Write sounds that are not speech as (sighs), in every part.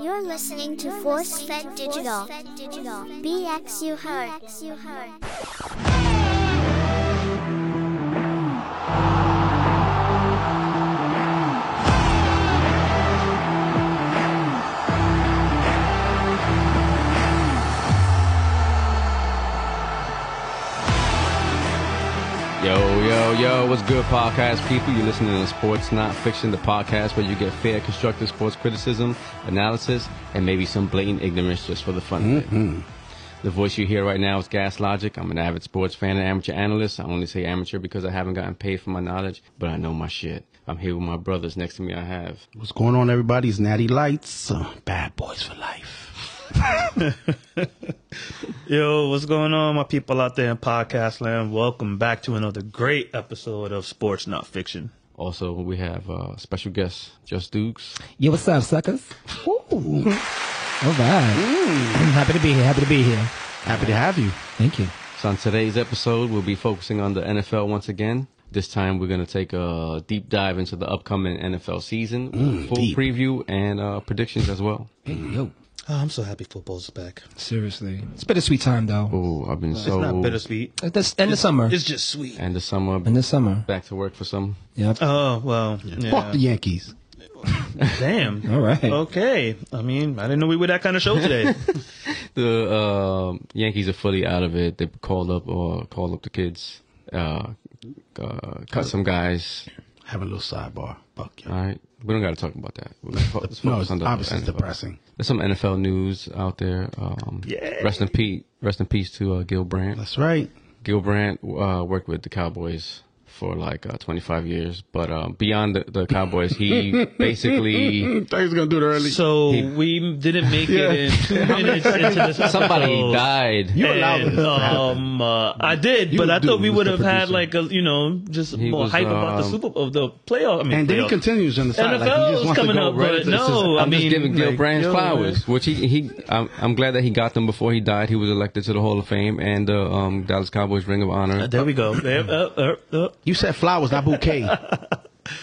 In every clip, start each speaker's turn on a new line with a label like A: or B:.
A: You're listening to Force Fed Digital. BXU Heard.
B: Yo, yo, yo, what's good, podcast people? You're listening to Sports Not Fiction, the podcast where you get fair, constructive sports criticism, analysis, and maybe some blatant ignorance just for the fun of it. The voice you hear right now is Gas Logic. I'm an avid sports fan and amateur analyst. I only say amateur because I haven't gotten paid for my knowledge, but I know my shit. I'm here with my brothers. Next to me, I have.
C: What's going on, everybody? It's Natty Lights, uh, Bad Boys for Life.
D: (laughs) Yo, what's going on, my people out there in podcast land? Welcome back to another great episode of Sports Not Fiction.
B: Also, we have uh, special guest, Just Dukes.
E: Yo, what's up, suckers?
C: Ooh,
E: All right. (clears throat) Happy to be here. Happy to be here.
C: happy to have you.
E: Thank you.
B: So on today's episode, we'll be focusing on the NFL once again. This time, we're going to take a deep dive into the upcoming NFL season, full
C: Mm, deep.
B: preview and uh, predictions as well.
E: Hey, yo.
D: Oh, I'm so happy football's back.
E: Seriously. It's bittersweet time, though.
B: Oh, I've been
D: It's
B: so
D: not bittersweet.
E: At this end of summer.
D: It's just sweet.
B: And the summer,
E: In the summer.
B: back to work for some.
E: Yep.
D: Oh, well.
C: Fuck the
D: yeah.
C: Yankees.
D: Damn.
E: All right.
D: Okay. I mean, I didn't know we were that kind of show
C: (laughs)
D: today.
B: The uh, Yankees are fully out of it. They called up or called up the kids, uh, uh, cut some guys.
C: Have a little sidebar. Fuck you.
B: All right, we don't got to talk about that. We're gonna fo- let's
C: No,
B: focus
C: it's
B: on the
C: obviously
B: NFL.
C: depressing.
B: There's some NFL news out there. Um,
D: Yay.
B: Rest in peace. Rest in peace to uh, Gil Brandt.
C: That's right.
B: Gil Brandt uh, worked with the Cowboys for like uh, 25 years, but um, beyond the, the Cowboys,
C: (laughs)
B: he basically
C: Thought he was gonna do it early.
D: so we didn't make it in two minutes into this episode.
B: somebody died.
C: you allow
D: And,
C: this. to happen.
D: um, uh, I did,
C: You
D: but I
C: do,
D: thought we
C: Mr.
D: would have had
C: Producer.
D: like a you know just
B: He
D: more
B: was,
D: hype about the
B: um,
D: Super of the playoff. I mean,
C: and then he
D: playoff.
C: continues on the side. like,
D: NFL
C: he
D: is
C: just wants to
D: coming
C: go
D: up,
C: right
D: but
C: into-
D: no,
C: it's just-
D: I
B: I'm
D: mean,
B: just giving Gil
D: like,
B: Brandt
D: yo,
B: flowers, which he, he I'm, I'm glad that he got them before he died. He was elected to the Hall of Fame and the um, Dallas Cowboys Ring of Honor.
D: Uh, There we
C: (laughs)
D: go. There, uh, uh, uh.
C: you said flowers,
D: (laughs)
C: not bouquet.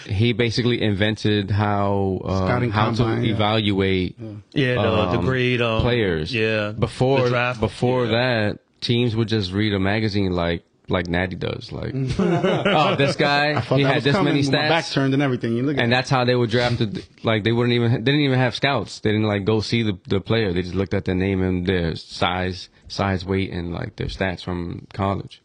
B: He basically invented how um,
C: Scouting
B: how
C: combine,
B: to
C: yeah.
B: evaluate
D: Yeah, the, the
B: um,
D: great um,
B: players.
D: Yeah,
B: Before
D: the draft.
B: before
D: yeah.
B: that, teams would just read a magazine like like Natty does.
C: (laughs)
B: Like, oh, this guy
C: I thought
B: he
C: that
B: had
C: was
B: this
C: coming
B: many
C: with My back
B: stats,
C: turned and everything. You look at
B: and that's how they were drafted. like, they wouldn't even they didn't even have scouts. They didn't like go see the the player. They just looked at their name and their size, size, weight, and like their stats from college.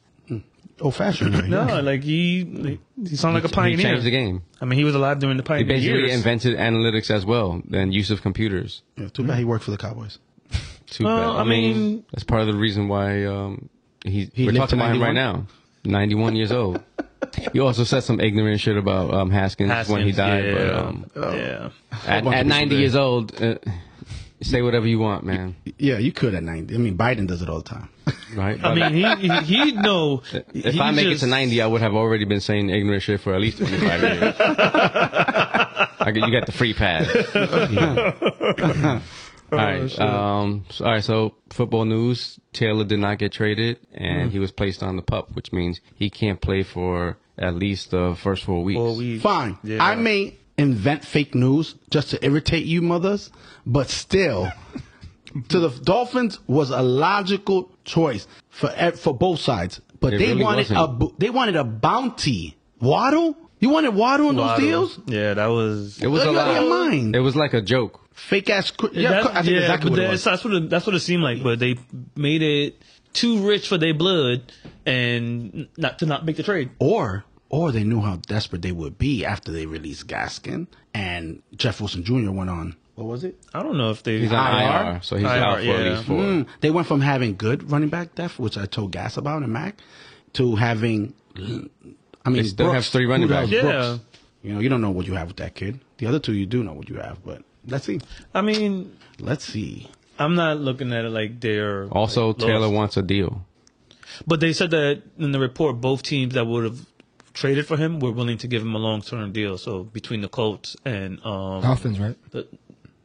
C: old fashioned. Right?
D: No, like he, he sounded like
B: He
D: a pioneer.
B: changed the game.
D: I mean, he was alive during the
B: He
D: pioneer
B: basically
D: years.
B: invented analytics as well and use of computers.
C: Yeah, too bad he worked for the Cowboys.
B: Too
D: Well,
B: bad.
D: I
B: I mean,
D: mean-
B: that's part of the reason why um, he,
C: He
B: we're
C: lived
B: talking
C: to
B: about him right
C: 91?
B: now. 91 years
D: (laughs)
B: old. You also said some ignorant shit about um, Haskins, when he
D: Haskins,
B: died,
D: yeah,
B: but um,
C: Oh.
D: yeah.
B: at,
C: bunch of
B: at
C: people
B: 90
C: did.
B: years old, uh, say whatever you want, man.
C: Yeah, you could at ninety. I mean, Biden does it all the time.
B: Right?
D: I
B: But
D: mean, he he he'd know.
B: if I make it to
D: (laughs)
B: 90, I would have already been saying ignorant shit for at least 25 years. I get, you got the free pass. all right. Um, so, all right. So football news: Taylor did not get traded, and he was placed on the pup, which means he can't play for at least the first four weeks.
D: well, we,
C: Fine.
D: Yeah.
C: I may invent fake news just to irritate you mothers, but still, to the Dolphins was a logical choice for e- for both sides. But
B: It
C: they
B: really
C: wanted a
B: wasn't.
C: bo- they wanted a bounty. Waddle, you wanted Waddle in those
D: Waddle.
C: deals?
D: Yeah, that was.
B: it was
C: Are
B: a
C: you out of your
B: lot.
C: mind?
B: It was like a joke.
C: Fake ass. cr- Yeah,
D: That-
C: I think
D: yeah, but
C: exactly what it
D: that-
C: was.
D: That's what it, that's what it seemed like, but they made it too rich for their blood and not to not make the trade.
C: or or they knew how desperate they would be after they released Gaskin and Jeff Wilson Jr. went on. What was it?
D: I don't know if they.
B: He's on IR,
C: IR?
B: so he's
D: IR,
B: out for at
D: yeah.
B: least four.
C: Mm, they went from having good running back depth, which I told Gas about and Mac, to having, I
B: They
C: mean,
B: still have three running
C: Who the
B: backs.
C: hell's
D: Yeah.
C: Brooks? You know, you don't know what you have with that kid. The other two, you do know what you have, but let's see.
D: I mean,
C: Let's see.
D: I'm not looking at it like they're
B: Also,
D: like,
B: Taylor
D: lost.
B: wants a deal.
D: But they said that in the report, both teams that would have traded for him were willing to give him a long term deal. So between the Colts and um,
E: Dolphins, right?
D: the,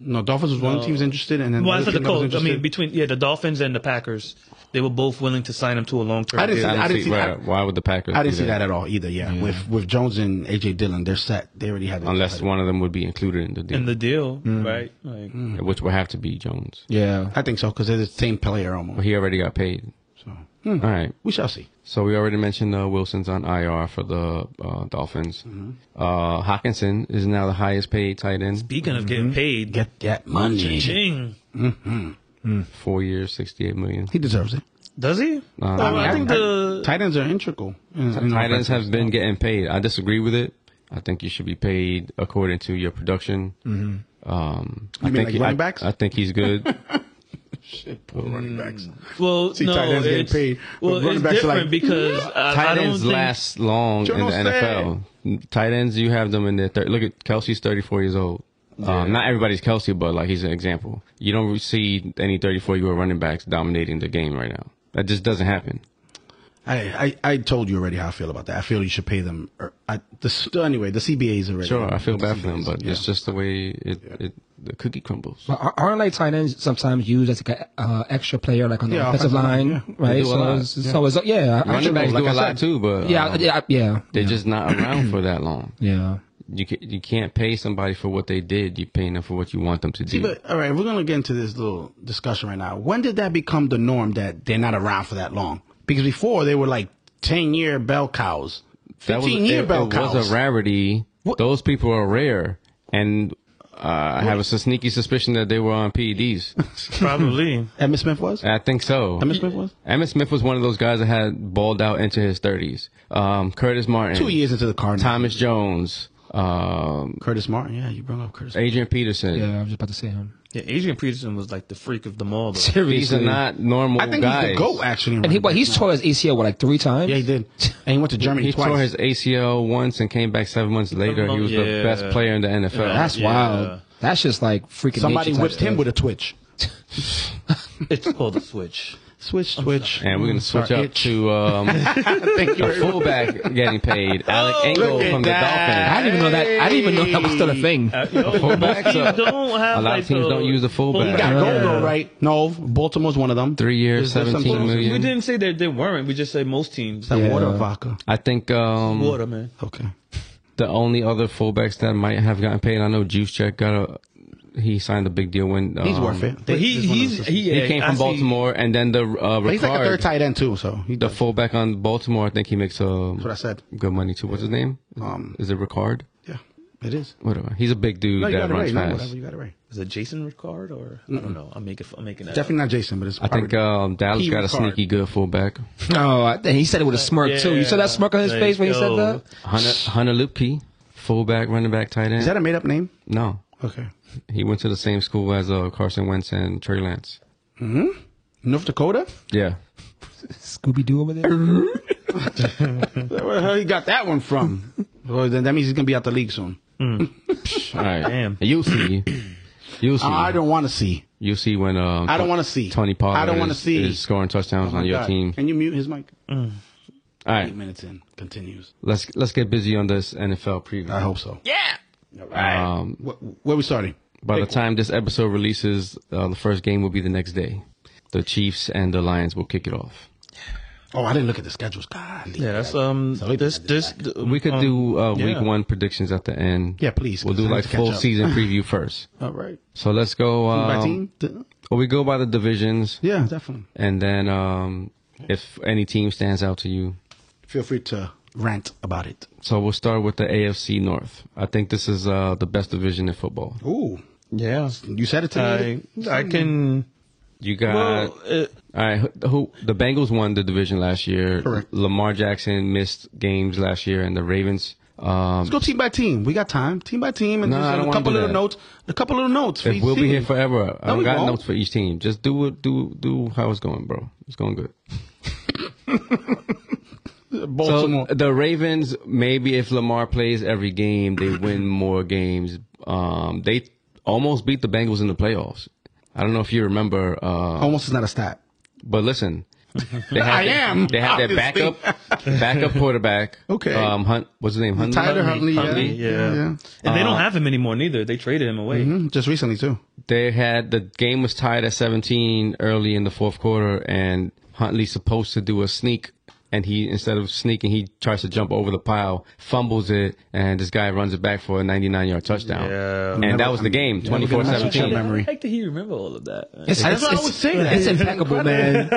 C: No, Dolphins was one of the teams interested, and then
D: Well, I
C: the
D: said
C: other
D: the
C: team that was
D: Colts. I mean,
C: interested-
D: between yeah, the Dolphins and the Packers, they were both willing to sign him to a long term.
C: I didn't
B: I
C: I
B: didn't see,
C: see- I-
B: right, why would the Packers?
C: I
B: do
C: didn't see that at all either. Yeah, with with Jones and AJ Dillon, they're set. They already have it.
B: Unless one of them would be included in the deal,
D: in the deal,
B: Mm.
D: right? Like,
B: which would have to be Jones.
E: Yeah.
C: I think so because they're the same player
B: But
C: almost. Hmm.
B: he already got paid. All right.
C: We shall see.
B: So we already mentioned uh, Wilson's on IR for the uh, Dolphins.
C: Mm-hmm.
B: Uh, Hawkinson is now the highest paid tight end,
D: Speaking of getting paid,
C: Get that money.
D: ching.
B: four years, sixty-eight million.
C: He deserves it.
D: Does he?
B: Uh,
D: Well, I
B: I-
D: think
C: I-
D: the
C: Tight ends are integral. in- in
B: Tight ends
C: offenses.
B: have been getting paid. I disagree with it. I think you should be paid according to your production. Um, I
C: Mm-hmm. mean
B: think
C: like
B: he- I-
C: running backs?
B: I, think he's good.
C: (laughs) Shit, poor running backs.
D: well,
C: See,
D: no,
C: tight ends getting
D: it's,
C: paid, but
D: well,
C: running
D: it's
C: backs are
D: different
C: like,
D: because I, I
B: Tight
D: don't
B: ends
D: think,
B: last long
C: Joe
B: in the
C: don't
B: NFL. Tight ends, you have them in their. Thir- Look at Kelsey's thirty-four years old. Um, not everybody's Kelsey, but like he's an example. You don't see any thirty-four-year-old running backs dominating the game right now. That just doesn't happen.
C: I, I I told you already how I feel about that. I feel you should pay them. Or I, the, st- anyway, the CBAs already.
B: Sure, I feel
C: The
B: bad for them,
C: CBAs,
B: but
C: yeah.
B: it's just the way it, it the cookie crumbles.
E: But aren't- aren't like tight ends sometimes used as like an uh, extra player, like on the
C: Yeah,
E: offensive
C: offensive
E: line,
C: line,
E: right?
B: They do a
E: so,
B: lot,
E: it's, so it's yeah, I- I
B: Running
E: should-
B: backs
C: like
B: do
C: I
B: a lot
C: said.
B: too, but
E: yeah,
B: um,
E: yeah, yeah,
B: they're just not around for that long.
E: yeah.
B: You can, you can't pay somebody for what they did. You're paying them for what you want them to do.
C: See, but all right, we're gonna get into this little discussion right now. When did that become the norm that they're not around for that long? Because before they were like ten year bell cows,
B: that was,
C: fifteen year
B: it-
C: bell
B: it
C: cows.
B: was a rarity.
C: What-
B: Those people are rare, and uh, I have a s- sneaky suspicion that they were on
C: (laughs)
B: PEDs.
D: (laughs) probably.
C: Emmitt Smith was.
B: I think so.
C: Emmitt Smith was
B: Emmett Smith was one of those guys that had balled out into his 30s. Um, Curtis Martin,
C: two years into the Cardinals.
B: Thomas Jones, um,
C: Curtis Martin. Yeah, you brought up Curtis.
B: Adrian Peterson.
E: Yeah, I was just about to say him.
D: Yeah, Adrian Peterson was like the freak of them all. Though.
E: Seriously,
B: These are not normal
C: I think
B: guys.
C: he's the goat actually. in
E: And he,
C: running
E: but he's
C: backs
E: tore his ACL what, like three times.
C: now. yeah, he did, and he went to Germany
B: He
C: twice.
B: tore his ACL once and came back seven months later. He was the
D: Yeah.
B: best player in the NFL.
E: that's
D: Yeah.
E: wild. That's just like freaking.
C: Somebody
E: nature type
C: whipped him
E: stuff.
C: with a twitch.
D: It's called a switch.
C: Switch, twitch,
B: And we're gonna switch
C: Mm, Sorry,
B: up
C: itch.
B: to
C: (laughs)
B: um,
C: Thank you
B: a
C: very much. Oh,
B: fullback getting
C: (laughs)
B: paid, Alec Engel
C: look at
B: from the
C: that.
E: I didn't even know that. I didn't even know that was still a thing. (laughs)
D: Uh,
B: (laughs)
D: yo,
B: Fullbacks
D: most teams
B: are-
D: don't have
B: a lot of
D: like,
B: teams
D: the
B: don't use the fullback.
C: He got
D: Yeah.
C: gold though, right? No, Baltimore's one of them.
B: Three years,
C: Is there some
B: 17
C: balls?
B: million.
D: We didn't say that they weren't. We just said most teams.
C: That
E: Yeah.
C: water vodka.
B: Dolphins. I think um,
D: Water, man.
C: Okay.
B: the only other fullbacks that might have gotten paid. I know Juice Check got a he signed a big deal when um,
C: He's worth it.
D: But he,
C: This is one of
D: he's,
C: those-
D: he,
B: He
D: yeah,
B: came
D: I
B: from
D: see-
B: Baltimore, and then the uh,
C: But he's like a
B: Ricard,
C: third tight end too, so he
B: the
C: does.
B: fullback on Baltimore. I think he makes um,
C: That's what I said.
B: good money too. What's his name?
C: Um,
B: Is it Ricard?
C: Yeah, it is.
B: Whatever. He's a big dude
C: No, you
B: that
C: got it
B: runs
C: right. No,
B: fast.
C: whatever, you got it right.
D: Is it Jason Ricard or I don't know? I'm making I'm making that.
C: Definitely not Jason, but it's.
B: I think
C: probably-
B: um, Dallas
C: He
B: got a
C: Ricard.
B: sneaky good fullback.
E: No, Oh, I- and he said it with a smirk too. You saw that smirk on his
D: Yeah.
E: face when he said
D: Yo.
E: that.
B: Hunter, Hunter Lupke, fullback, running back, tight end.
C: Is that a made up name?
B: no,
C: Okay.
B: he went to the same school as uh, Carson Wentz and Trey Lance.
C: North Dakota?
B: Yeah,
E: Scooby Doo over there.
C: Where the hell he got that
B: (laughs)
C: one from? well, then that means he's gonna be out the league soon.
B: all right.
D: Damn.
B: You'll
C: (clears throat)
B: see. You'll see.
C: I don't want to see.
B: You'll see when. Um,
C: I don't want to see.
B: Tony Pollard.
C: I don't want to
B: is-
C: see.
B: is scoring touchdowns
C: Oh my
B: on your
C: God.
B: team.
C: Can you mute his mic?
B: All
C: Eight
B: right,
C: minutes in. Continues.
B: let's let's get busy on this NFL preview.
C: I hope so. Yeah. All right.
B: Um,
C: Wh- where we starting?
B: By the time this episode releases, uh, the first game will be the next day. The Chiefs and the Lions will kick it off.
C: Oh, I didn't look at the schedules. Golly.
D: Yeah, that's um.
C: Sorry,
D: This
C: I did
D: this
B: We could
D: um,
B: do uh, week
D: yeah.
B: one predictions at the end.
C: Yeah, please,
B: We'll
C: 'cause
B: do
C: I need
B: like
C: to catch
B: full
C: up.
B: season
C: (laughs)
B: preview first.
C: All right.
B: So let's go.
C: My
B: Um,
C: team? D-
B: well, we go by the divisions,
C: Yeah, definitely.
B: and then um, if any team stands out to you.
C: Feel free to rant about it.
B: So we'll start with the AFC North. I think this is uh, the best division in football.
C: Ooh.
D: Yeah,
C: You said it
D: I
C: today.
D: I can.
B: You got
D: Well, uh, it,
B: all right. who- Who the Bengals won the division last year?
C: Correct.
B: Lamar Jackson missed games last year, and the Ravens. Um,
C: Let's go team by team. We got time. Team by team, and
B: No,
C: just
B: I don't
C: a
B: wanna
C: couple
B: do
C: little
B: that.
C: notes. A couple little notes. for
B: if
C: each
B: we'll be
C: team.
B: here forever. I
C: No,
B: don't
C: we
B: got
C: won't.
B: notes for each team. Just do it. Do do how it's going, bro. It's going good.
C: Baltimore.
B: So the Ravens, maybe if Lamar plays every game, they win more games. Um, they almost beat the Bengals in the playoffs. I don't know if you remember, uh,
C: Almost is not a stat.
B: but listen, They had
C: I
B: their-
C: am,
B: They had their
C: obviously.
B: backup, backup quarterback.
C: (laughs) Okay.
B: Um, Hunt. What's his name? Hunt.
C: Tyler Huntley, yeah.
D: Huntley, yeah.
C: yeah.
D: And
B: Uh,
D: they don't have him anymore neither. They traded him away.
B: Mm-hmm.
C: Mhm, Just recently too.
B: They had the game was tied at 17 early in the fourth quarter, and Huntley's supposed to do a sneak, and he instead of sneaking, he tries to jump over the pile, fumbles it, and this guy runs it back for a 99 yard touchdown.
D: Yeah.
B: And that was the game,
C: Never gonna
B: 24
C: match your
B: 17.
C: memory.
D: How the heck did he remember all of that?
E: It's,
C: That's
E: it's,
C: what I
E: it's,
C: always say, that.
E: it's impeccable, (laughs) man.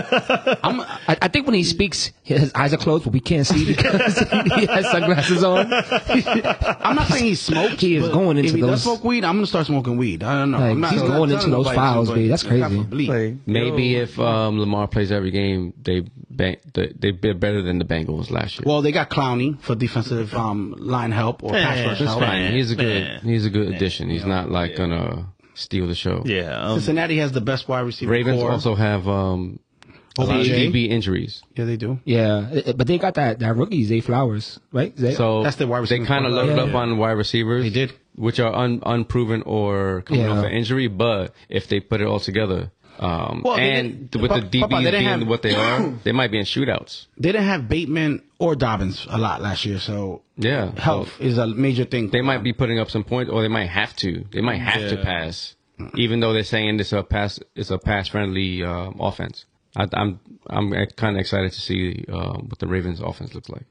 E: I'm, I, I think when he speaks, his eyes are closed, but we can't see (laughs) because he has sunglasses on. (laughs)
C: I'm not saying he smoked.
E: He is
C: but
E: going
C: if
E: into
C: he
E: those-
C: does smoke weed, I'm gonna start smoking weed. I don't know.
E: Like,
C: I'm not,
E: he's
C: I'm not
E: going
C: telling
E: into those
C: nobody to,
E: files,
C: but
E: babe. That's
C: God
E: crazy.
C: forbid.
D: Like,
B: Maybe
D: yo,
B: if um, Lamar plays every game, they bank, they they did better than the Bengals last year.
C: Well, they got Clowney for defensive um, line help or pass
D: Yeah,
C: rush
D: that's
C: help.
B: Fine. He's a good
D: man.
B: he's a good addition. He's not like gonna steal the show.
D: yeah, um,
C: Cincinnati has the best wide receiver.
B: Ravens
C: core.
B: also have um a lot of
C: OBJ.
B: DB injuries.
C: Yeah, they do.
E: Yeah, it- it- but they got that, that rookie, Zay Flowers, right? Zay,
B: So
C: That's the wide
B: They
C: receiver
B: kind of
C: core.
B: loaded
E: Yeah.
B: up
E: Yeah.
B: on wide receivers.
C: They did.
B: which are un, unproven or coming
E: Yeah.
B: off an injury. But if they put it all together, um,
C: Well, they
B: and
C: didn't-
B: with
C: Papa-
B: the DBs
C: Papa, they didn't
B: being
C: have-
B: what they
C: (coughs)
B: are, they might be in shootouts.
C: They didn't have Bateman or Dobbins a lot last year, so
B: Yeah, so-
C: health is a major thing.
B: They might be putting up some points, or they might have to. They might have to pass, even though they're saying it's a pass. It's a pass friendly um, offense. I, I'm I'm kind of excited to see uh, what the Ravens' offense looks like.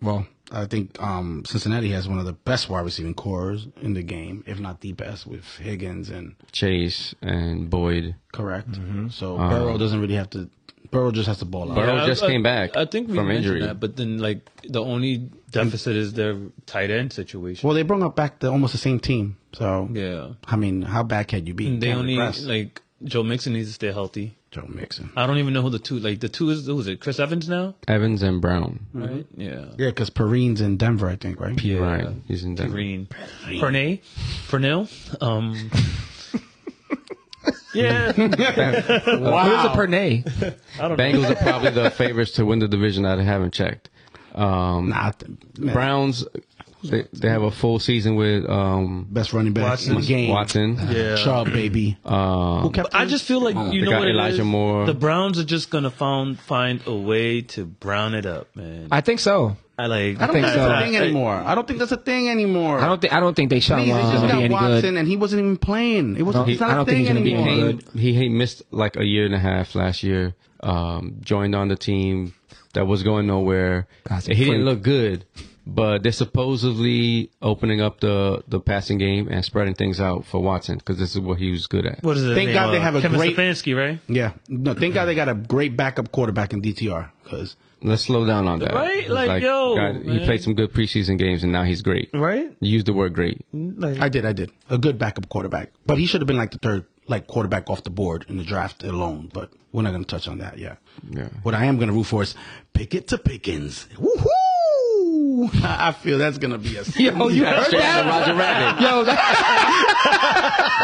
C: Well, I think um, Cincinnati has one of the best wide receiving cores in the game, if not the best, with Higgins and
B: Chase and Boyd.
C: correct. So Burrow doesn't really have to. Burrow just has to ball
B: Mm-hmm.
C: out.
B: Uh-huh. Burrow
D: I-
B: just
D: I-
B: came back.
D: I think we
B: from
D: mentioned
B: injury.
D: that, but then like the only deficit is their tight end situation.
C: Well, they brought up back the almost the same team. So
D: yeah,
C: I mean, how bad can you be?
D: And they
C: Can't
D: only
C: regress.
D: like Joe Mixon needs to stay healthy.
C: Joe Mixon.
D: I don't even know who the two like the two is who is it Chris Evans now
B: Evans and Brown.
D: right yeah
C: Yeah, because Perrine's in Denver, I think, right?
D: yeah
B: Right. He's in Denver.
D: Green Pernay Pernell um
B: (laughs)
D: yeah
E: wow. Who's a Pernay?
B: Bengals are probably the favorites to win the division. I haven't checked. Um,
C: Nah, th- man,
B: Browns, they, they have a full season with um,
C: best running back in
D: Watson.
C: the game.
B: Watson.
D: yeah
C: Chubb, baby.
E: Um,
C: Who kept
D: I
C: him?
D: just feel like you
B: They
D: know
B: got
D: what it
B: Elijah
D: is?
B: Moore.
D: The Browns are just gonna found find a way to brown it up, man. I,
E: I think so.
D: like.
C: I don't think
E: think
C: that's
E: so.
C: a thing anymore. I don't think that's a thing anymore.
E: I don't think I don't think they shot
C: Please, they just
E: uh, be
C: got
E: any
C: Watson,
E: good.
C: and he wasn't even playing. It was.
E: No,
C: it's not
E: I
C: a
E: don't think
C: thing
E: he's gonna be
C: anymore.
E: any
B: He,
E: good.
B: he he missed like a year and a half last year. Um, joined on the team that was going nowhere.
E: God's a
B: he didn't
E: freak.
B: look good, but they're supposedly opening up the the passing game and spreading things out for Watson because this is what he was good at.
D: What is it?
C: Thank God they have a
D: Kevin
C: great-
D: Stefanski, right?
C: Yeah. No, thank God they got a great backup quarterback in DTR because
B: Let's slow down on that.
D: Right?
B: It's
D: Like, yo,
B: he
D: man.
B: played some good preseason games, and now he's great.
D: Right?
B: Use the word great.
D: Like,
C: I did, I did a good backup quarterback, but he should have been like the third like quarterback off the board in the draft alone. But we're not going to touch on that yet.
B: Yeah.
C: What I am going to root for is Pickett to Pickens. Woohoo! (laughs) I I feel that's going
E: (laughs)
C: to be a
E: Yo, you heard
B: Straight out of
E: that?
B: Roger Rabbit.
E: Yo, that,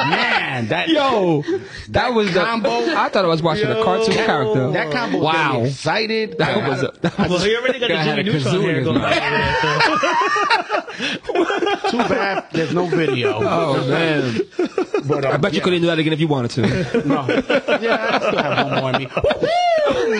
C: man. That
E: yo, that was the
C: combo.
E: I thought I was watching a cartoon character.
C: that combo. Wow.
E: Wow.
C: Excited.
E: That was a, that
D: well,
E: was
D: he already got
B: Guy had
D: the
B: a
D: Jimmy Neutron
B: kazoo in
D: hair
B: his
D: going.
B: mouth.
D: on.
C: too bad. There's no video.
E: (laughs) oh man.
C: But, um,
E: I bet you
C: yeah.
E: couldn't do that again if you
B: (laughs)
E: wanted to.
C: No. Yeah, I still have one more in me.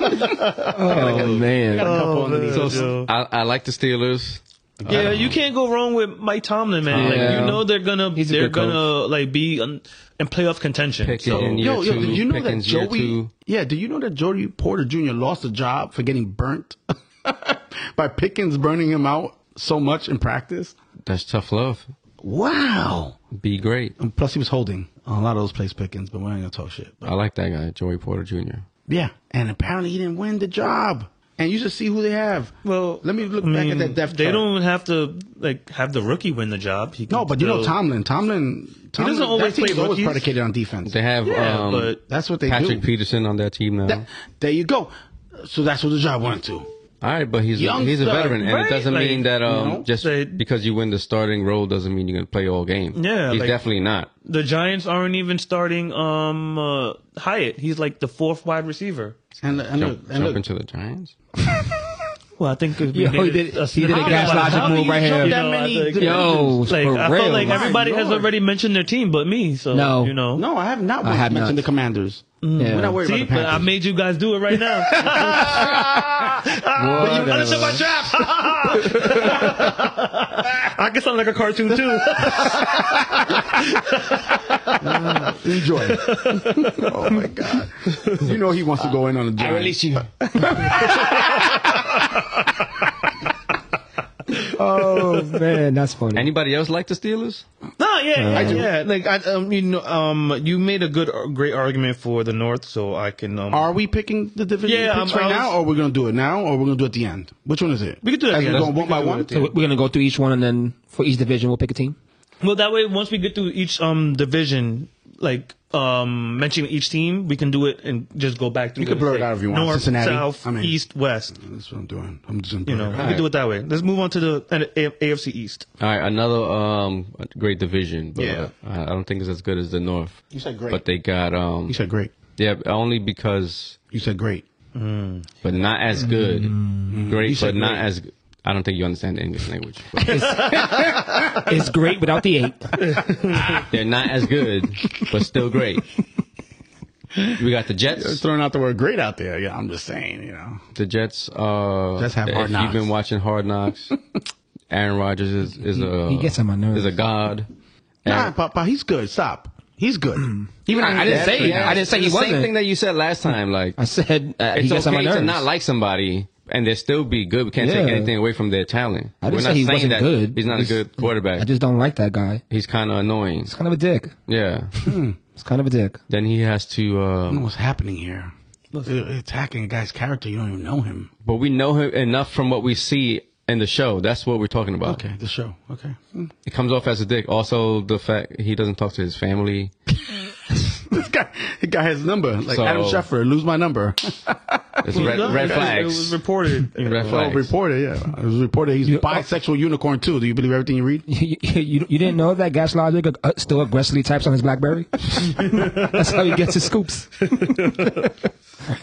B: Oh man.
C: couple under these-
D: So- so-
B: I, I like the Steelers.
D: yeah, you can't go wrong with Mike Tomlin, man. Like
E: Yeah.
D: you know they're gonna
E: He's a
D: they're
E: good coach.
D: gonna like be on, in playoff contention.
B: Pick
D: so
B: it in year
C: Yo,
B: two.
C: yo, did you know that
B: Pickens year
C: Joey?
B: two.
C: Yeah, did you know that Jody Porter Jr. lost a job for getting burnt (laughs) by Pickens burning him out so much in practice?
B: That's tough love.
C: Wow.
B: Be great.
C: And plus, he was holding on a lot of those plays Pickens, but we're not gonna talk shit. But
B: I like that guy, Joey Porter Jr.
C: yeah, and apparently he didn't win the job. And you should see who they have.
D: Well,
C: let me look
D: I
C: back
D: mean,
C: at that depth
D: They
C: chart.
D: don't have to like have the rookie win the job. He can
C: No, but you know
D: still-
C: Tomlin. Tomlin. Tomlin
D: doesn't always
C: that team's
D: play
C: always
D: rookies.
C: predicated on defense.
B: They have
D: Yeah,
B: um,
D: but
C: That's what they
B: Patrick
C: do.
B: Peterson on that team now.
C: That- there you go. So that's what the job went to.
B: All right, but he's
C: Young
B: he's a
C: stud,
B: veteran, and
D: right?
B: it doesn't
D: Like,
B: mean that um
C: you know,
B: just
D: they-
B: because you win the starting role doesn't mean you're gonna play all game.
D: Yeah,
B: he's
D: like-
B: definitely not.
D: The Giants aren't even starting um uh, Hyatt. He's like the fourth wide receiver.
C: And,
B: Jump,
C: and, look, and
B: jump
C: look,
B: into the Giants.
D: Well, I think
E: Yo, he did- he did a gas logic move right here.
C: That many
E: Yo,
D: like,
E: for
D: I
E: real.
D: feel like
E: My
D: everybody has
C: lord.
D: already mentioned their team, but me. So
E: No.
D: you know,
C: No, I have not
E: I have
C: mentioned
E: not.
C: the Commanders.
E: Yeah.
C: We're not worried
D: See,
C: about the
D: but I
C: Panthers.
D: made you guys do it right
E: (laughs)
D: now.
E: Whatever. (laughs)
D: Understood my trap. (laughs) I can sound like a cartoon too. (laughs)
C: Enjoy. (laughs) oh my God! You know he wants to go in on the Giants.
E: you.
B: (laughs)
E: oh man, that's funny.
B: Anybody else like the Steelers?
D: No, yeah, yeah, yeah. Like I, um, you know, um, you made a good, uh, great argument for the North, so I can. Um,
C: Are we picking the division
D: Yeah,
C: picks
D: I'm-
C: right
D: I was-
C: now, or we're gonna do it now, or we're gonna do it at the end? Which one is it?
D: We could do it at
C: As
D: the
C: we're
D: end.
C: going one by one.
E: So we're gonna go through each one, and then for each division, we'll pick a team.
D: well, that way, once we get through each um division, like um mentioning each team, we can do it and just go back through.
C: You can
D: the-
C: blur it out if you want.
D: North,
C: Cincinnati.
D: South,
C: I mean-
D: East, West.
C: That's what I'm doing. I'm just gonna
D: You know, we can do it that way. Let's move on to the uh, A- AFC East.
B: All right, another um great division, but
D: Yeah.
B: uh, I don't think it's as good as the North. You
C: said great.
B: but they got um.
C: You said great.
B: yeah, only because,
C: You said great.
B: but not as good.
E: Mm.
B: Great, but
C: said
B: not
C: great.
B: as. g- I don't think you understand the English language. but
E: It's great without the eight.
B: they're not as good, but still great. We got the
C: Just
B: Jets.
C: throwing out the word great out there. Yeah, I'm just saying. You know,
B: The Jets. Uh,
C: Jets have Hard
B: if
C: Knocks.
B: you've been watching Hard Knocks, Aaron Rodgers is, is a
E: he gets on my nerves.
B: Is a god.
C: nah,
B: And-
C: Papa, he's good. Stop. He's good.
D: Hmm.
E: Even I, I didn't say
B: Yeah,
E: I didn't say he
B: it's the Same
E: wasn't.
B: thing that you said last time. Like
E: I said uh, he
B: it's
E: gets on my
B: okay
E: nerves.
B: to not like somebody and they still be good. We can't take
E: Yeah.
B: anything away from their talent.
E: I didn't
B: We're
E: say
B: not
E: he
B: saying
E: wasn't
B: that
E: good.
B: He's not
E: He's-
B: a good quarterback.
E: I just don't like that guy.
B: he's kind of annoying.
E: He's kind of a dick.
B: Yeah.
E: He's kind of a dick.
B: then he has to.
C: I don't
B: Um,
C: know what's happening here. They're attacking a guy's character. You don't even know him.
B: but we know him enough from what we see in the show. That's what we're talking about.
C: Okay, the show. Okay.
B: It comes off as a dick. Also, the fact he doesn't talk to his family.
C: this guy, the guy has his number. Like
B: So-
C: Adam Schefter, lose my number.
B: It's red,
D: No,
B: red
D: it was- It was
B: flags.
D: reported. you know. (laughs)
B: Red
C: Oh,
B: flags.
C: reported. Yeah, it was reported. He's
E: You-
C: bisexual unicorn too. Do you believe everything you read?
E: You, you, you didn't know that Gas Logic uh, still aggressively types on his BlackBerry? (laughs) That's how he gets his scoops.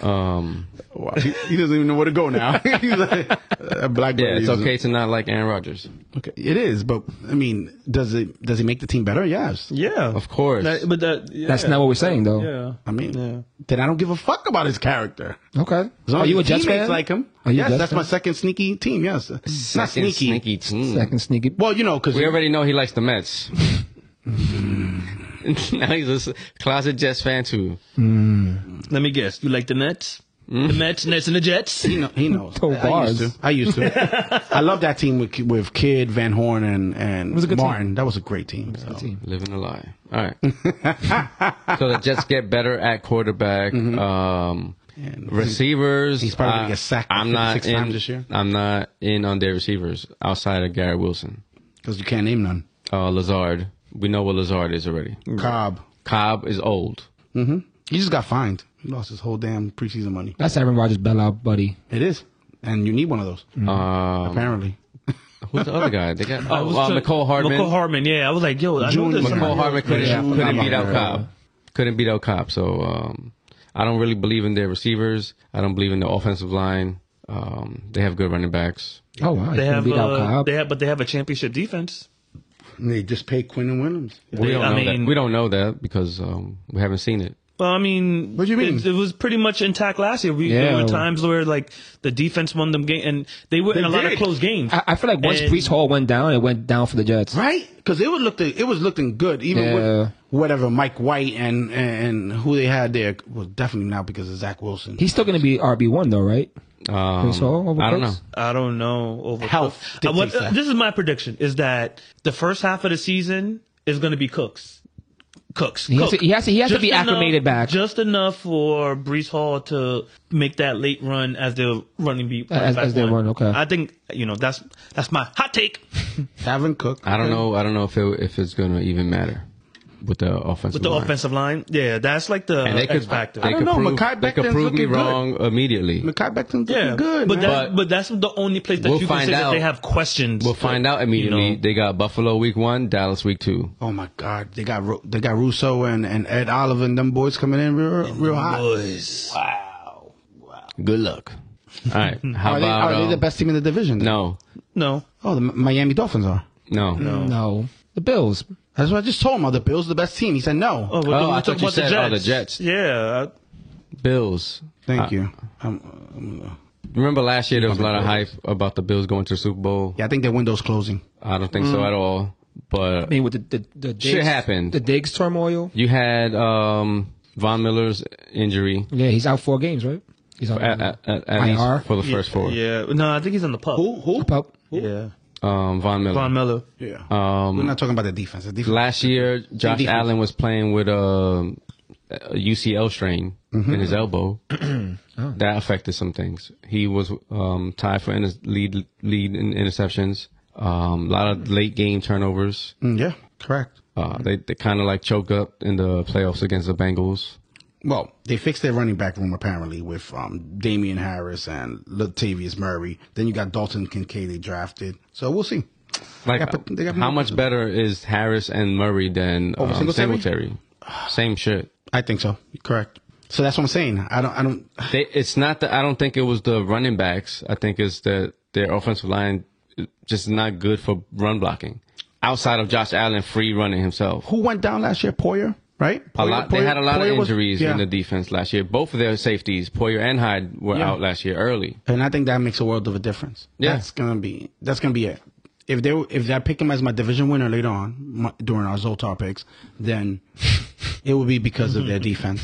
B: Um,
C: Wow. He, he doesn't even know where to go now. (laughs) He's like, uh,
B: yeah,
C: Blackberry.
B: it's
C: is-
B: okay to not like Aaron Rodgers.
C: Okay, it is. But I mean, does it does it make the team better?
D: (laughs)
C: Yes.
D: Yeah,
B: Of course.
D: That- but that, yeah.
E: That's not what we're saying, though.
D: Yeah.
C: I mean,
D: Yeah.
C: then I don't give a fuck about his character.
E: Okay.
C: As long
E: Are
C: as
E: you a
C: his
E: Jets
C: teammates
E: fan?
C: Like him?
E: Are you a
C: yes,
E: Jets
C: that's
E: fan?
C: my second sneaky team. Yes, not
B: Second
C: sneaky.
B: sneaky team.
E: Second sneaky.
C: Well, you know, because
B: We already know he likes the Mets. (laughs) now he's a s- closet Jets fan too.
D: Let me guess. You like the Nets? The Mets, Nets, and the Jets.
C: He, know, he knows.
E: Toe
C: I used
E: bars.
C: to. I used (laughs) to. I love that team with with Kid Van Horn and and
E: was a good
C: Martin. That was a great team. so.
E: team.
B: Living a lie. All right. so the Jets get better at quarterback.
D: Mm-hmm.
B: Um, receivers. uh,
C: He's probably gonna get sacked
B: I'm not
C: 56
B: in.
C: times this year.
B: I'm not in on their receivers outside of Garrett Wilson,
C: Because you can't name none.
B: uh, Lazard. We know what Lazard is already.
C: Cobb.
B: Cobb is old.
C: hmm He just got fined. He lost his whole damn preseason money.
E: That's Aaron Rodgers' bailout, buddy.
C: It is. And you need one of those,
B: Um,
C: apparently.
B: who's the other guy? They got
D: (laughs) I was
B: oh, uh,
D: trying-
B: Nicole Hardman.
D: Nicole Hardman. Yeah, I was like, yo, I know
C: Junior.
D: this.
B: Nicole
C: Yeah.
B: Hardman couldn't,
C: Yeah.
B: couldn't beat out
C: Yeah.
B: Cobb. Couldn't beat out Cobb. So um, I don't really believe in their receivers. I don't believe in the offensive line. Um, they have good running backs.
E: Oh, wow.
D: They
E: He
D: have,
E: beat out
D: uh,
E: Cobb.
D: they have, but they have a championship defense.
C: And they just paid Quinn and Williams.
B: We
D: They-
B: don't
D: I
B: know
D: mean-
B: that. We don't know that because um, we haven't seen it.
D: Well, I mean,
C: What do you mean?
D: It, it was pretty much intact last year. We,
E: Yeah.
D: There were times where like the defense won them game, and they were in a lot of
C: did.
D: close games.
E: I, I feel like once
D: And-
E: Brees Hall went down, it went down for the Jets.
C: Right? Because it, was looked- it was looking good, even
E: Yeah.
C: with whatever Mike White and, and who they had there. Well, definitely not because of Zach Wilson.
E: He's still going to be RB1, though, right?
B: Um,
E: so, over
B: I don't know.
E: Cooks?
D: I don't know. Over
C: Health
D: Uh, what-
C: dictates that.
D: this is my prediction: is that the first half of the season is going to be Cooks. Cooks.
E: He has
D: Cook.
E: to- he has to- he has to
D: Just
E: be
D: enough-
E: acclimated back.
D: Just enough for Brees Hall to make that late run as the running beat.
E: As- as their
D: one.
E: run, okay.
D: I think you know that's that's my hot take
C: Having Cook.
B: I don't know. I don't know if it, if it's going to even matter with the offensive
D: with the
B: line.
D: offensive line. Yeah, that's like the
B: And they could,
D: X factor.
B: They
C: don't
B: could
C: know.
B: prove,
C: Mekhi
B: they could
C: Becton's
B: prove me
C: looking good.
B: wrong immediately.
C: Makai Becton's looking
D: yeah,
C: good.
D: but
C: man.
D: that,
B: But-
D: but that's the only place that
B: We'll
D: you can
B: find
D: say
B: out.
D: that they have questions.
B: We'll find out immediately.
D: You know.
B: They got Buffalo week one, Dallas week two.
C: Oh my God! They got Ru- they got Russo and, and Ed Oliver and them boys coming in real real hot.
D: Boys.
C: Wow! Wow!
B: Good luck. All
D: (laughs)
B: right. How
C: Are, they,
B: about
C: are they
B: um,
C: the best team in the division?
B: No,
D: No.
C: Oh, the M- Miami Dolphins are.
B: no,
D: No.
E: No, the Bills.
C: That's what I just told him. Are the Bills the best team? He said no.
D: Oh,
B: Oh,
D: we
B: I
D: talked
B: thought you
D: about the
B: said, oh, the
D: Jets.
B: Jets.
D: Yeah. I-
B: Bills.
C: Thank
B: Uh,
C: you. Um, um,
B: Remember last year there was a lot of hype about the Bills going to the Super Bowl.
C: yeah, I think their window's closing.
B: I don't think
D: Mm.
B: so at all. But
E: I mean, with the the, the Diggs,
B: Shit happened.
E: The Diggs turmoil.
B: you had um, Von Miller's injury
E: Yeah, he's out four games, right? He's out.
B: at, at, at, at
E: IR?
B: least for the first four.
D: Yeah. No, I think he's on the pup.
C: Who?
E: Pup.
D: Yeah.
B: Um, Von Miller.
D: Von Miller.
C: Yeah. We're
B: um,
C: not talking about the defense. The defense.
B: last year, Josh
C: defense.
B: Allen was playing with um, a UCL strain
C: Mm-hmm.
B: in his
C: (clears throat)
B: elbow.
C: Oh.
B: That affected some things. He was um, tied for inter- lead lead in interceptions. Um, a lot of late game turnovers.
C: Mm, yeah, correct.
B: Uh, they they kind of like choked up in the playoffs against the Bengals.
C: Well, they fixed their running back room apparently with um, Damian Harris and Latavius Murray. Then you got Dalton Kincaid they drafted. So we'll see.
B: Like,
C: They got- they got-
B: how much better is Harris and Murray than
C: Over
B: um,
C: Singletary?
B: Singletary? Same shit.
C: I think so. Correct. So that's what I'm saying. I don't. I don't.
B: They, it's not that I don't think it was the running backs. I think it's that their offensive line just not good for run blocking. Outside of Josh Allen free running himself,
C: Who went down last year? Poyer, right?
B: a
C: Poyer-
B: lot, they
C: Poyer-
B: had a lot
C: Poyer
B: of
C: was-
B: injuries
C: yeah.
B: in the defense last year. Both of their safeties, Poyer and Hyde, were
C: Yeah.
B: out last year early.
C: and I think that makes a world of a difference.
B: Yeah.
C: That's gonna be that's gonna be it. If they if I pick him as my division winner later on my, during our Zoltar picks,
B: (laughs)
C: then it will be because of their defense.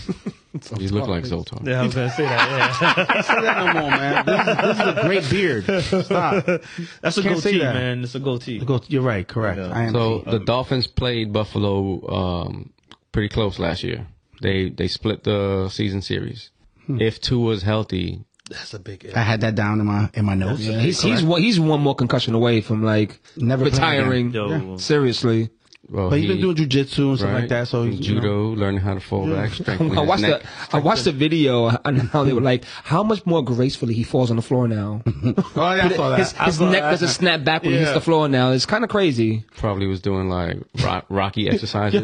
B: You look like Zoltar.
D: Yeah, I was gonna say that.
C: Say that no more, man. This is, this is a great beard. Stop. (laughs)
D: Yeah. That's a
C: Can't say
D: goatee,
C: that.
D: man. It's a goatee.
C: Go- You're right. Correct. I am.
B: So the Dolphins played Buffalo um, pretty close last year. They they split the season series.
C: Hmm.
B: If two was healthy,
D: That's a big.
C: I had that down in my in my notes.
E: He's he's one, he's one more concussion away from like
C: Never playing
E: retiring.
D: again. Yo.
E: Seriously.
B: well,
C: but
B: he-
C: he's been doing jujitsu and stuff
B: right?
C: like that. So he's, you know.
B: judo, learning how to fall
C: (laughs)
B: back, strengthening
E: I
B: his
E: watched
B: neck.
E: the I watched the video and how they were like, how much more gracefully he falls on the floor now.
C: Oh yeah, I saw that.
E: His, his neck doesn't snap back when he hits
C: Yeah.
E: the floor now. It's kind of crazy.
B: Probably was doing like rock,
D: (laughs)
B: rocky exercises.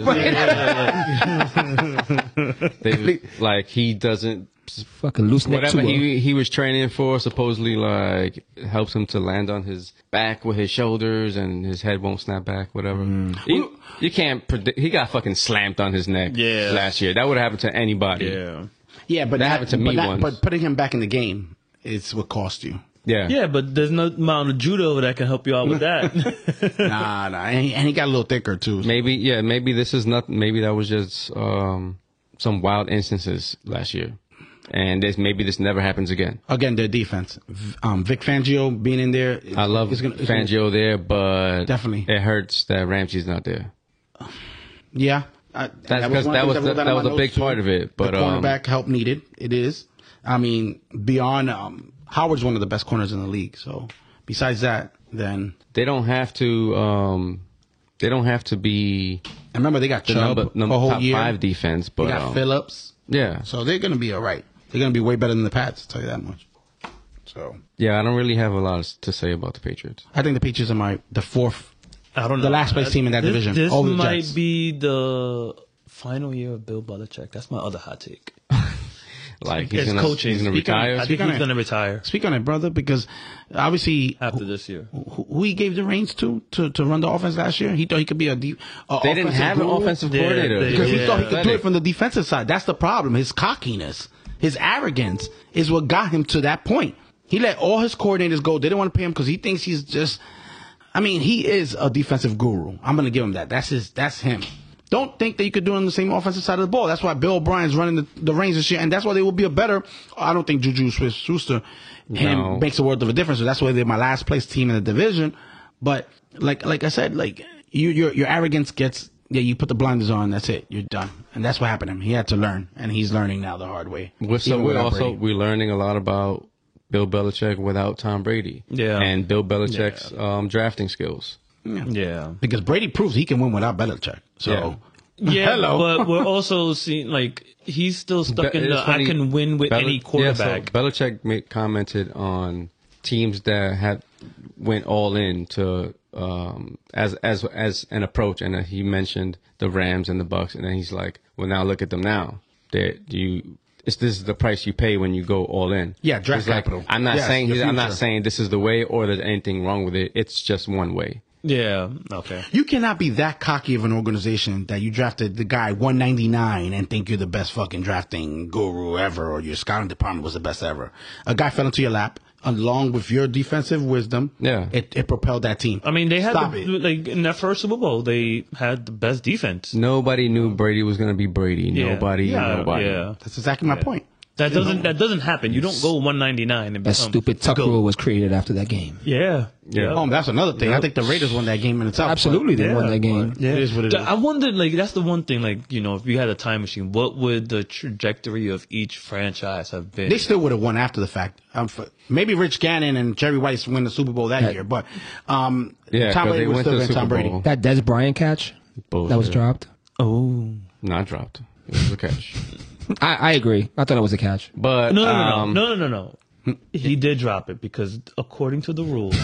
B: They- like he doesn't
E: Fucking loose neck
B: whatever
E: too.
B: he he was training for supposedly like helps him to land on his back with his shoulders and his head won't snap back whatever you, you can't predict he got fucking slammed on his neck
D: Yeah.
B: last year that would happen to anybody
D: Yeah.
C: yeah, but
B: That happened to
C: but
B: me
C: that-
B: once.
C: But putting him back in the game is what
B: (laughs)
C: cost you.
B: yeah
D: Yeah, but there's no amount of judo that can help you out with
B: (laughs)
D: that. (laughs)
C: nah, nah, and he, and he got a little thicker too.
B: maybe yeah maybe this is not maybe that was just um some wild instances last year and this maybe this never happens again
C: Again, their defense. V- Um, Vic Fangio being in there.
B: I love Fangio there, but
C: Definitely.
B: it hurts that Ramsey's not there.
C: yeah, I,
B: That's because
C: one
B: that
C: of the
B: was
C: things
B: the,
C: I wrote down
B: that
C: in
B: was
C: my
B: a
C: notes,
B: big
C: too.
B: part of it. But
C: the
B: um,
C: cornerback help needed. It is. I mean, beyond um, Howard's one of the best corners in the league. So besides that, then
B: they don't have to. Um, they don't have to be
C: and remember they got
B: the
C: Chubb
B: number, number
C: a whole
B: top
C: year.
B: five defense,
C: they
B: but
C: got
B: um,
C: Phillips,
B: yeah,
C: so they're gonna be all right. They're gonna be way better than the Pats. I'll tell you that much. So
B: yeah. I don't really have a lot to say about the Patriots.
C: I think the Patriots are my the fourth.
D: I don't know. Uh,
C: The last place team in that
D: This-
C: division,
D: This
C: over the
D: might
C: Jets.
D: be the final year of Bill Belichick. That's my other hot take.
B: Like he's
D: It's
B: gonna
D: coaching.
B: he's gonna
C: Speaking-
B: retire.
D: I think
C: on
D: he's
C: it.
D: gonna retire
C: Speak on it, brother, because obviously uh,
D: after this year.
C: who who he gave the reins to to, to run the offense last year. He thought he could be a deep. A
B: they didn't
C: offensive
B: have an
C: guru
B: offensive
D: Yeah,
B: coordinator
D: they-
C: because he
D: Yeah.
C: thought he could do it from the defensive side. That's the problem. His cockiness, his arrogance, is what got him to that point. He let all his coordinators go. They didn't want to pay him because he thinks he's just. I mean, he is a defensive guru. I'm gonna give him that. That's his. That's him. Don't think that you could do it on the same offensive side of the ball. That's why Bill O'Brien's running the, the reins this year, and that's why they will be a better. I don't think Juju Smith Schuster him
B: No.
C: makes a world of a difference. So that's why they're my last place team in the division. But like like I said, like you your your arrogance gets yeah, you put the blinders on, that's it. You're done. And that's what happened to him. He had to learn and he's learning now the hard way.
B: We're, so
C: Even
B: we're
C: without
B: also
C: Brady.
B: we're learning a lot about Bill Belichick without Tom Brady.
D: Yeah.
B: and Bill Belichick's um, drafting skills.
C: (laughs)
D: Yeah.
C: because Brady proves he can win without Belichick. So
B: Yeah.
D: Yeah,
C: (laughs) Hello.
D: but we're also seeing like he's still stuck
B: Be-
D: in
B: it's
D: the
B: funny,
D: I can win with
B: Bel-
D: any quarterback.
B: Yeah, so Belichick made, commented on teams that had went all in to um, as as as an approach, and he mentioned the Rams and the Bucks, and then he's like, "Well, now look at them now. They you it's this is the price you pay when you go all in.
C: Yeah, draft
B: It's like,
C: capital.
B: I'm not
C: Yes,
B: saying
C: the
B: he's- I'm not
C: future.
B: saying this is the way or there's anything wrong with it. It's just one way.
D: Yeah. Okay.
C: You cannot be that cocky of an organization that you drafted the guy 199 and think you're the best fucking drafting guru ever or your scouting department was the best ever. A guy fell into your lap along with your defensive wisdom.
B: Yeah.
C: It, it propelled that team.
D: I mean, they had
C: Stop
D: the,
C: it.
D: like in that first Super Bowl, they had the best defense.
B: Nobody knew Brady was gonna be Brady.
D: Yeah.
B: Nobody,
D: Yeah,
B: nobody.
D: Yeah.
C: That's exactly my point.
D: That doesn't that doesn't happen. You don't go 199 and
E: That
D: become
E: stupid Tuck rule was created after that game.
D: Yeah.
B: Yeah.
C: Oh, that's another thing. I think the Raiders won that game in itself. but
E: Absolutely, they
D: Yeah,
E: won that game.
C: It is what it is.
B: uh,
D: I wonder, like, that's the one thing, like, you know, if you had a time machine, what would the trajectory of each franchise have been?
C: They still would have won after the fact. Um, for, maybe Rich Gannon and Jerry Rice win the Super Bowl that year, but um,
B: Yeah,
C: Tom
B: 'cause
C: Brady
B: they
C: would
B: went
C: still
B: to
C: been
B: the
C: Tom
B: Super
C: Brady.
B: Bowl.
E: That Des Bryant catch that was
B: Bullshit.
E: dropped.
D: oh.
B: Not dropped. It was a catch.
E: I, I agree. I thought it was a catch.
B: But
D: No, no, no,
B: um,
D: no, no, no, no.
C: Hmm.
D: no. He did drop it because, according to the
C: (laughs)
D: rules,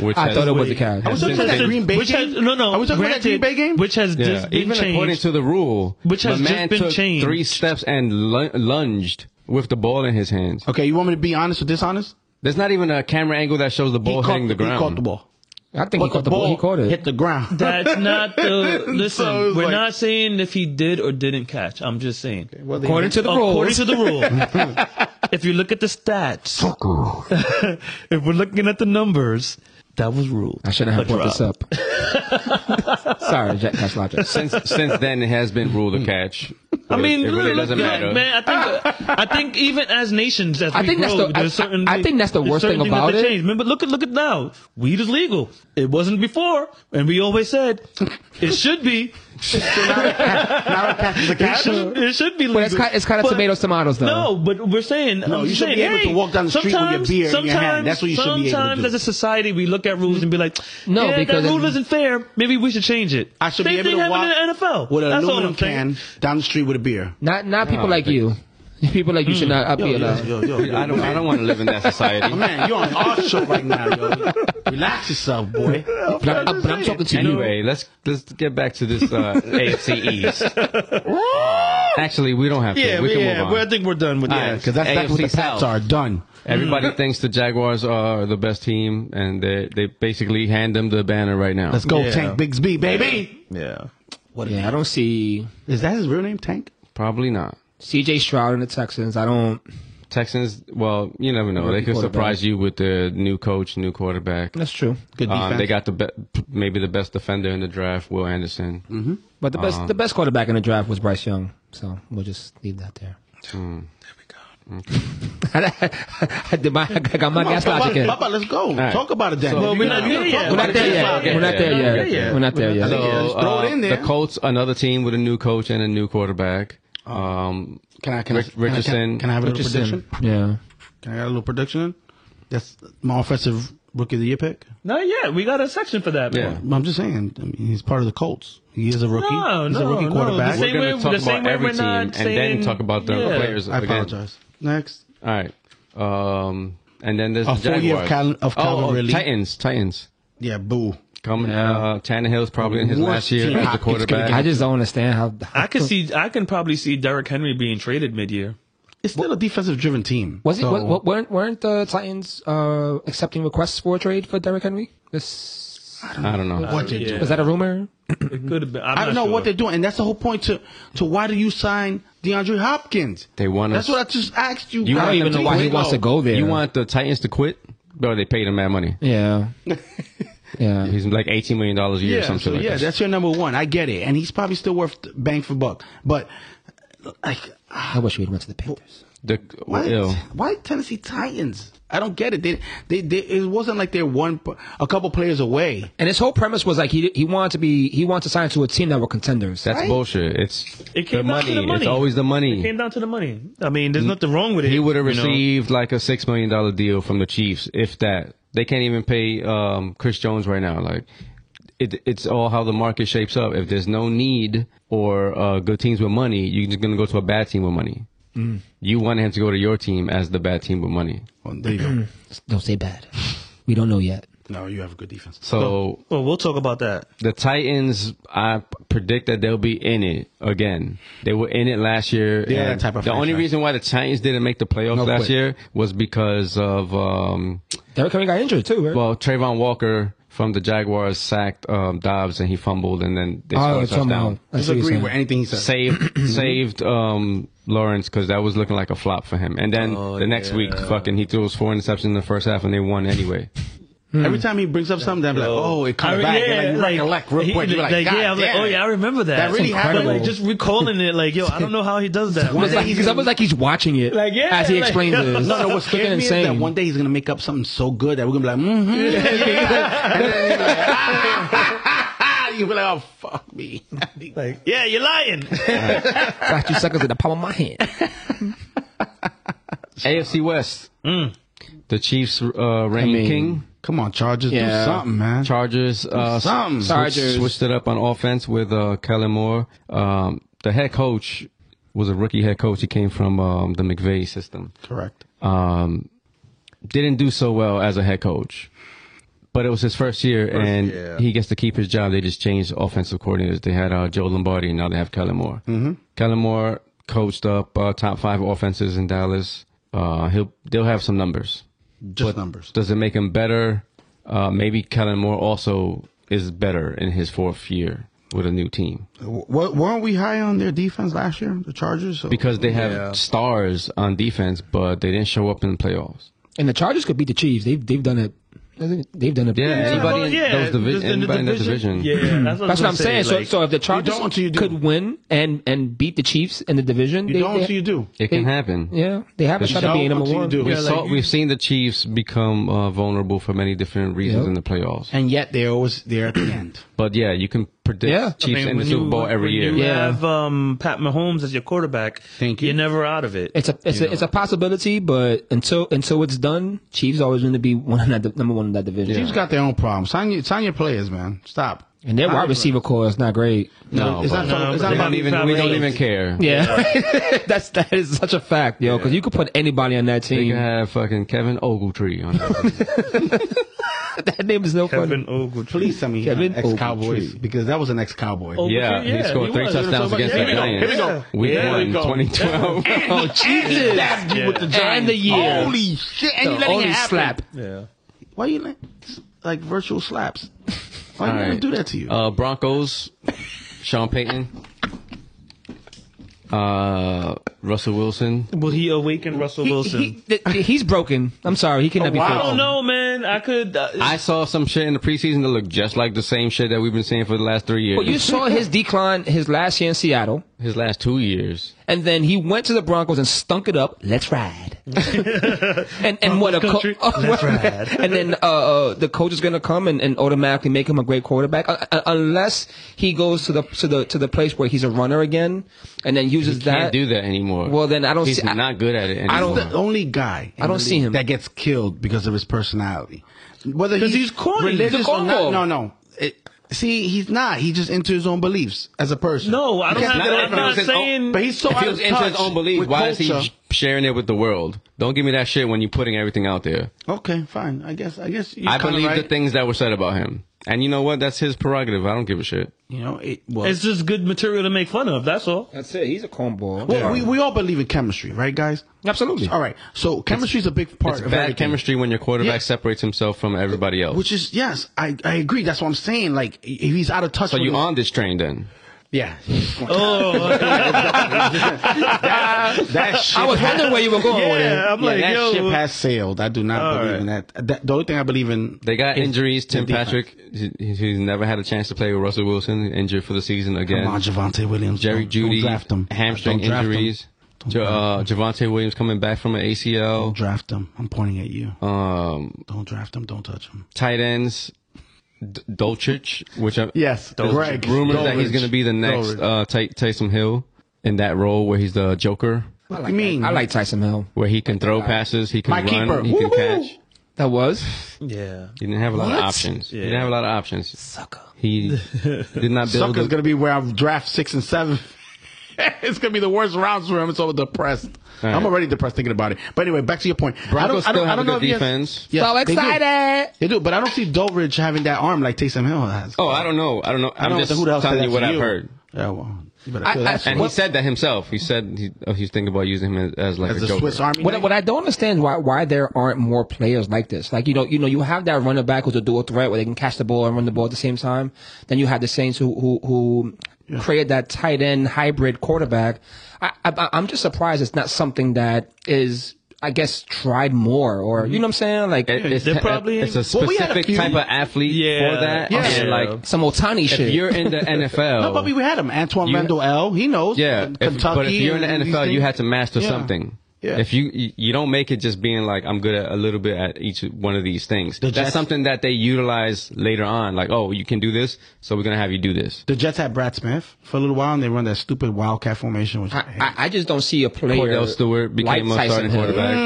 B: Which
E: I
B: has-
E: thought it was a catch.
C: I was talking about that Green Bay
D: which has,
C: game.
D: no, no,
C: Are we talking about that
D: granted,
C: Green Bay game?
D: which has
B: Yeah,
D: just been
B: even according
D: changed.
B: to the rule,
D: Which has
B: the
D: just
B: man
D: been
B: took
D: changed.
B: three steps and lu- lunged with the ball in his hands.
C: Okay, you want me to be honest or dishonest?
B: There's not even a camera angle that shows the
C: He
B: ball
C: caught-
B: hitting the ground.
C: He caught the ball.
E: I think he caught the ball. He caught
C: Hit
E: it.
C: the ground.
D: That's not
C: (laughs)
D: the listen.
C: So it was
D: we're
C: like-
D: not saying if he did or didn't catch. I'm just saying.
C: Well, they-
E: According to the
D: According
E: rules,
D: to the rule, (laughs) if you look at the stats, (laughs) if we're looking at the numbers, that was ruled.
E: I shouldn't have
D: A
E: brought
D: drop.
E: this up. Sorry, Jack. That's logic.
B: since since then, it has been ruled a catch.
D: Hmm. I mean,
B: it really
D: look,
B: doesn't
D: look,
B: matter.
D: man. I
C: (laughs)
D: think I think even as nations, as
E: I
D: we
E: think that's
D: grow,
E: the-
D: there's
E: I-
D: certain
E: I- I think that's the
D: there's
E: worst
D: certain
E: thing
D: things that
E: about
D: they
E: it.
D: Change. Remember, look at look at now. Weed is legal. It wasn't before, and we always
E: (laughs)
D: said it should be.
C: (laughs) now it catches the
D: It
C: catch.
D: should, it should be legal.
E: But it's kind, it's kind of
D: But-
E: tomatoes, tomatoes, though.
D: No, but we're saying
C: No,
D: I'm
C: you should
D: saying,
C: be able to
D: hey,
C: walk down the street with your
D: sometimes-
C: beer in your hand.
D: sometimes-
C: That's what you should be able to
D: Sometimes
C: do.
D: as a society, we look at rules and be like,
E: No,
D: yeah,
E: because
D: that rule
E: it-
D: isn't fair. Maybe we should change it.
C: I should
D: Same
C: be able
D: thing
C: to walk
D: happened in the NFL.
C: with an
D: That's all
C: aluminum
D: I'm saying.
C: can down the street with a beer.
E: Not not people like you. People like you should not up here. now.
B: I don't I don't want to live in that society.
C: Oh, man, you're on our show right now, yo. Relax yourself, boy.
E: But I'm, I- but I'm talking to you.
B: Anyway, let's let's get back to this uh, AFC
D: (laughs)
B: East. Actually, we don't have to.
D: Yeah,
B: we can
D: yeah.
B: move on.
D: well, I think we're done with
B: All
D: that.
B: right,
C: Because that's that's what
B: AFC
C: the Pats
B: South.
C: are done.
B: Everybody
C: Mm.
B: thinks the Jaguars are the best team, and they they basically hand them the banner right now.
C: Let's go,
D: Yeah.
C: Tank Bigsby, baby.
D: Yeah.
E: Yeah, I don't see
C: Is that his real name, Tank?
B: Probably not.
E: C.J. Stroud and the Texans. I don't.
B: Texans. Well, you never know. They
E: Rookie
B: could
E: quarterback.
B: surprise you with the new coach, new quarterback.
E: That's true.
C: Good defense.
B: Um, they got the be- maybe the best defender in the draft, Will Anderson.
C: Mm-hmm.
E: But the best the best quarterback in the draft was Bryce Young. So we'll just leave that there. Hmm. There we go. I did (laughs) my I got my
C: Come on,
E: gas
C: talk
E: logic in.
C: about, Papa, let's go.
B: right.
C: Talk about it then.
B: So-
C: If you
B: We're
D: not
C: got-
D: there yet.
E: We're not there yet.
B: Yeah,
E: We're not there
B: yeah,
E: yet.
B: yeah.
E: We're not there
C: So-
E: yet.
C: Yeah,
B: So
C: just throw
B: uh,
C: it in there.
B: the Colts, another team with a new coach and a new quarterback.
C: Oh.
B: Um,
C: Can I, can I,
B: Rich-
C: can I-
B: Richardson.
C: Can I have a little
E: Richardson.
C: prediction?
E: Yeah.
C: Can I have a little prediction? in? That's my offensive rookie of the year pick.
D: Not yet. We got a section for that.
B: Yeah.
D: man.
C: I'm just saying. I mean, he's part of the Colts. He is a rookie.
D: No,
C: he's
D: no,
C: a rookie
D: no.
C: quarterback.
D: The same
B: we're
D: way-
B: going
D: the
B: to talk
D: same
B: about
D: way
B: every
D: we're
B: team
D: not
B: and
D: saying-
B: then talk about the
D: Yeah.
B: players
C: uh, I
B: again.
C: apologize. Next.
B: All right. Um, and then there's
C: A
B: the
C: full
B: Jaguars.
C: year of Cal- of
B: Oh,
C: Calvin
B: oh,
C: Ridley.
B: Titans. Titans.
C: Yeah, boo.
B: Coming. Uh, Tannehill's probably in his
C: Worst
B: last year
C: team
B: as the
C: Hopkins could
B: quarterback.
E: I just don't understand how.
D: I could see. I can probably see Derrick Henry being traded mid-year.
C: It's still a defensive driven team.
E: Was it?
C: So-
E: wa- wa- weren't weren't the Titans uh, accepting requests for a trade for Derrick Henry? This
B: I don't know.
C: What they do.
E: was that a rumor?
D: It could have been. I'm
C: I don't know what they're
D: they.
C: doing, and that's the whole point. To to why do you sign DeAndre Hopkins?
B: They want
C: That's
B: us-
C: what I just asked you.
B: You
E: I
B: want
E: don't
B: them
E: even know
B: to
E: why he
B: quit?
E: wants to go there.
B: You want the Titans to quit? Bro, they paid him that money.
E: (laughs) Yeah. Yeah.
B: He's like $18 million a year or
C: Yeah,
B: something
C: so
B: like
C: yeah,
B: that.
C: that's your number one. I get it, and he's probably still worth bang for buck. But like, (sighs)
E: I wish we'd went to the Panthers.
B: The,
C: Why?
B: ew.
C: Why Tennessee Titans? I don't get it. They, they, they, it wasn't like they're one, a couple players away.
E: And his whole premise was like he he wanted to be he wanted to sign to a team that were contenders.
B: That's
C: Right?
B: bullshit. It's
D: It came
B: the,
D: down
B: money.
D: to the money.
B: It's always the
D: It came
B: money.
D: down to the money. I mean, there's nothing wrong with it.
B: He would have
D: you know?
B: received like a $6 million deal from the Chiefs, if that. They can't even pay um, Chris Jones right now. Like, it, it's all how the market shapes up. If there's no need or uh, good teams with money, you're just going to go to a bad team with money.
C: Mm.
B: You want him to go to your team as the bad team with money.
D: Mm.
C: Well, there you go.
E: Don't say bad. We don't know yet.
C: (clears throat) No, you have a good defense.
B: So
D: Well, we'll talk about that.
B: The Titans, I p- predict that they'll be in it again. They were in it last year.
C: Yeah,
B: and
C: that type of
B: The only
C: franchise.
B: reason why the Titans didn't make the playoffs
C: No
B: last
C: quit.
B: year was because of um,
E: Derrick Henry got injured too, right?
B: well, Trayvon Walker from the Jaguars sacked um, Dobbs and he fumbled, and then they
E: oh,
B: scored a
E: it's on
B: touchdown.
E: I see what you're
C: Disagree
E: saying.
C: with anything he
E: (clears throat)
C: said.
B: Saved saved um, Lawrence because that was looking like a flop for him. And then the next week, fucking, he threw his four interceptions in the first half, and they won anyway.
C: Every time he brings up something, I'm like, oh, it comes
D: Mm. I-
C: back. Yeah, like, you
D: like,
C: recollect real
D: he-
C: quick. You're like, God
D: yeah, I'm like,
C: damn
D: oh
C: it.
D: yeah, I remember that.
C: That really
D: It's incredible.
C: happened?
D: Like, just recalling it, like, yo, I don't know how he does that.
C: One
E: It's, like,
C: day he's
E: it's
C: gonna-
E: almost like he's watching it
D: Like, yeah,
E: as he
D: like-
E: explains it. It's
C: No, no, what's
E: fucking
C: scared me is
E: insane.
C: that one day he's gonna make up something so good that we're gonna be like,
D: (laughs)
C: mm-hmm. (laughs) and then he'll be like, ah, you'll be like, (laughs) oh fuck me.
D: Like, yeah, you're lying.
E: got you suckers in the palm of my hand.
B: AFC West, the Chiefs uh, reigning
E: mean,
B: king.
C: Come on, Chargers,
E: Yeah.
C: do something, man.
B: Chargers uh,
C: Something.
B: switched-
E: Chargers.
B: switched it up on offense with uh, Kellen Moore. Um, the head coach was a rookie head coach. He came from um, the McVay system.
C: Correct.
B: Um, didn't do so well as a head coach, but it was his first year, and
D: yeah.
B: he gets to keep his job. They just changed offensive coordinators. They had uh, Joe Lombardi, and now they have Kellen Moore. Mm-hmm. Kellen Moore coached up uh, top five offenses in Dallas. Uh, he'll they'll have some numbers.
C: Just numbers.
B: Does it make him better? Uh, maybe Kellen Moore also is better in his fourth year with a new team
C: W- weren't we high on their defense last year, the Chargers? So-
B: because they have
D: Yeah.
B: stars on defense, but they didn't show up in the playoffs.
E: And the Chargers could beat the Chiefs. They've they've done it. They've done it.
B: Yeah, anybody
D: Well,
B: in
D: (laughs) yeah,
B: those divi-
D: just in the
B: anybody in that division.
D: Yeah, that's what,
E: That's what I'm saying.
D: Like,
E: so, so if the Chargers
C: don't until you do.
E: could win and and beat the Chiefs in the division,
C: you
E: they,
C: don't,
E: they-
C: so you do.
B: It can
E: They-
B: happen.
E: Yeah, they have a shot at
C: don't
E: being number
C: until you
E: one.
C: do.
B: We
C: Yeah,
B: saw,
C: like you-
B: we've seen the Chiefs become uh, vulnerable for many different reasons
E: Yep.
B: in the playoffs.
C: And yet they're always there at the end.
B: But yeah, you can predict
E: Yeah. I
B: Chiefs
D: mean,
B: in the
D: when
B: Super
D: you-
B: Bowl every
D: when
B: year.
D: You
E: Yeah.
D: have um, Pat Mahomes as your quarterback.
C: Thank you.
D: You're never out of it.
E: It's a it's
D: You
E: a, it's a possibility, but until until it's done, Chiefs always going to be one in that di- number one in that division.
C: Chiefs got their own problems. Sign your, sign your players, man. Stop.
E: and their wide receiver core is not great.
B: No,
C: it's
B: but-
C: not, no, it's
D: but
C: not
B: we
D: they
C: about
B: don't even we don't
D: Probably- probably-
B: even care.
E: Yeah, (laughs) that's that is such a fact, yo. Because you could put anybody on that
B: They
E: team.
B: can have fucking Kevin Ogletree on that.
E: that name is no fun.
D: Kevin Ogletree.
C: Please tell me
E: Kevin
C: ex Cowboys
E: Ogletree.
C: because that was an ex Cowboy.
D: Oh,
B: Yeah,
D: Yeah,
B: he scored
D: he
B: three
D: was.
B: touchdowns
D: Yeah,
B: against
D: here
B: the
D: we go, here
B: Giants.
D: we go.
B: Week
C: Yeah,
B: one,
C: we go.
B: 2012.
E: Oh Jesus!
C: Stabbed you with the
E: And
C: Giants.
E: the year.
C: Holy shit! And
E: The
C: you letting
E: only
C: it happen.
E: slap.
D: Yeah.
C: Why you let, like virtual slaps? Why you
B: All
C: let them
B: right.
C: do that to you?
B: Uh, Broncos, Sean Payton, uh, Russell Wilson.
D: Will he awaken Russell Wilson? Oh,
E: He, th- he's broken. I'm sorry, he cannot be
C: wow.
E: fixed.
D: I don't know, man. I could. Uh,
B: I saw some shit in the preseason that looked just like the same shit that we've been saying for the last three years.
E: Well, you saw his decline his last year in Seattle,
B: His last two years.
E: and then he went to the Broncos and stunk it up. Let's (laughs) ride. and and what a co- (laughs)
D: Country, let's ride.
E: and then uh, uh, the coach is going to come and, and automatically make him a great quarterback, uh, uh, unless he goes to the to the to the place where he's a runner again, and then uses
B: Can't
E: that.
B: do that anymore.
E: Well, then I don't
B: He's
E: see- I-
B: not good at it anymore.
E: I don't-
C: He's the only guy. in
E: I don't
C: the
E: see
C: league
E: him.
C: That gets killed because of his personality. Whether he's,
D: he's corny.
C: religious
E: He's a
C: or not.
E: cornball.
C: No, no. It, see, he's not. He's just into his own beliefs as a person.
D: No, I don't
C: Because
D: have-
C: none
D: I'm
C: of them
D: not
C: is his
D: saying-
C: own- but he's so
B: if
C: out
B: he
C: of
B: was into his
C: touch
B: own belief,
C: with
B: why is he
C: culture.
B: sh- sharing it with the world? Don't give me that shit when you're putting everything out there.
C: Okay, fine. I guess. I guess. You're
B: I
C: kinda
B: believe the
C: right.
B: things that were said about him. And you know what? That's his prerogative. I don't give a shit.
C: You know, it was.
D: it's just good material to make fun of. That's all.
E: That's it. He's a cornball.
C: Well, we, we all believe in chemistry, right, guys?
E: Absolutely.
C: All right. So chemistry is a big part
B: It's
C: of
B: bad
C: everything.
B: chemistry when your quarterback
C: Yeah.
B: separates himself from everybody else.
C: Which is yes, I, I agree. That's what I'm saying. Like if he's out of touch.
B: so
C: with
B: you
C: his-
B: on this train then?
C: Yeah.
D: Oh,
C: that, that shit.
E: I was wondering where you were going with it.
D: yeah. I'm
C: yeah,
D: like,
C: that
D: yo.
C: ship has sailed. I do not
D: All
C: believe in that. that. The only thing I believe in.
B: They got
C: is
B: injuries. Tim
C: the defense.
B: Patrick, he- he's never had a chance to play with Russell Wilson, injured for the season again.
C: Come on, Javante Williams.
B: Jerry
C: Don't-
B: Judy,
C: Don't draft him.
B: hamstring
C: Don't draft him.
B: injuries.
C: Don't
B: Ja-
C: draft
B: uh, Javante Williams coming back from an
C: Don't
B: ACL.
C: draft him. I'm pointing at you.
B: Um,
C: Don't draft him. Don't touch him.
B: tight ends, D- Dolchich, which I,
C: Yes,
B: Dolchich.
C: Greg
B: rumors that he's
C: Dolchich.
B: going to be the next
C: Dolchich.
B: uh, Ty- Taysom Hill in that role where he's the Joker,
C: What do you mean?
E: I like Tyson Hill.
B: where he can throw passes, he can
C: My
B: run,
C: keeper.
B: he can
C: Woo-hoo.
B: catch.
E: That was
D: (laughs) yeah.
B: He didn't have a lot of
E: What?
B: options. He didn't have a lot of options.
E: sucker.
C: (laughs)
B: He did not build.
C: Sucker's
B: the-
C: gonna be where I draft six and seven. (laughs) it's gonna be the worst rounds for him. It's so depressed.
B: All
C: I'm
B: right.
C: already depressed thinking about it. But anyway, back to your point. I don't,
B: Broncos
C: I
B: still
C: don't, I
B: have a
C: don't know
B: good
C: if he has-
B: defense.
C: Yes,
E: So
C: they do.
E: excited.
C: They do, but I don't see Doveridge having that arm like Taysom Hill has.
B: Oh, I don't know. I don't know.
C: I
B: I'm
C: don't
B: just
C: know who the hell said
B: telling
C: that
B: you what
C: to
B: I've heard.
C: Yeah, well, you better
E: I-
C: feel
E: I-
C: that.
B: And he
C: shit.
B: said that himself. He said he, oh, he's thinking about using him as, as like
C: as
B: a
C: a
B: joker.
C: Swiss Army.
E: What,
C: knife?
E: what I don't understand why why there aren't more players like this. Like you know you know you have that running back who's a dual threat where they can catch the ball and run the ball at the same time. Then you have the Saints who who, who created that tight end hybrid quarterback. I, I I'm just surprised it's not something that is I guess tried more or you know what I'm saying like
B: It- it's,
D: They're
B: te-
D: probably-
B: it's a
C: Well, we had a
B: specific
C: few-
B: type of athlete
D: Yeah.
B: for that.
C: Yeah.
B: And like
E: some Otani
B: if
E: shit.
B: you're in the NFL,
C: (laughs) No, but we we had him. Antoine
B: You-
C: Randall L. He knows.
B: yeah. if-
C: Kentucky.
B: but if you're in the
C: and these
B: NFL, you
C: things.
B: had to master
C: Yeah.
B: something.
C: Yeah.
B: If you you- you don't make it just being like I'm good at a little bit at each one of these things,
C: The
B: that's
C: Jets-
B: something that they utilize later on. Like, oh, you can do this, so we're gonna have you do this.
C: The Jets had Brad Smith for a little while, and they run that stupid wildcat formation. Which I, hate.
E: I, I just don't see a player.
B: Cordell Stewart became
E: like
B: a starting
E: Tyson Hill.
B: quarterback.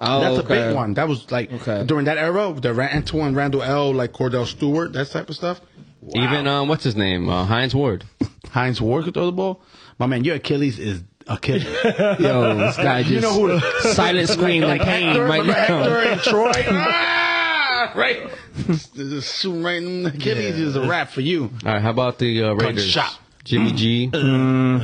E: Oh,
C: Mm. that's a
E: okay.
C: big one. That was like
E: Okay.
C: during that era, the Ra- Antoine Randall L. Like Cordell Stewart, that type of stuff. Wow.
B: Even um, what's his name, uh, Heinz Ward.
C: Heinz Ward could throw the ball. My man, your Achilles is Achilles. (laughs)
E: Yo, this guy just
C: You know who-
E: silent scream in pain
C: Hector,
E: right
C: remember Hector
E: now.
C: and Troy? (laughs) ah, right. Just shoot right in the Achilles is a wrap for you.
B: All right, how about the uh, Raiders?
C: shot.
B: Jimmy G,
C: Mm.
B: Uh,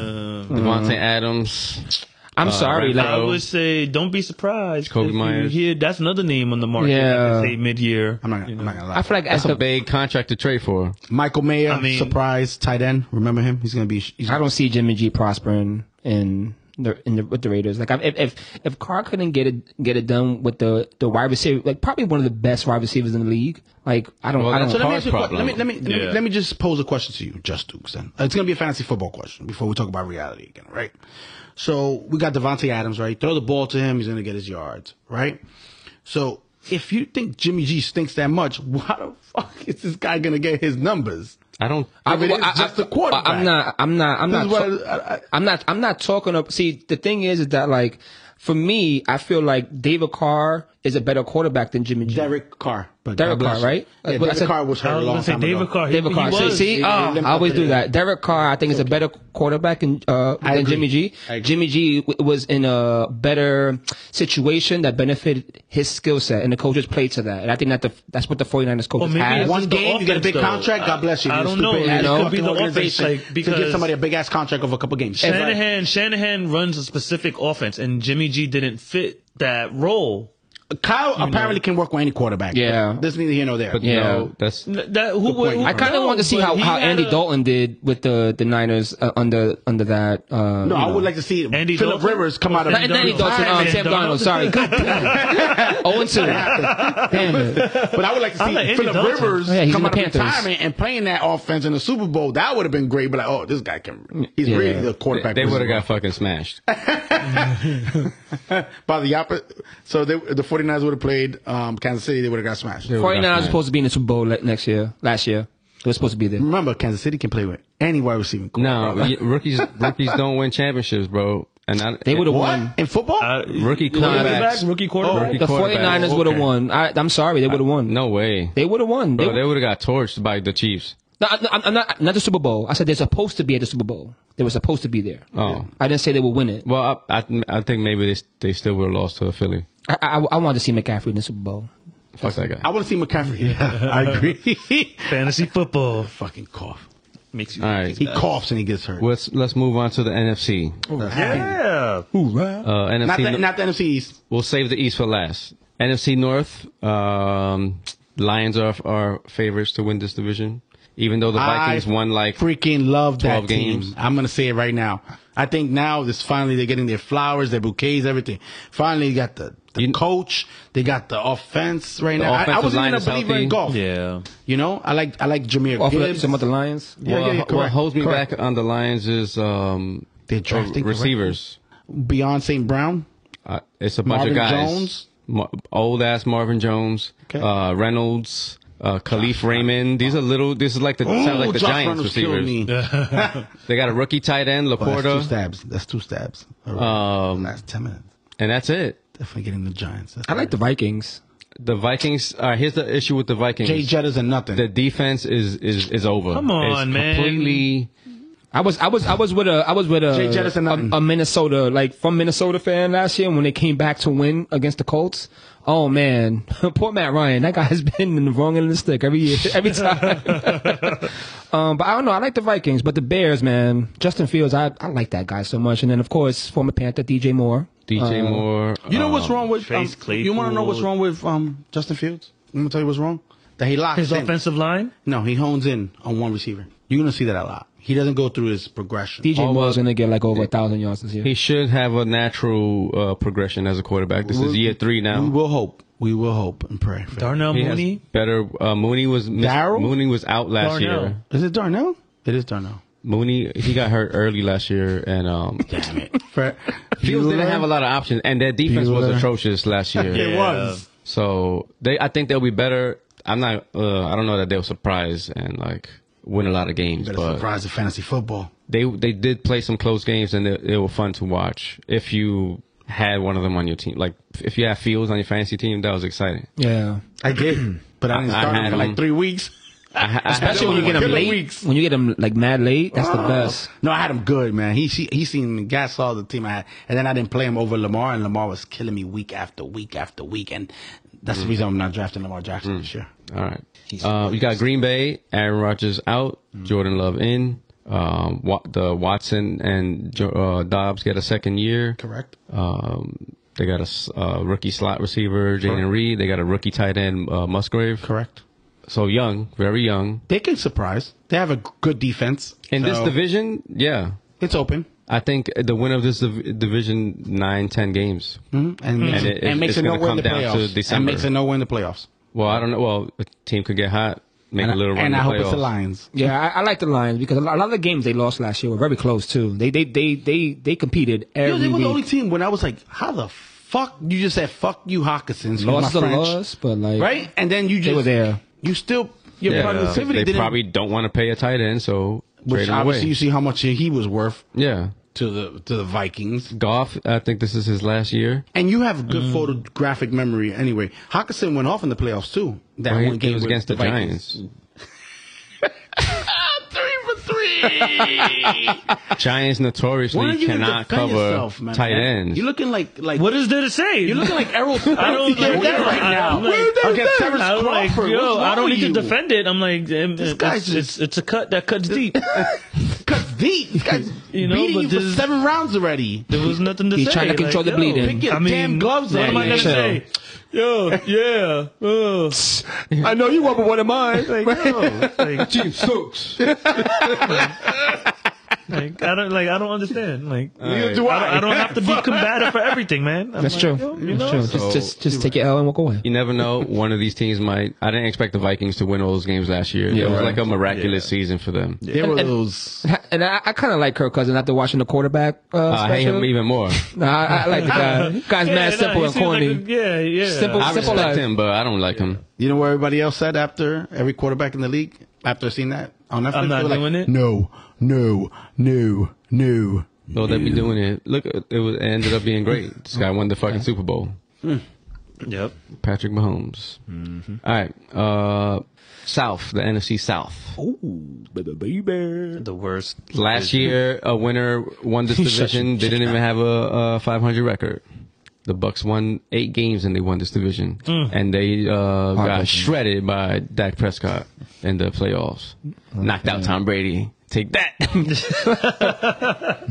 B: Devontae Adams.
E: I'm sorry,
D: I
E: like
D: would say don't be surprised.
B: Kobe
D: if you
B: Myers.
D: hear- that's another name on the market.
E: Yeah.
D: Yeah. Say mid-year.
C: I'm not, I'm not gonna lie.
E: I feel like
B: That's
E: as
B: a
E: the
B: big contract to trade for.
C: Michael Mayer,
D: I mean-
C: surprise tight end. Remember him? He's gonna be. He's
E: I don't see Jimmy G prospering in the in the with the Raiders. Like if if if Carr couldn't get it get it done with the the wide receiver, like probably one of the best wide receivers in the league. Like I don't.
B: Well,
E: I don't
B: that's
C: So let me,
B: Carr's
C: ask you a que- let
B: problem.
C: me let me let me
D: Yeah.
C: let me just pose a question to you, just Dukes. Then it's gonna be a fantasy football question before we talk about reality again, right? So we got Devontae Adams, right? Throw the ball to him, he's gonna get his yards, right? So if you think Jimmy G stinks that much, (laughs) why the fuck is this guy gonna get his numbers?
B: I don't.
C: I mean, it's just the quarterback.
E: I'm not. I'm not. I'm
C: This
E: not.
C: is
E: ta-
C: what I- I-
E: I'm not. I'm not talking up. See, the thing is, is that like for me, I feel like David Carr is a better quarterback than Jimmy G.
C: Derek Carr, but
E: Derek
C: God bless
E: Carr,
C: you.
E: right?
C: Yeah,
E: Like, but I
C: Derek
E: said-
C: Carr was
D: I
C: hurt a
D: was
C: long
D: gonna say
C: time ago.
D: David Carr. He-
E: David
D: he
E: Carr. See,
D: was.
E: see?
C: He
E: Oh,
C: limped
E: I always
C: up
E: do
C: there.
E: that. Derek Carr, I think, is a better quarterback in, uh,
C: I
E: than
C: agree.
E: Jimmy G.
C: I agree.
E: Jimmy G w- was in a better situation that benefited his skill set, and the coaches played to that. And I think that the, that's what the 49ers coaches
D: Well, maybe
E: have.
D: it's
C: One
D: just the
C: game, you get a big
D: offense, though.
C: contract. God bless you.
D: I
C: You're a
D: don't know.
C: stupid
D: It
C: ass
D: could
C: fucking
D: be the offense,
C: organization
D: like,
C: to
D: because-
C: give somebody a big ass contract of a couple games.
D: Shanahan Shanahan runs a specific offense, and Jimmy G didn't fit that role.
C: Kyle apparently can work with any quarterback.
E: Yeah.
C: This neither here nor there.
B: But
E: Yeah.
B: no, that's
D: N- That, who, would-
C: point.
D: who-
E: I kind of
D: no,
E: want to see
D: but
E: how,
D: he
E: how
D: had
E: Andy
D: a-
E: Dalton did with the, the Niners uh, under under that. Uh,
C: no,
E: you
C: I
E: know.
C: would like to see
D: Andy
C: Philip
D: Dalton?
C: Rivers come out of
D: (laughs)
E: Not
D: Andy
E: Andy Dalton, um,
D: Dalton.
E: Sam Donald. Sorry, God damn. (laughs) Owen two. Damn it. (laughs)
C: But I would like to
D: I like
C: see
D: Andy
C: Philip
D: Dalton.
C: Rivers
E: Oh, yeah, he's
C: come
E: in
C: out
E: the
C: of
E: Panthers.
C: retirement and playing that offense in the Super Bowl. That would have been great. But like, oh, this guy can. He's
E: Yeah.
C: really the quarterback.
B: they would have got fucking smashed.
C: (laughs) by the opposite. So they, the 49ers would have played um, Kansas City. They would have got smashed.
B: Yeah.
E: 49ers
B: Right.
E: was supposed to be in the Super Bowl le- next year, last year. It was supposed to be there.
C: Remember, Kansas City can play with any wide receiving. core,
B: No,
C: bro.
B: y- rookies rookies don't win championships, bro. And I,
E: They would have
C: what
E: won.
C: in football?
D: Uh, Oh,
B: Rookie
D: quarterback,
B: quarterbacks.
D: rookie quarterback.
B: Rookie
E: The
B: quarterbacks.
E: 49ers would have
C: Okay.
E: won. I, I'm sorry, they would have won.
B: No way.
E: They would have won. They,
B: Bro, they would have got torched by the Chiefs.
E: no, I- no, I'm I'm not, not the Super Bowl. I said they're supposed to be at the Super Bowl. They were supposed to be there.
B: Oh.
E: I didn't say they would win it.
B: Well, I I, I think maybe they s- they still would have lost to Philly.
E: I, I, I wanted to see McCaffrey in the Super Bowl.
B: Fuck that guy.
C: I want to see
B: (laughs)
C: McCaffrey. (laughs) I agree. (laughs)
D: Fantasy football
C: Fucking cough.
D: makes you.
B: All right.
C: He coughs and he gets hurt.
B: Let's let's move on to the NFC.
D: Yeah.
B: Uh, NFC.
C: Not the,
B: no-
C: not the NFC East.
B: we'll save the East for last. NFC North. Um, Lions are are favorites to win this division, even though the Vikings
C: I
B: won like
C: freaking love that
B: 12
C: team.
B: games.
C: I'm gonna say it right now. I think now this finally they're getting their flowers, their bouquets, everything. Finally, you got the, the
B: You-
C: coach. They got the offense right now. I- I,
B: offensive
C: wasn't
B: line
C: even a
B: is
C: believer
B: healthy.
C: in golf.
D: Yeah.
C: You know, I like I like Jameer
E: Off of
C: Gibbs.
E: some of the Lions.
C: Yeah, yeah,
B: Well,
C: yeah,
B: Uh, what
C: correct,
B: holds me
C: correct.
B: back on the Lions is um,
C: They're
B: uh,
C: drafting
B: receivers.
C: Beyond St. Brown.
B: Uh, it's a bunch
C: Marvin
B: of guys.
C: Jones?
B: old ass Marvin Jones,
C: Okay.
B: uh, Reynolds, uh, Khalif Raymond. These are little. This is like the sound like the
C: Josh
B: Giants
C: Reynolds killed
B: receivers.
C: me.
B: They got a rookie tight end
C: Well, that's two
B: Laporta,
C: stabs. That's two stabs. All right.
B: Um,
C: last ten minutes.
B: and that's it.
C: Definitely getting the Giants. That's
E: I like the Vikings.
B: The Vikings. Uh, here's the issue with the Vikings.
C: Jay Jettas and nothing.
B: the defense is is is over.
D: Come on,
B: it's
D: man.
B: Completely
E: I was I was I was with a I was with
C: Jay Jettison,
E: a
C: nothing.
E: a, a Minnesota like from Minnesota fan last year when they came back to win against the Colts. Oh man, (laughs) poor Matt Ryan. That guy has been in the wrong end of the stick every year, (laughs) every time. um, but I don't know. I like the Vikings, but the Bears, man. Justin Fields, I, I like that guy so much. And then of course former Panther DJ Moore.
B: DJ Moore.
C: Uh, You know what's
B: um,
C: wrong with um,
D: Oh, Chase
C: you want to know what's
D: Claypool.
C: wrong with um, Justin Fields? I'm gonna tell you what's wrong. That he locks
D: His
C: in.
D: offensive line.
C: No, he hones in on one receiver. You're gonna see that a lot. He doesn't go through his progression.
E: DJ
B: Oh,
E: Moore's
B: well,
E: gonna get like over a thousand yards this year.
B: He should have a natural uh, progression as a quarterback. This is year three
C: We
B: now.
C: will hope. We will hope and pray. For him.
D: Darnell
B: He has
D: Mooney.
B: better. Uh, Mooney was missed-
C: Darryl?
B: Mooney was out last
D: Darnell.
B: year.
C: Is it Darnell? It is
B: (laughs)
C: Darnell.
B: Mooney he got hurt early last year, and
E: (laughs)
B: um,
C: Damn it. For,
B: Fields didn't
C: Bueller?
B: have a lot of options, and their defense
C: Bueller.
B: was atrocious
E: (laughs)
B: last year.
C: It was.
B: So they, I think they'll be better. I'm not. Uh, I don't know that they'll surprise and like win a lot of games,
C: Better
B: but
C: surprise of fantasy football.
B: they they did play some close games, and they, they were fun to watch. If you had one of them on your team, like if you had Fields on your fantasy team, that was exciting.
E: yeah.
C: I did, (clears throat) but I didn't
B: I
C: start
B: had
C: him for like
B: him.
C: three weeks.
B: I, ha- I had
E: Especially when you get him
C: Killer
E: late.
C: weeks.
E: When you get him like mad late, that's the best.
C: No, I had him good, man. He he, he seen Gas saw the team I had, and then I didn't play him over Lamar, and Lamar was killing me week after week after week, and that's
B: Mm.
C: the reason I'm not drafting Lamar Jackson this year.
B: All right. Uh, you got Green Bay, Aaron Rodgers out,
C: Mm.
B: Jordan Love in. Um, Wa- the Watson and Jo- uh, Dobbs get a second year.
C: Correct.
B: Um, they got a s- uh, rookie slot receiver, Jaden Reed. They got a rookie tight end, uh, Musgrave.
C: Correct.
B: So young, very young.
C: They can surprise. They have a g- good defense
B: In this
C: So,
B: division, yeah.
C: It's open.
B: I think the winner of this div- division, nine, ten games.
C: hmm And, makes
B: And
C: it,
B: it-
C: and makes
B: it's
C: it
B: gonna
C: nowhere in the
B: come down to
C: playoffs. And
B: December.
C: makes it nowhere in the playoffs.
B: Well, I don't know. Well, a team could get hot, make
C: And,
B: a little
C: I-
B: run.
C: and
B: in
C: I
B: the
C: hope it's the
B: playoffs.
C: Lions.
E: Yeah, I, I like the Lions because a lot, a lot of the games they lost last year were very close too. They they they they they competed
C: Yo,
E: every
C: they were the only
E: week.
C: team when I was like, how the fuck? You just said, fuck you, Hawkinsons.
E: Lost
C: my
E: the
C: French.
E: loss, but like
C: Right? And then you just.
E: were there.
C: You still. Your
B: Yeah,
C: productivity
B: they
C: didn't.
B: probably don't want to pay a tight end, so
C: which
B: trade him
C: obviously you
B: away.
C: see how much he was worth
B: Yeah.
C: to the to the Vikings.
B: Goff, I think this is his last year.
C: And you have good photographic memory anyway. Hawkinson went off in the playoffs too. That
B: Right?
C: one game
B: it was
C: with
B: against the,
C: Vikings.
B: Giants.
C: Three for three.
B: Giants
C: Why are
B: notoriously
C: you gonna
B: cannot
C: defend
B: cover
C: yourself, man?
B: tight ends.
C: You're looking like like
D: What is there to say?
C: You're looking
D: (laughs)
C: like Errol. I
D: don't
C: you're
D: like-
C: there right
D: I'm
C: now.
D: like- Where
C: Against Terrence
D: I'm like,
C: Crawford.
D: yo,
C: What's wrong
D: I don't
C: with
D: need
C: you?
D: to defend it. I'm like, um,
C: guy's
D: it's,
C: just-
D: it's it's a cut that cuts deep.
C: Cut deep. This guy's
D: You know,
C: beating
D: but
C: you for
D: this-
C: seven rounds already.
D: There was nothing to
E: He's
D: say.
E: trying to control the
D: yo,
E: bleeding.
D: pick
C: Get
D: I mean,
C: damn gloves
D: What
C: on.
D: am I
E: Yeah,
D: gonna
E: chill.
D: say? Yo, yeah, ugh.
E: I know you want one of mine.
D: like, yo, like,
E: Team Stokes.
D: like, I don't like. I don't understand. Like,
C: Uh,
B: right.
D: do I, I don't have to be combative for everything, man. I'm
E: That's
D: like,
E: true.
D: yo, you know?
E: That's true. just just just take your L and walk away.
B: you never know. One of these teams might. I didn't expect the Vikings to win all those games last year.
E: Yeah,
B: it was
E: right.
B: like a miraculous season for them.
C: There were those.
E: And I, I kind of like Kirk Cousins after watching the quarterback. Uh,
B: Uh, I hate
E: special.
B: him even more.
E: Nah, I, I like
D: (laughs)
E: the guy. Guy's
D: Yeah,
E: mad
D: nah,
E: simple
D: he
E: and
D: seems like
E: corny.
D: a- yeah, yeah.
E: Simple-
B: I respect
E: life.
B: him, but I don't like him.
C: You know what everybody else said after every quarterback in the league after seeing that on Netflix?
D: I'm not
C: They were
D: doing it.
C: No, no, no, no.
B: No, they be doing it. Look, it, was, it ended up being great. This guy won the fucking Super Bowl.
D: Hmm. Yep. Mm-hmm.
B: Patrick Mahomes. All right. Uh, South, the NFC South.
D: The worst.
B: Last year, a winner won
D: (laughs)
B: this division. They didn't even have a, a 500 record. The Bucks won eight games and they won this division,
D: Mm.
B: and they uh, got
E: Heartbreaking.
B: shredded by Dak Prescott in the playoffs. Knocked out Tom Brady. Take that (laughs)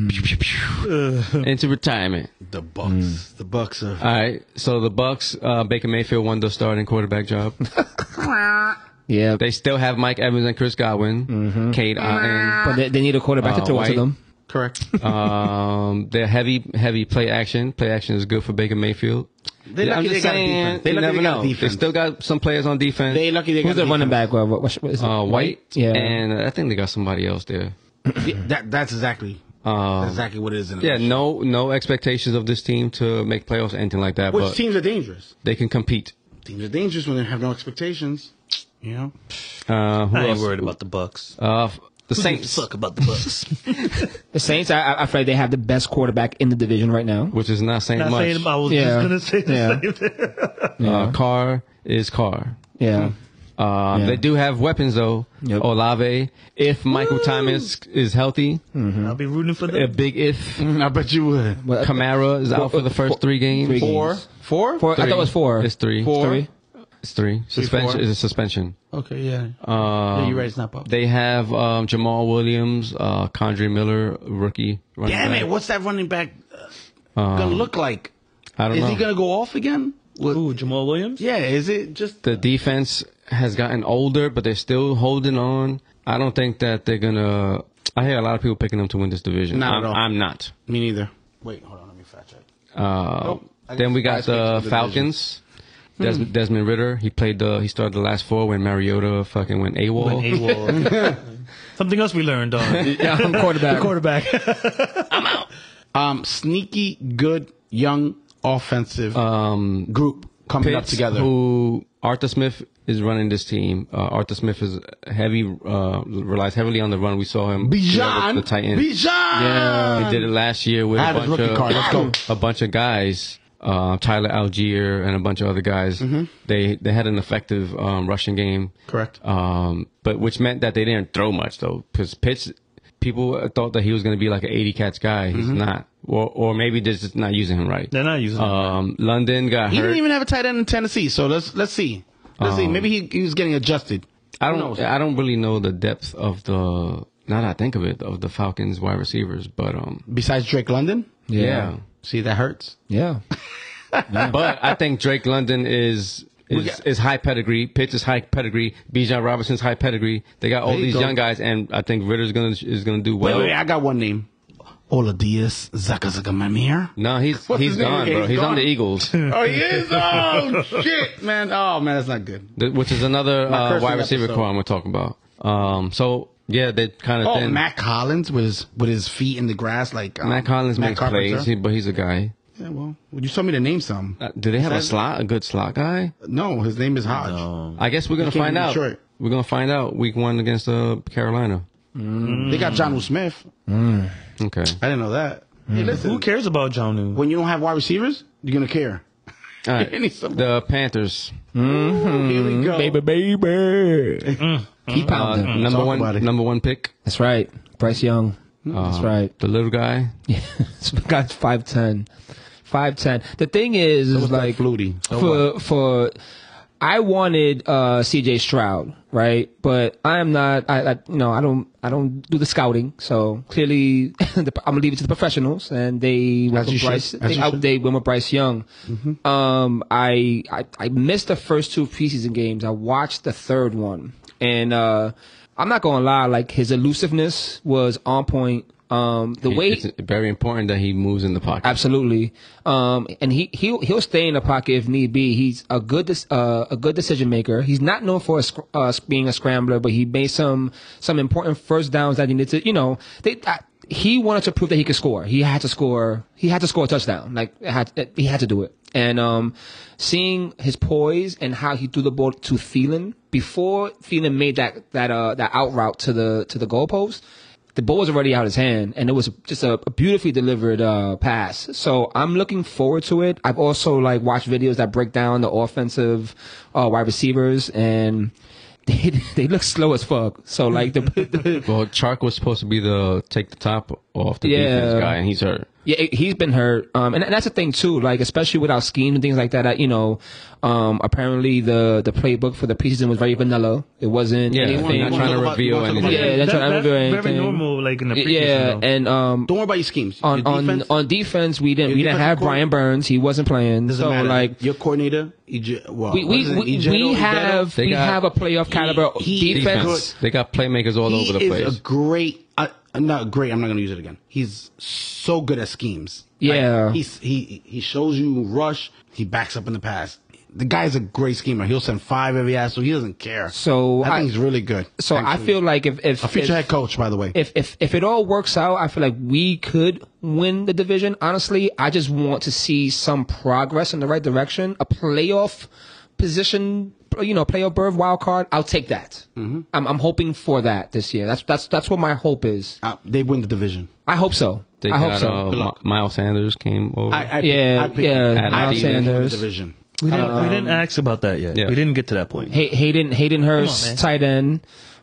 B: into retirement.
C: The Bucks. Hmm. The Bucks are.
B: All right. So the Bucks, uh, Baker Mayfield won the starting quarterback (laughs) job.
E: Yeah,
B: they still have Mike Evans and Chris Godwin, Cade Otten.
E: but they, they need a quarterback
B: Uh,
E: to throw it to
B: White.
E: them.
C: Correct.
B: um, they're heavy, heavy play action. Play action is good for Baker Mayfield.
C: They
B: I'm
C: lucky
B: just
C: they got a
B: saying,
C: defense. They
B: you
C: lucky
B: never
C: they got a
B: know. They
C: defense.
B: still got some players on defense.
C: They lucky they
E: Who's
C: got
E: the
C: defense.
E: running back? What, what, what is it?
B: uh, White,
E: Yeah.
B: and I think they got somebody else there.
C: Yeah, that, that's exactly. that's exactly what it is. In the
B: Uh, Yeah,
C: league.
B: no, no expectations of this team to make playoffs, anything like that.
C: Which
B: but
C: teams are dangerous?
B: they can compete.
C: Teams are dangerous when they have no expectations. You know.
B: Uh, who
D: I ain't
B: else?
D: worried about the Bucks.
B: Uh, f- the Saints,
D: Suck about the Bucks.
E: The Saints. I, I- I feel like they have the best quarterback in the division right now.
B: which is not saying
D: Not
B: much.
D: saying I was
E: Yeah.
D: just gonna say the
E: Yeah.
D: same thing.
B: uh, Carr is Carr.
E: Yeah.
B: Um,
D: Yeah.
B: They do have weapons though.
E: Yep.
B: Olave, if Michael Thomas is healthy,
D: I'll be rooting (laughs) for
B: a
D: them.
B: big if.
C: Mm, (laughs) I bet you would.
E: Well,
B: Kamara is out for the first three games.
E: three
C: Four,
E: games.
C: four,
E: Four- I thought it was four.
B: It's three.
C: Four.
E: Three.
B: It's three. Suspension
C: four.
B: is a suspension.
C: Okay, yeah.
B: Um,
C: yeah, you're right. It's not public.
B: They have um, Jamal Williams, uh, Condre Miller, rookie. running
C: Damn
B: back.
C: it! What's that running back uh,
B: Um,
C: gonna look like?
B: I don't
C: Is
B: know.
C: he gonna go off again? What-
D: Ooh, Jamal Williams.
C: Yeah. Is it just?
B: the defense has gotten older, but they're still holding on. I don't think that they're gonna. I hear a lot of people picking them to win this division.
C: Not
B: I'm,
C: at all.
B: I'm not.
C: Me neither. Wait, hold on. Let me fact check.
B: Uh,
C: Nope. I
B: Then we got
C: guess Pirates
B: the
C: makes the
B: Falcons. Des- Desmond Ritter. He played the. He started the last four when Mariota fucking went AWOL.
D: (laughs) AWOL. Something else we learned on
E: (laughs) Yeah, I'm
D: (laughs)
E: quarterback. (laughs)
D: quarterback.
C: Um, sneaky, good, young, offensive
B: Um,
C: group coming up
B: Pitts,
C: together.
B: Who Arthur Smith is running this team. Uh, Arthur Smith is heavy, uh, relies heavily on the run. We saw him. you know,
C: Bijan,
B: with the Titan.
C: Bijan.
B: Yeah, he did it last year with
C: Um, I
B: a
C: have his
B: bunch,
C: rookie
B: of,
C: card. Let's
B: (clears throat)
C: go.
B: a bunch of guys. Uh, Tyler Algier and a bunch of other guys. They they had an effective um, rushing game.
C: Mm-hmm. Correct.
B: Um, but which meant that they didn't throw much though, because Pitts, people thought that he was going to be like an 80 catch guy. He's
C: Mm-hmm.
B: not, or or maybe they're just not using him right.
D: They're not using him
B: Um, London got
C: He
B: hurt. Oh.
C: didn't even have a tight end in Tennessee, so let's let's see. Let's see. Maybe he, he was getting adjusted.
B: I
C: Who
B: don't.
C: knows?
B: I don't really know the depth of the. Now that I think of it, of the Falcons wide receivers, but um,
C: Besides Drake London,
B: yeah.
C: see that hurts.
E: Yeah.
B: But I think Drake London is is,
C: got-
B: is high pedigree. Pitts is high pedigree. Bijan Robinson's high pedigree. They got all
C: There you
B: these
C: go.
B: young guys, and I think Ritter's gonna is gonna do
C: Wait,
B: well.
C: wait, I got one name. Oladias Zaka Zaka
B: (laughs)
C: Mamir.
B: no, he's
C: What's
B: he's
C: his name
B: gone,
C: again?
B: bro.
C: He's
B: He's on
C: gone?
B: the
C: (laughs)
B: Eagles,
C: Oh, he is. Oh shit, man. Oh man, that's not good.
B: th- which is another
C: My
B: uh,
C: cursing
B: wide receiver
C: episode.
B: core I'm gonna talk about. Um, so yeah, they kind of
C: Oh,
B: thin.
C: Matt Collins with his with his feet in the grass, like um,
B: Matt Collins
C: Matt
B: makes
C: Carpenter.
B: plays, he, but he's a guy.
C: Yeah, well, you told me to name some.
B: Uh, do they have a slot? A good slot guy?
C: No, his name is Hodge.
B: I guess we're gonna
C: Uh, came
B: find
C: in
B: out.
C: Detroit.
B: We're gonna find out week one against uh, Carolina.
C: They got John Will Smith.
B: Okay.
C: I didn't know that.
E: Hmm.
C: Hey, listen,
D: Who cares about John New?
C: when you don't have wide receivers, you're gonna care.
B: All
C: (laughs)
B: right.
C: Any some-
B: The Panthers.
C: Here we go.
E: Hmm. Baby, baby. Keep
B: Uh,
E: pounding.
B: number
C: Talk
B: one.
C: about it.
B: Number one pick.
E: Mm.
B: uh,
E: That's right. Bryce Young. That's right. (laughs)
B: The little guy.
E: Yeah. This guy's 5'10. 5'10. The thing is, is
C: It's
E: like,
C: like Flutie. So what?
E: for for I wanted uh, CJ Stroud, right? But I am not. I, I you know I don't I don't do the scouting, so clearly (laughs) the, I'm gonna leave it to the professionals, and they went
C: As you
E: with
C: should.
E: Bryce.
C: As
E: They,
C: you should. Mm-hmm.
E: they went with Bryce Young. Um, I, I I missed the first two preseason games. I watched the third one, and uh, I'm not gonna lie, like his elusiveness was on point. Um, the way
B: It's very important that he moves in the pocket.
E: Absolutely. Um, and he he'll, he'll stay in the pocket if need be. He's a good dis- uh, a good decision maker. He's not known for a sc- uh, being a scrambler, but he made some some important first downs that he needed to. You know, they. I, he wanted to prove that he could score. He had to score. He had to score a touchdown. Like it had, it, he had to do it. And um, seeing his poise and how he threw the ball to Thielen before Thielen made that that uh, that out route to the to the goalpost, the ball was already out of his hand, and it was just a, a beautifully delivered uh, pass. So I'm looking forward to it. I've also like watched videos that break down the offensive uh, wide receivers, and (laughs) they they look slow as fuck. So like the,
B: (laughs)
E: the
B: Well, Chark was supposed to be the take the top off the
E: Yeah.
B: defense guy, and he's hurt.
E: Yeah, it- he's been hurt, um, and, and that's the thing too. Like, especially with our scheme and things like that. I, you know, um, apparently the the playbook for the preseason was very vanilla. It wasn't
B: Yeah,
E: anything.
B: they're not trying to
C: Well,
B: reveal
C: well,
B: anything.
E: Yeah, that's what I remember
D: Very
E: anything.
D: normal, like in the preseason.
E: yeah,
D: though.
E: and um,
C: Don't worry about your schemes.
E: on
C: your
E: on on defense, we didn't we didn't
C: defensive
E: have Brian
C: coordinator-
E: Burns. He wasn't playing.
C: doesn't
E: so
C: matter.
E: like,
C: your coordinator, EJ, well,
E: we
C: what
E: we
C: is it,
E: we,
C: Ejedo,
E: we
C: Ejedo?
E: have
B: They
E: we
B: got-
E: have a playoff caliber
C: he-
E: defense.
B: Defense. They got playmakers all
C: he
B: over the
C: is
B: place.
C: a great. Uh, not great. I'm not going to use it again. He's so good at schemes. Like,
E: Yeah.
C: he's, he he shows you rush. He backs up in the pass. The guy's a great schemer. He'll send five every ass, so he doesn't care.
E: So
C: I,
E: I-
C: think he's really good.
E: So I feel like if if
C: a future
E: if-
C: head coach, by the way.
E: if if if it all works out, I feel like we could win the division. Honestly, I just want to see some progress in the right direction. A playoff position, you know, playoff berth, wild card. I'll take that.
C: Mm-hmm.
E: I'm I'm hoping for that this year. That's that's that's what my hope is.
C: Uh, they win the division.
E: I hope so.
B: they
E: I hope
B: got um,
E: so.
B: uh, Mi- Miles Sanders came over.
C: I, I
E: Yeah,
C: I picked-
E: yeah,
C: I
E: Miles
C: picked them to win
E: Sanders.
C: The division.
D: We didn't,
E: uh,
D: we didn't ask about that yet.
B: yeah.
D: We didn't get to that point.
E: Hay- Hayden Hayden
D: Come on, man.
E: Hurst, tight end.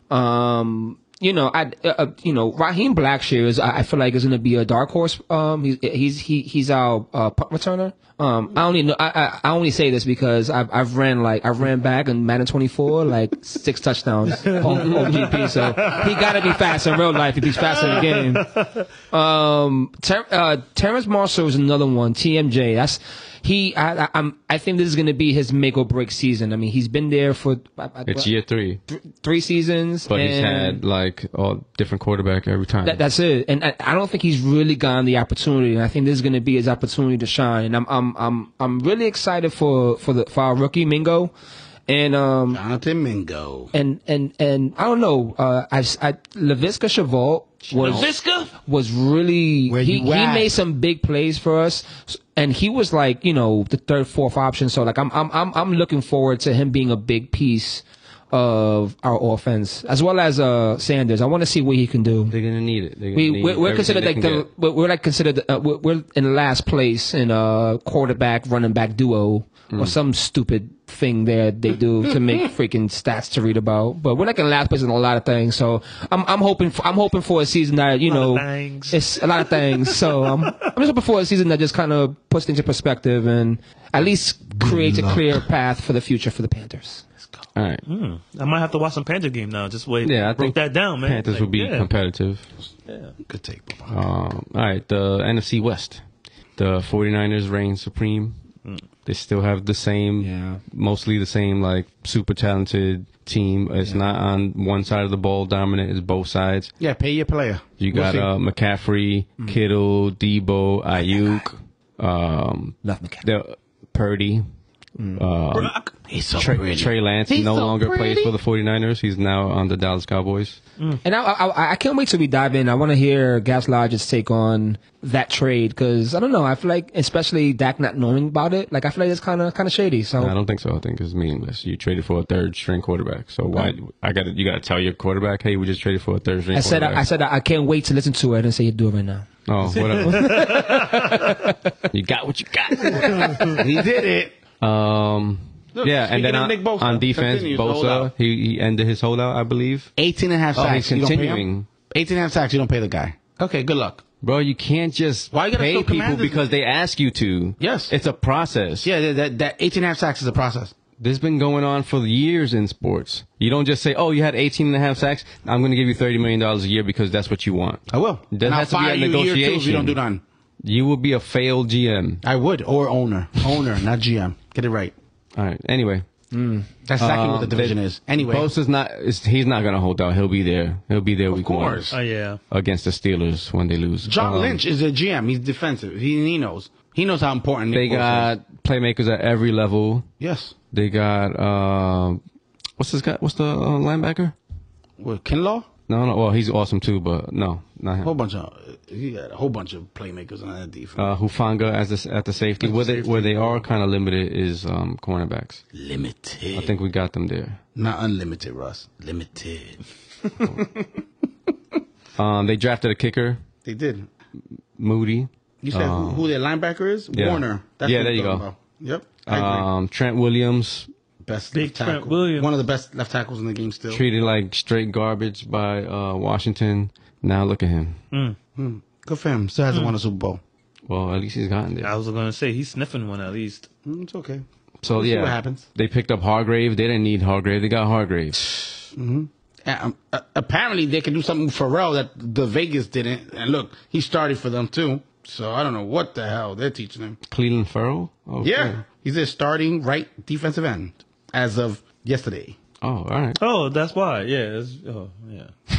E: Um, you know, I uh, uh, you know Raheem Blackshear is I, I feel like is going to be a dark horse. Um, he's he's he, he's our uh, punt returner. Um, I only know I, I I only say this because I've I've ran like I've ran back in Madden 24 like six touchdowns
D: (laughs)
E: on GP. So he got to be fast in real life if he's fast in the game. Um, Ter- uh, Terrence Marshall is another one. TMJ. That's he. I, I, I'm. I think this is going to be his make or break season. I mean, he's been there for I- I-
B: It's year three,
E: three seasons,
B: but he's
E: and
B: had like all different quarterback every time.
E: that, that's it. And I, I don't think he's really gotten the opportunity. And I think this is going to be his opportunity to shine. And I'm, I'm, I'm, I'm really excited for for the for our rookie Mingo, and um,
C: Jonathan Mingo.
E: and and and I don't know. Uh, I, I Lavisca Cheval was was really
C: Where
E: he,
C: you
E: he
C: at?
E: made some big plays for us, and he was like you know the third fourth option. So like I'm I'm I'm I'm looking forward to him being a big piece of our offense as well as uh Sanders. I want to see what he can do.
B: They're gonna need it. They're gonna
E: We
B: need
E: we're, we're
B: everything
E: considered
B: they
E: like
B: can
E: the
B: get.
E: we're, we're like considered uh, we're, we're in last place in a quarterback running back duo or some stupid thing there they do to make freaking stats to read about. But we're like in last place in a lot of things. So I'm I'm hoping for, I'm hoping for a season that you
D: lot of
E: know
D: things.
E: it's a lot of things. So I'm I'm just hoping for a season that just kind of puts things in perspective and at least creates a clear path for the future for the Panthers.
B: All right.
D: Hmm. I might have to watch some Panther game now. Just wait.
B: Yeah, I
D: Broke
B: think
D: that down, man.
B: Panthers
D: Like,
B: will be
D: yeah.
B: competitive.
C: Good take. Baba.
B: Um, all right, the NFC West. The 49ers reign supreme. They still have the same,
E: Yeah.
B: mostly the same, like, super talented team. It's not on one side of the ball dominant, it's both sides.
C: Yeah, pay your player.
B: You
C: We'll
B: got
C: see.
B: uh, McCaffrey, Kittle, Debo, Ayuk, um,
E: Love McCaffrey.
B: the, Purdy.
C: Brock. He's so
B: Trey,
C: pretty.
B: Trey Lance
C: He's
B: no
C: so
B: longer plays
C: pretty.
B: for the 49ers. He's now on the Dallas Cowboys.
E: And I, I, I can't wait till we dive in. I want to hear Gas Lodge's take on that trade because I don't know. I feel like, especially Dak not knowing about it, like I feel like it's kind of kind of shady. So
B: I don't think so. I think it's meaningless. You traded for a third string quarterback. So why I got to you got to tell your quarterback, hey, we just traded for a third string.
E: I said I, I
B: quarterback.
E: said I can't wait to listen to it and say you do it right now.
B: oh whatever.
C: (laughs)
B: you got what you got.
C: he did it.
B: Um,
C: Look,
B: yeah, and
C: speaking
B: then
C: of
B: on,
C: Nick Bosa,
B: on defense,
C: continues to hold
B: Bosa
C: out.
B: he, he ended his holdout, I believe.
C: 18 and a half
B: Oh,
C: sacks.
B: he's
C: You don't pay him?
B: continuing.
C: 18 and a half sacks. You don't pay the guy. Okay, good luck.
B: Bro, you can't just
C: Why you gotta
B: pay
C: show
B: people
C: commanders-
B: because they ask you to.
C: Yes.
B: it's a process.
C: Yeah, that, that, that 18 and a half sacks is a process.
B: This has been going on for years in sports. You don't just say, oh, you had 18 and a half sacks. I'm going to give you $30 million a year because that's what you want.
C: I will.
B: That
C: and I'll
B: has to be
C: fire
B: a
C: you year two if you
B: negotiation.
C: don't do nothing.
B: You will be a failed GM.
C: I would. Or owner. Owner, not GM. Get it right.
B: All right. Anyway,
C: That's exactly what the
B: Um,
C: division
B: they-
C: is. Anyway.
B: Bosa's not. Is, he's not going to hold out. He'll be there. He'll be there. Of
C: course.
D: Oh yeah.
B: against the Steelers when they lose.
C: John
B: Um,
C: Lynch is a GM. He's defensive. He, he knows. He knows how important
B: They
C: Nick Bosa is.
B: got playmakers at every level.
C: Yes.
B: They got um, what's this guy? What's the uh, linebacker?
C: With Kinlaw?
B: No, no. Well, he's awesome too, but no, not
C: whole
B: him.
C: bunch of he got a whole bunch of playmakers on that defense.
B: Uh, Hufanga as this at the safety. Where they where they are kind of limited is um, cornerbacks.
C: limited,
B: I think we got them there.
C: not unlimited, Russ. Limited.
B: Um, they drafted a kicker,
C: They did.
B: Moody.
C: You said who, who their linebacker is?
B: yeah.
C: Warner.
B: Yeah,
C: who
B: there
C: I'm
B: you
C: talking
B: go.
C: Yep. I agree.
B: Um, Trent Williams
C: best
D: Big
C: left
D: Trent
C: tackle.
D: Williams.
C: One of the best left tackles in the game still.
B: treated like straight garbage by uh, Washington. Now look at him.
C: Good for him. Still
D: Hmm.
C: hasn't won a Super Bowl.
B: Well, at least he's gotten there.
D: I was gonna say he's sniffing one at least.
B: Hmm,
C: Mm, It's okay.
B: So
C: We'll see
B: yeah,
C: what happens.
B: They picked up Hargrave. They didn't need Hargrave. They got Hargrave.
C: Uh, um, uh, apparently, they can do something with Pharrell that the Vegas didn't. And look, he started for them too. So I don't know what the hell they're teaching him.
B: Cleveland Farrell. Okay.
C: Yeah, he's their starting right defensive end as of yesterday.
B: Oh, all right.
D: Oh, that's why. Yeah. It's, oh yeah.
B: (laughs)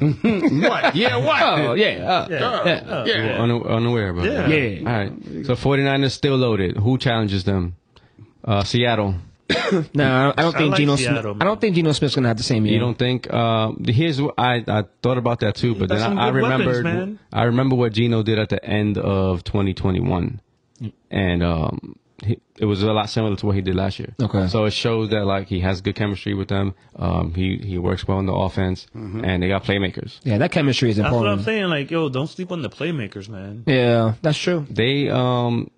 C: What? Yeah, what?
E: Oh yeah, uh,
D: Yeah.
C: Yeah.
D: Yeah.
B: Una- unaware about
D: Yeah.
B: that.
E: Yeah.
B: All right. So 49ers still loaded. Who challenges them? Uh, Seattle.
E: no, I don't
D: I
E: think
D: like Seattle,
E: Geno. Smith,
D: man.
E: I don't think Geno Smith's gonna have the same year.
B: You don't think? Uh, here's what I, I thought about that too, but
D: That's
B: then
D: some
B: I, I
D: good weapons,
B: remembered
D: man.
B: I remember what Gino did at the end of 2021, and um, he, it was a lot similar to what he did last year.
E: Okay.
B: so it shows that like he has good chemistry with them. Um, he he works well in the offense,
C: Mm-hmm.
B: and they got playmakers.
E: Yeah, that chemistry is
D: That's what I'm
E: important.
D: saying. Like, yo, don't sleep on the playmakers, man.
E: yeah, that's true.
B: They um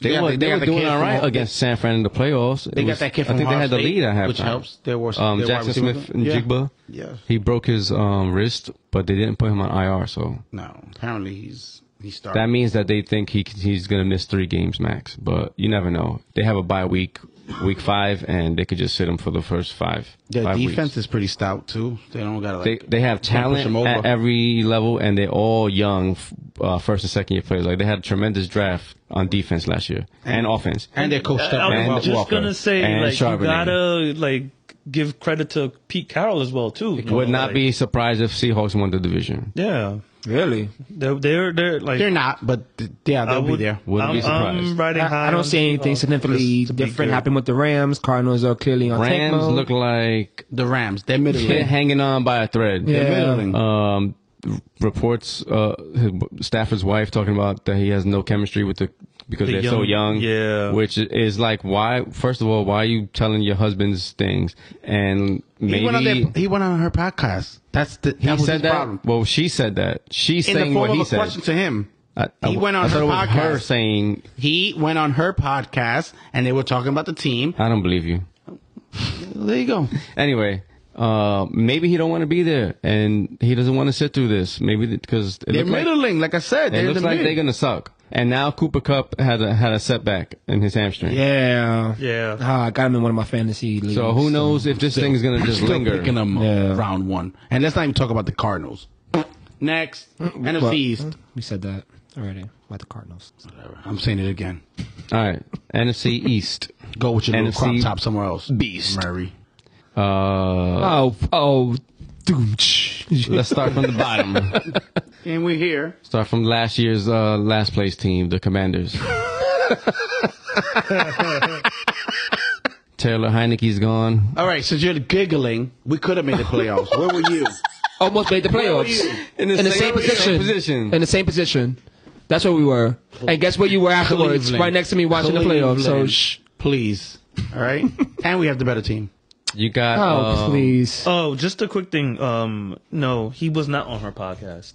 B: They,
C: got
B: were,
C: the-
B: they
C: got
B: were
C: the
B: doing
C: kid
B: all
C: from-
B: right against San Fran in the playoffs. It
C: They got
B: was-
C: that kid
B: I
C: from
B: think they
C: Ohio
B: had the
C: State,
B: lead at halftime.
C: which helps. Their wide-
B: um,
C: their wide
B: Jackson Smith
C: receiver.
B: and
C: Yeah.
B: Jigba.
C: Yeah.
B: He broke his um, wrist, but they didn't put him on IR. So
C: No, apparently he's he started.
B: that means that they think he he's gonna miss three games max. But you never know. They have a bye week, week five, and they could just sit him for the first five.
C: Their
B: five
C: defense
B: weeks.
C: is pretty stout too. They don't got
B: They,
C: like
B: they have
C: can't
B: talent
C: push them over.
B: at every level, and they're all young, f- uh, first and second year players. Like they had a tremendous draft on defense last year and, offense.
C: and they're coached up.
D: Uh, I
B: And
D: was
C: Well,
D: just
B: Walker.
D: gonna say,
B: And
D: like,
B: Charbonnet.
D: you gotta like give credit to Pete Carroll as well too. you know,
B: Would not
D: like-
B: be surprised if Seahawks won the division.
D: Yeah,
E: Really?
D: they're they're, they're like
C: they're not, but th- yeah,
D: I
C: they'll
D: would-
C: be there.
B: Wouldn't
D: I'm,
B: be surprised.
D: I'm riding high
E: I, I
D: on
E: don't see anything
D: Seahawks.
E: significantly
D: Just to be
E: different
D: fair.
E: happening with the Rams. Cardinals are clearly on tank
B: Rams
E: mode.
B: look like
C: The Rams, they're middle.
B: they're (laughs) hanging on by a thread.
E: Yeah.
C: middling.
B: Um, reports uh, his, Stafford's wife talking about that he has no chemistry with the because
D: The
B: they're so young.
D: young- yeah.
B: which is like why? First of all, why are you telling your husband's things? And maybe
C: he went on their, he went on her podcast. That's the that was
B: said
C: his
B: that.
C: problem.
B: Well, she said that. She's
C: In the
B: saying
C: form
B: what
C: of
B: he
C: a
B: said. Uh,
C: question to him.
B: I- I-
C: he went on
B: I
C: her
B: thought it was
C: podcast.
B: her saying,
C: he went on her podcast, and they were talking about the team.
B: "I don't believe you."
C: There you go.
B: Anyway, uh, maybe he don't want to be there, and he doesn't want to sit through this. Maybe because
C: They're middling, like I said.
B: It
C: they're
B: looks
C: the
B: like
C: mid.
B: they're gonna suck. And now Cooper Cup had a had a setback in his hamstring.
E: yeah.
D: Yeah.
E: Ah, I got him in one of my fantasy leagues.
B: So who knows if this thing is gonna just
C: Still
B: linger?
C: picking them up
E: Yeah.
C: round one, and let's not even talk about the Cardinals. Next,
B: Uh,
C: NFC East.
E: We said that already about the Cardinals.
C: Whatever. I'm saying it again.
B: All right, NFC East.
C: Go with your little
B: NFC
C: crop top somewhere else.
B: beast.
C: Murray.
B: Uh,
E: Oh, oh,
B: let's start from the bottom.
C: And we're here.
B: Start from last year's uh, last place team, the
E: (laughs)
B: Commanders. Taylor Heineke's gone.
C: All right, since you're giggling, we could have made the playoffs. Where were you? (laughs)
E: almost made Oh, the playoffs
B: In the
E: in the
B: same-
E: same, position.
B: same position.
E: In the same position. That's where we were. And guess where you were afterwards?
C: Cleveland.
E: Right next to me watching
C: Cleveland.
E: the playoffs. So shh.
C: please. All right, and we have the better team.
B: You got.
E: Oh
B: um,
E: please.
D: Oh, just a quick thing. Um, no, he was not on her podcast.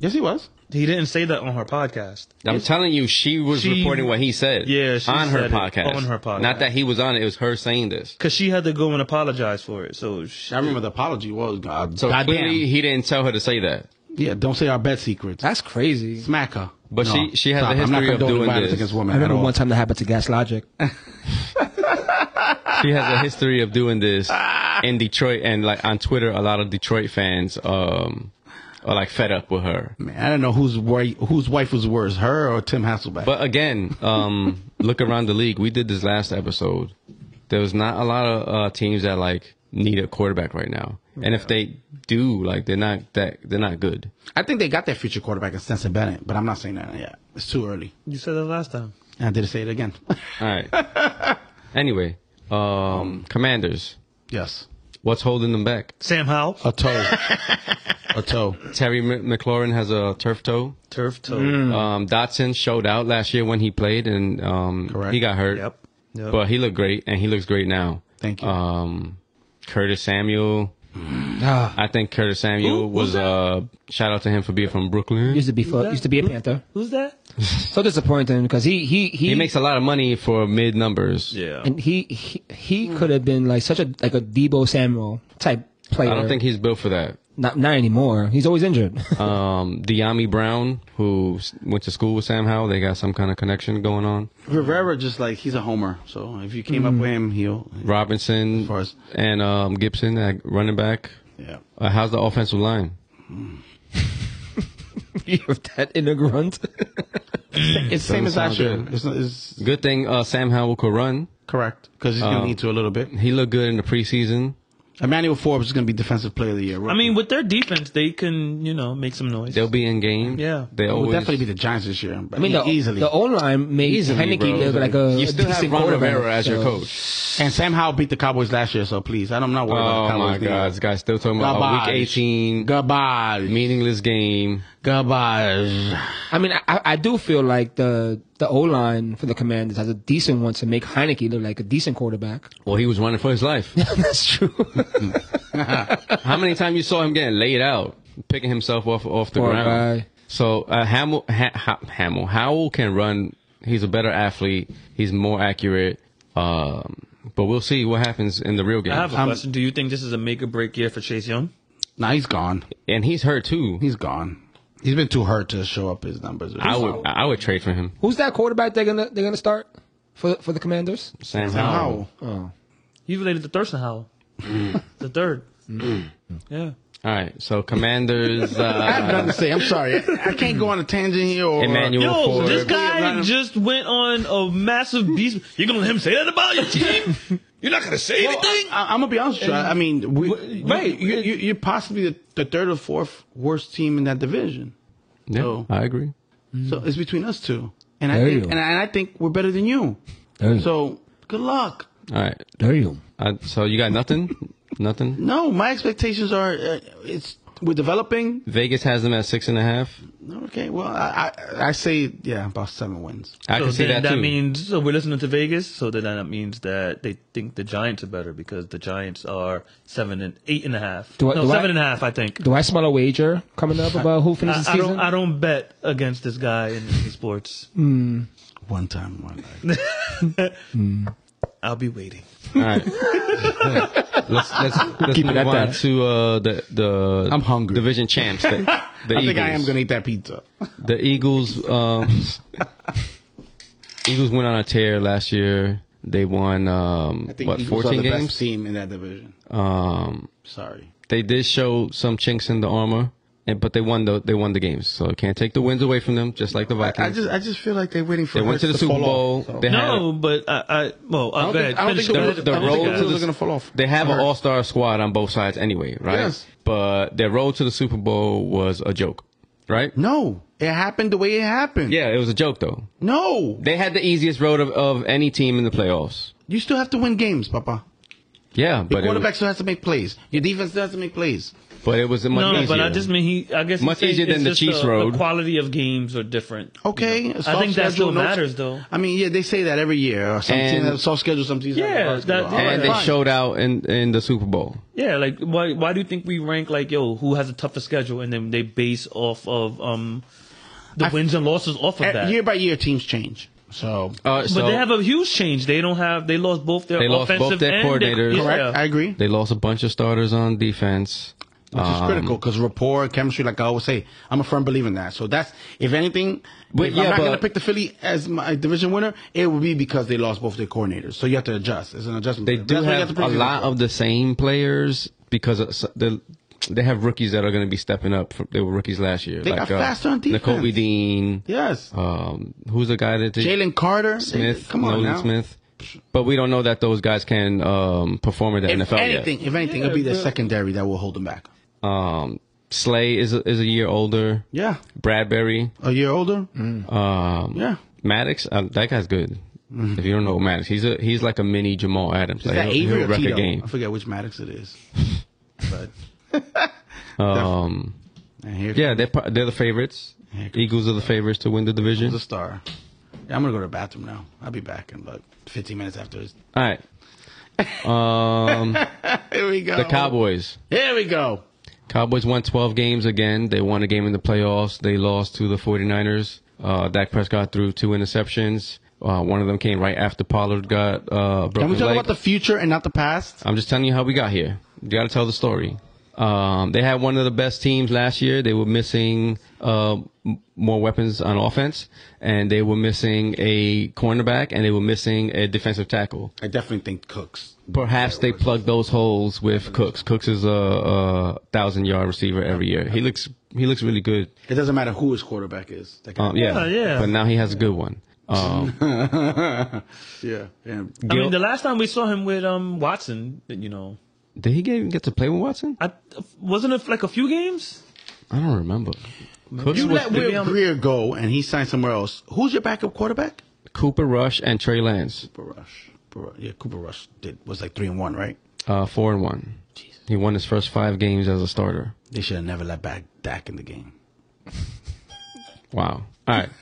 C: Yes, he was.
D: He didn't say that on her podcast.
B: I'm telling you, she was
D: She-
B: reporting what he said.
D: Yeah, she
B: on her
D: said it.
B: podcast.
D: On her podcast.
B: Not that he was on it. It was her saying this.
D: Cause she had to go and apologize for it. So she,
C: I remember the apology was God.
B: So
C: goddamn.
B: clearly, he didn't tell her to say that.
C: Yeah, don't say our bed secrets.
E: That's crazy.
C: Smack her.
B: But she- she has a
C: I'm not
B: history of
C: condoning
B: doing
C: violence
B: this.
C: against women.
E: I remember
C: at all.
E: one time that happened to Gas Logic.
B: She has a history of doing this in Detroit, and like on Twitter, a lot of Detroit fans um are like fed up with her.
C: Man, I don't know whose wife, whose wife was worse, her or Tim Hasselbeck.
B: But again, um, (laughs) look around the league. We did this last episode. There was not a lot of uh, teams that like need a quarterback right now, and if they do, like they're not that they're not good.
C: I think they got their future quarterback in Stetson Bennett, but I'm not saying that yet. It's too early.
D: you said that last time.
C: And I did say it again. (laughs)
B: All right. anyway, um, Commanders.
C: yes.
B: What's holding them back?
D: Sam Howell,
C: A (laughs) toe. a toe.
B: Terry M- McLaurin has a turf toe.
D: turf toe.
B: Um, Dotson showed out last year when he played, and um,
C: Correct.
B: he got hurt.
D: Yep. Yep.
B: But he looked great, and he looks great now.
C: Thank you.
B: Um, Curtis Samuel.
E: Ah,
B: I think Curtis Samuel
D: Who- who's
B: was uh shout out to him for being from Brooklyn.
E: used to be for, used to be a Panther.
D: Who's that?
E: So disappointing because he he he,
B: He makes a lot of money for mid numbers.
D: Yeah.
E: and he he, he could have been like such a like a Debo Samuel type player.
B: I don't think he's built for that.
E: not not anymore. He's always injured.
B: Um, Deami Brown, who s- went to school with Sam Howell, they got some kind of connection going on.
C: Rivera just like he's a homer. So if you came up with him, he'll
B: Robinson
C: far as-
B: and um, Gibson at running back.
C: yeah.
B: Uh, how's the offensive line?
E: you have that in a grunt.
C: It's same as
B: sound
C: last year.
B: good.
C: It's, not- it's
B: Good thing uh, Sam Howell could run.
C: correct because he's gonna need to a little bit.
B: He looked good in the preseason.
C: Emmanuel Forbes is gonna be defensive player of the year.
D: I mean, with their defense, they can you know make some noise.
B: They'll be in game.
D: Yeah.
B: they
C: it
B: always
C: would definitely be the Giants this year. But e-
E: I mean, the,
C: easily.
E: the O line made
B: Easily,
E: Heineke
B: bro.
E: look like a,
B: you
E: a
B: still have
E: decent
B: Ron
E: quarterback,
B: Rivera as your
E: so-
B: coach.
C: and Sam Howell beat the Cowboys last year, so please, I don't- I'm not worried about
B: Oh
C: the Cowboys.
B: my
C: this year.
B: God, this guy's still talking about
C: Garbage.
B: week 18
C: Garbage.
B: meaningless game.
C: Garbage.
E: I mean, I- I, I do feel like the the O line for the Commanders has a decent one to make Heineke look like a decent quarterback.
B: Well, he was running for his
C: (laughs)
B: life.
E: That's true.
B: How many times you saw him getting laid out, picking himself off off the
E: Poor
B: ground?
E: guy.
B: So uh, Hamill, ha, ha, Hamill, Howell can run He's a better athlete. He's more accurate. Um, but we'll see what happens in the real game.
D: I have a
C: I'm-
D: question. Do you think this is a make or break year for Chase Young?
C: Nah, he's gone.
B: and he's hurt too.
C: He's gone. He's been too hurt to show up his numbers.
B: I would I would trade for him.
E: (laughs) Who's that quarterback they're gonna they're gonna start for for the Commanders?
B: Sam
C: How?
B: Howell.
D: He's related to Thurston Howell,
B: Mm.
D: the third. yeah.
B: All right. So
C: (laughs)
B: Commanders.
C: I have
B: Uh,
C: nothing to say. I'm sorry. I I can't go on a tangent here. Or,
B: Emmanuel
D: Yo,
B: Ford.
D: this
C: Atlanta-
D: guy just went on a massive beast. You're gonna let him say that about your team?
B: (laughs)
D: You're not gonna say
C: Well,
D: anything.
C: I, am gonna be honest with you. I I mean, we,
D: Right.
C: You, you, you're possibly the, the third or fourth worst team in that division.
B: yeah,
C: Oh.
B: I agree.
C: So it's between us two, and I
E: There you
C: think,
E: go.
C: and I, and I think we're better than you.
E: There you go.
C: So good luck.
B: All right.
E: There you.
B: Uh, so you got nothing. nothing.
C: No, my expectations are uh, it's we're developing.
B: Vegas has them at six and a half.
C: Okay, well, I I, I say yeah, about seven wins.
B: I
D: so
B: can see
D: then
B: that too.
D: means so we're listening to Vegas. So then that means that they think the Giants are better because the Giants are seven and eight and a half.
E: Do I-
D: no,
E: do I-
D: seven and a half, I, think.
E: Do I smell a wager coming up about who
D: I,
E: finishes the
D: I don't.
E: season?
D: I don't bet against this guy in, in sports.
C: One time, one night.
D: I'll be waiting.
B: All
C: (laughs)
B: right. let's let's, let's
E: Keep it
B: move
E: at
B: on
E: that.
B: to uh, the the
C: I'm hungry.
B: division champs. The,
C: (laughs)
B: the
C: I
B: Eagles.
C: think I am gonna eat that pizza.
B: The Eagles. Um, (laughs) Eagles went on a tear last year. They won um,
C: I think
B: what
C: Eagles are
B: 14
C: the
B: games.
C: best team in that division.
B: Um,
C: Sorry.
B: they did show some chinks in the armor, and but they won the they won the games, so can't take the wins away from them. Just like the
C: I, I
B: Vikings,
C: just I just feel like they're waiting for.
B: they went
C: Hurts
B: to the Super
C: fall
B: Bowl.
C: Off, so.
B: They had
D: No, but I. I well,
C: I
D: I'm
C: don't think,
D: glad.
C: I don't think
B: the- the
C: the, I don't think
B: road
C: the
B: to
C: Eagles
B: the-
C: are gonna fall off.
B: They have an
C: Hurts.
B: all star squad on both sides anyway, right?
C: Yes.
B: But their road to the Super Bowl was a joke, right?
C: No, it happened the way it happened.
B: Yeah, it was a joke though.
C: No,
B: They had the easiest road of, of any team in the playoffs.
C: you still have to win games, Papa.
B: Yeah,
C: Your
B: but it,
C: quarterback
B: was,
C: still has to make plays. Your defense still has to make plays.
B: but it was a much
D: No,
B: easier.
D: but I just mean he. I guess
B: Much
D: he's saying
B: easier than
D: it's
B: the
D: just
B: Chiefs road.
D: The quality of games are different.
C: Okay,
D: You know? I
C: soft
D: think that
C: schedule,
D: still
C: no-
D: matters, though.
C: I mean, yeah, they say that every year. Some
B: And-
C: teams have soft schedule, some teams have
D: Yeah,
C: a hard schedule.
D: that-
C: All
B: and
C: right,
B: they
C: fine.
B: showed out in in the Super Bowl.
D: Yeah, like why? Why do you think we rank like yo? Who has a tougher schedule, and then they base off of um the wins and losses off of
C: Uh,
D: that.
C: year by year teams change. So
B: Uh,
D: but
B: so
D: they have a huge change. They don't have. They lost both their
B: They lost
D: offensive
B: both their
D: and
B: coordinators.
D: yeah.
C: correct, I agree,
B: they lost a bunch of starters on defense.
C: which is
B: Um,
C: critical because rapport, chemistry, like I always say, I'm a firm believer in that. So that's if anything,
B: But
C: if
B: yeah,
C: I'm not
B: but-
C: gonna pick the Philly as my division winner, it would be because they lost both their coordinators. So you have to adjust. It's an adjustment.
B: They
C: That's
B: do
C: why you
B: have,
C: to
B: a
C: bring in-
B: lot of the same players because of, s- the, they have rookies that are going to be stepping up. From, they were rookies last year. uh,
C: They got faster on defense.
B: N'Kobe Dean.
C: Yes,
B: Um, who's the guy that they,
C: Jalen Carter,
B: Smith?
C: Come on
B: Nolan
C: now.
B: Smith. But we don't know that those guys can um, perform in the
C: If
B: NFL
C: anything, if anything, it'll be
D: Yeah,
C: the
D: but-
C: secondary that will hold them back.
B: yet. Um, Slay is a, is a year older.
C: Yeah,
B: Bradbury.
C: a year older.
B: Um,
C: Yeah.
B: Maddox. Uh, that guy's good. If you don't know Maddox, he's a he's like a mini Jamal Adams.
C: Mm-hmm. Is
B: like,
C: that
B: he'll-
C: Avery
B: he'll
C: or
B: wreck a
C: Tito?
B: game.
C: I forget which Maddox it (laughs) is. But
B: Um,
C: and here
B: yeah, they're pro- they're the favorites. Eagles are the favorites to win the division.
C: the star. Yeah, I'm gonna go to the bathroom now. I'll be back in like 15 minutes after this.
B: All right. Um,
C: Here we go.
B: the Cowboys.
C: Here we go.
B: Cowboys won 12 games again. They won a game in the playoffs. They lost to the 49ers. Uh, Dak Prescott threw two interceptions. Uh, one of them came right after Pollard got uh, broken
C: Can we talk
B: leg.
C: about the future and not the past?
B: I'm just telling you how we got here. You got to tell the story. Um, they had one of the best teams last year. They were missing uh, m- more weapons on offense, and they were missing a cornerback, and they were missing a defensive tackle.
C: I definitely think Cooks.
B: Perhaps they plug those holes with Cooks. Cooks is a, a thousand yard receiver every year. He looks he looks really good.
C: It doesn't matter who his quarterback is. That guy.
B: Um, yeah,
D: Yeah, yeah.
B: But now he has a good one. Um,
C: yeah. yeah.
D: I
B: Gil-
D: mean, the last time we saw him with um Watson, you know,
B: did he get, get to play with Watson?
D: I wasn't it like a few games.
B: I don't remember. Cooks
C: You
B: was
C: let Will
D: I'm-
C: Greer go and he signed somewhere else. Who's your backup quarterback?
B: Cooper Rush and Trey Lance,
C: Cooper Rush. Cooper Rush. Yeah, Cooper Rush did was like three and one, right?
B: uh, four and one. He won his first five games as a starter.
C: They should have never let back Dak in the game.
B: Wow. All right.
C: (laughs)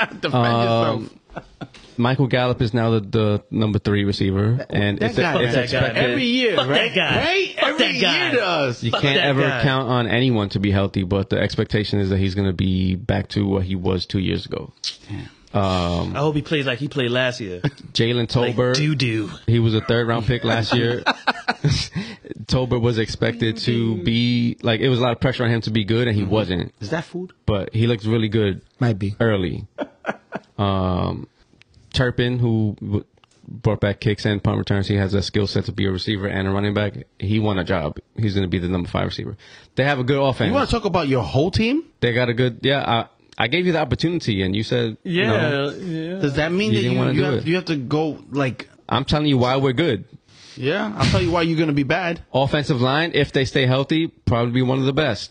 B: Um,
C: Defend yourself.
B: Michael Gallup is now the, the number three receiver, and
C: that
B: it's,
C: guy,
B: it's
D: Fuck that
C: man.
D: guy,
B: expected.
D: man.
C: Every year,
D: Fuck that
C: right?
D: guy.
C: Right?
D: Fuck
C: Every
D: that guy.
C: year to us.
B: You
D: Fuck
B: can't
D: that
B: ever
D: guy.
B: count on anyone to be healthy, but the expectation is that he's going to be back to what he was two years ago. Um,
D: I hope he plays like he played
B: (laughs)
D: last year.
B: Jalen
D: Like
B: Tolbert.
D: doo doo.
B: He was a third round pick last
D: (laughs)
B: year. (laughs) Tolbert was expected to be like it was a lot of pressure on him to be good, and
D: Mm-hmm.
B: he wasn't.
C: Is that food?
B: But he looked really good
E: Might be.
D: (laughs)
B: early. Um, Turpin, who w- brought back kicks and punt returns, he has that skill set to be a receiver and a running back. He won a job. He's going to be the number five receiver. They have a good offense.
C: You want to talk about your whole team?
B: they got a good. Yeah, I, I gave you the opportunity, and you said, you
D: Yeah,
B: know,
D: yeah.
C: Does that mean
B: You
C: that
B: didn't
C: you,
B: wanna
C: you,
B: do
C: have,
B: it.
C: you have to go like?
B: I'm telling you why we're good.
C: Yeah, I'll tell you why you're gonna be
B: (laughs)
C: bad.
B: Offensive line, if they stay healthy, probably be one of the best.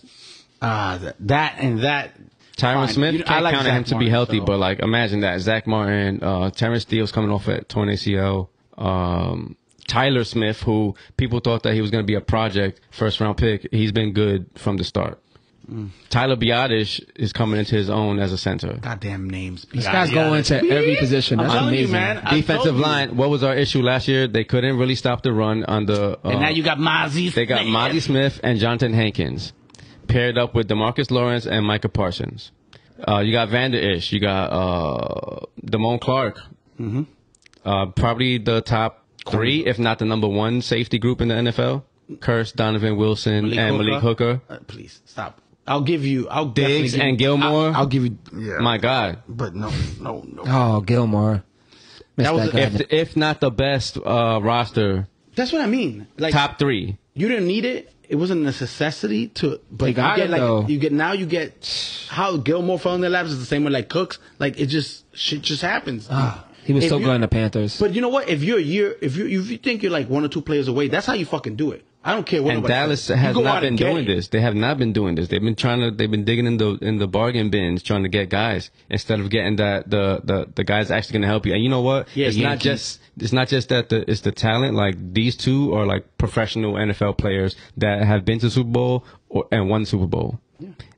C: Ah, th- that and that.
B: Tyron
C: Fine.
B: Smith,
C: You know, I
B: can't
C: like
B: count on
C: Zach
B: him to be
C: Martin,
B: healthy,
C: so-
B: but like imagine that Zach Martin, uh, Terrence Steele's coming off at torn ACL. Um, Tyler Smith, who people thought that he was going to be a project first round pick, he's been good from the start.
C: Mm.
B: Tyler Biotish is coming into his own as a center.
C: Goddamn names.
E: This guy's going to every position. That's
C: I'm telling you,
E: amazing.
C: man. I told
B: Defensive
C: you.
B: line. What was our issue last year? They couldn't really stop the run under. Uh,
C: And now you got Mozzie.
B: they got Mozzie Smith and Jonathan Hankins paired up with Demarcus Lawrence and Micah Parsons. Uh, you got Vander Ish. You got uh, Damone Clark.
C: Mm-hmm.
B: Uh, probably the top three, if not the number one safety group in the NFL. Curse, Donovan Wilson, and Malik Hooker.
C: Uh, please stop. I'll give you. I'll
B: Diggs
C: definitely give-
B: and Gilmore.
C: I'll, I'll give you. Yeah.
B: My God.
C: But no, no, no.
E: Oh, Gilmore. Missed
C: That
E: that
C: was-
E: guy.
B: If, if not the best uh, roster,
C: That's what I mean. Like
B: top three.
C: you didn't need it. It wasn't a necessity to, but you
E: got
C: get
E: him,
C: like
E: though.
C: you get now. You get how Gilmore fell in their laps is the same way like Cooks. Like it just shit just happens.
E: Ah,
B: Ah,
E: he was
C: If
E: so
C: you-
E: good in the Panthers.
C: But you know what? If you're a year, if you if you think you're like one or two players away, that's how you fucking do it. I don't care what.
B: And
C: nobody
B: Dallas
C: says. You
B: has
C: go
B: not
C: out
B: been
C: and get
B: doing
C: it.
B: this. They have not been doing this. They've been trying to. They've been digging in the in the bargain bins, trying to get guys instead of getting that the the the guys actually going to help you. And you know what?
C: Yeah,
B: it's not
C: Yankees.
B: just it's not just that the it's the talent. Like these two are like professional NFL players that have been to Super Bowl or and won Super Bowl.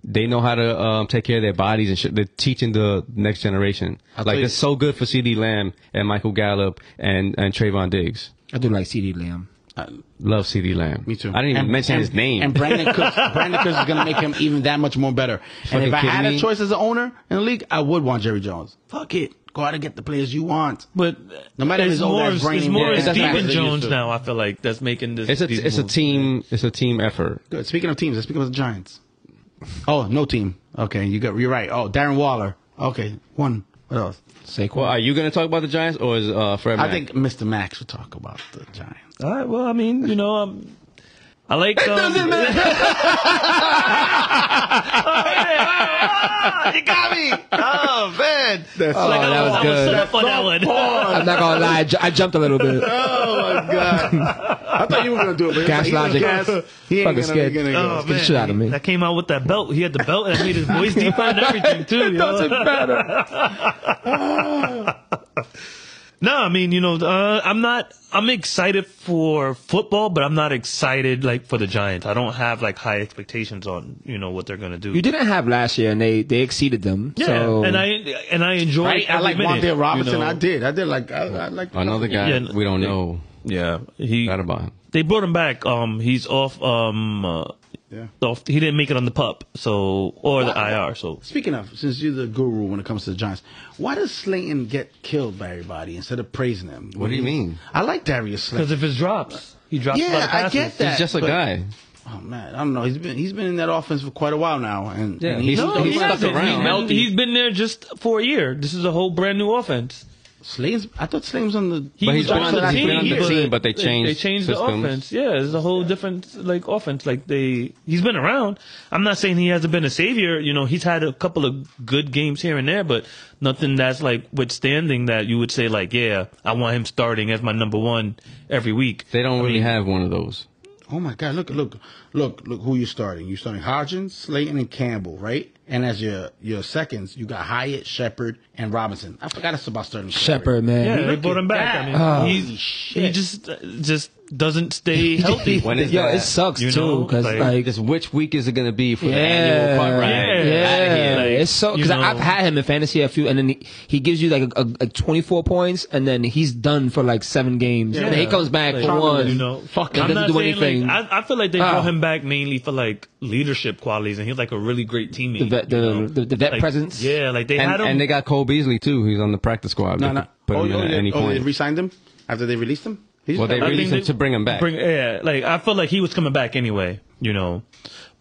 B: They know how to um, take care of their bodies and shit. They're teaching the next generation.
C: tell
B: like
C: you-
B: it's so good for C.D. Lamb and Michael Gallup and and Trayvon Diggs.
E: I do like CD Lamb.
B: Love C.D. Lamb.
C: Me too.
B: I didn't even
C: And-
B: mention
C: and-
B: his name.
C: And Brandon (laughs) Cooks. Brandon Cooks is gonna make him even that much more better. And
B: Fucking
C: if I
B: kidding
C: had a
B: me?
C: choice as an owner in the league, I would want Jerry Jones. Fuck it. Go out and get the players you want.
D: But
C: No matter
D: it's
C: his old
D: more,
C: ass
D: it's
C: brain
D: more
B: anymore.
D: it's
B: That's not
D: Stephen
B: what they
D: Jones
C: used to.
D: now. I feel like that's making this.
B: It's a
D: these
B: it's a
D: moves.
B: team it's a team effort.
C: Good. Speaking of teams, let's speak about the Giants. Oh, no team. Okay, you got you're right. Oh, Darren Waller. Okay, one. What else?
E: Saquon.
B: Well, are you going to talk about the Giants or is uh, Fred?
C: I
B: Mack?
C: think Mr. Max will talk about the Giants.
D: All right. Well, I mean, you know, um, I like. Um, doesn't (laughs) matter.
B: (laughs)
D: Oh, you got me. Oh man, that's
E: Oh,
D: like,
E: that
D: I,
E: was
D: I was
E: good.
D: set up on that one.
E: I'm not gonna lie, I ju- I jumped a little bit.
C: Oh my god! I thought you were gonna do it. But
E: Gas
C: he was
E: logic.
C: gas. He ain't
E: Fucking
C: gonna,
E: scared.
C: He gonna go.
E: Get the shit out of me.
D: Oh, That came out with that belt. He had the belt and made his voice deeper and everything
E: (laughs)
D: too. you know? No, I mean, you know, uh, I'm not. I'm excited for football, but I'm not excited like for the Giants. I don't have like high expectations on you know what they're gonna do.
E: You didn't have last year, and they they exceeded them.
D: yeah,
E: so.
D: and I and I enjoy.
C: Right? I
D: every
C: like
D: minute, you
C: Wandale Robinson.
D: know?
C: I did. I did like. I, I like
B: another guy
D: Yeah.
B: we don't know
D: Yeah, he.
B: that about him.
D: They brought him back. Um, he's off. Um, uh,
C: Yeah.
D: off. He didn't make it on the pup, so or the IR. So
C: Speaking of, since you're the guru when it comes to the Giants, why does Slayton get killed by everybody instead of praising him?
B: What do you mean?
C: I like Darius Slayton.
D: because if his drops, he drops. a lot
C: Yeah,
D: of
C: I
D: passes.
C: get that.
B: He's just a
C: but-
B: guy.
C: Oh man, I don't know. He's been he's been in that offense for quite a while now, and,
B: Yeah,
C: and he's,
B: he's-
D: No,
B: he's
D: he
B: stuck
D: hasn't.
B: around.
D: He's melted. He's been there just for a year. This is a whole brand new offense.
C: Slayton's. I thought Slayton was on the.
D: He
B: But
D: was
B: he's been on
D: also
B: the- he's been on the
D: he was-
B: team, but they changed
D: They changed
B: systems.
D: the offense. Yeah, it's a whole different like offense. Like they, he's been around. I'm not saying he hasn't been a savior. You know, he's had a couple of good games here and there, but nothing that's like withstanding that you would say like, yeah, I want him starting as my number one every week.
B: They don't really have one of those.
C: Oh my God! Look, look, look, look. Who you starting? You starting Hodgins, Slayton, and Campbell, right? And as your your seconds, you got Hyatt, Shepard, and Robinson. I forgot it's about starting
E: Shepard, man.
D: Yeah, they
C: Look
D: brought
C: at
D: him back.
C: that.
D: I
B: Oh,
D: mean,
C: Holy
D: he's,
C: shit.
D: he just just doesn't
B: (laughs)
D: stay healthy.
B: When is
E: Yo,
B: that?
E: it sucks
D: You
E: too
D: know,
E: because
D: like-
E: like,
B: Just which week is it going to be for
E: yeah,
B: the annual part ride?
D: Yeah.
B: Outta here.
E: yeah,
D: Like,
E: it's so because
D: You know.
E: I've had him in fantasy a few, and then he, he gives you like a, a, a twenty four points, and then he's done for like seven games, and then he comes back
D: Like,
E: for one.
D: You know,
E: fuck,
D: I'm
E: doesn't
D: not
E: do
D: saying,
E: anything.
D: Like, I, I feel like they
E: Ah.
D: brought him back mainly for like leadership qualities, and he's like a really great teammate.
E: The vet-
D: you
E: the-
D: know?
E: the- the vet
D: Like,
E: presence.
D: Yeah, like they had
B: And,
D: him.
B: and they got Cole Beasley too. He's on the practice squad.
C: No,
B: They
C: no.
B: could Put
C: oh,
B: him in
C: oh,
B: at
C: they-
B: any
C: oh, they
B: point.
C: re-signed him after they released him. He just
B: Well, they
C: got-
D: I
B: released
D: think
B: him
D: they-
B: to bring him back.
D: Bring, yeah, like I feel like he was coming back anyway, you know.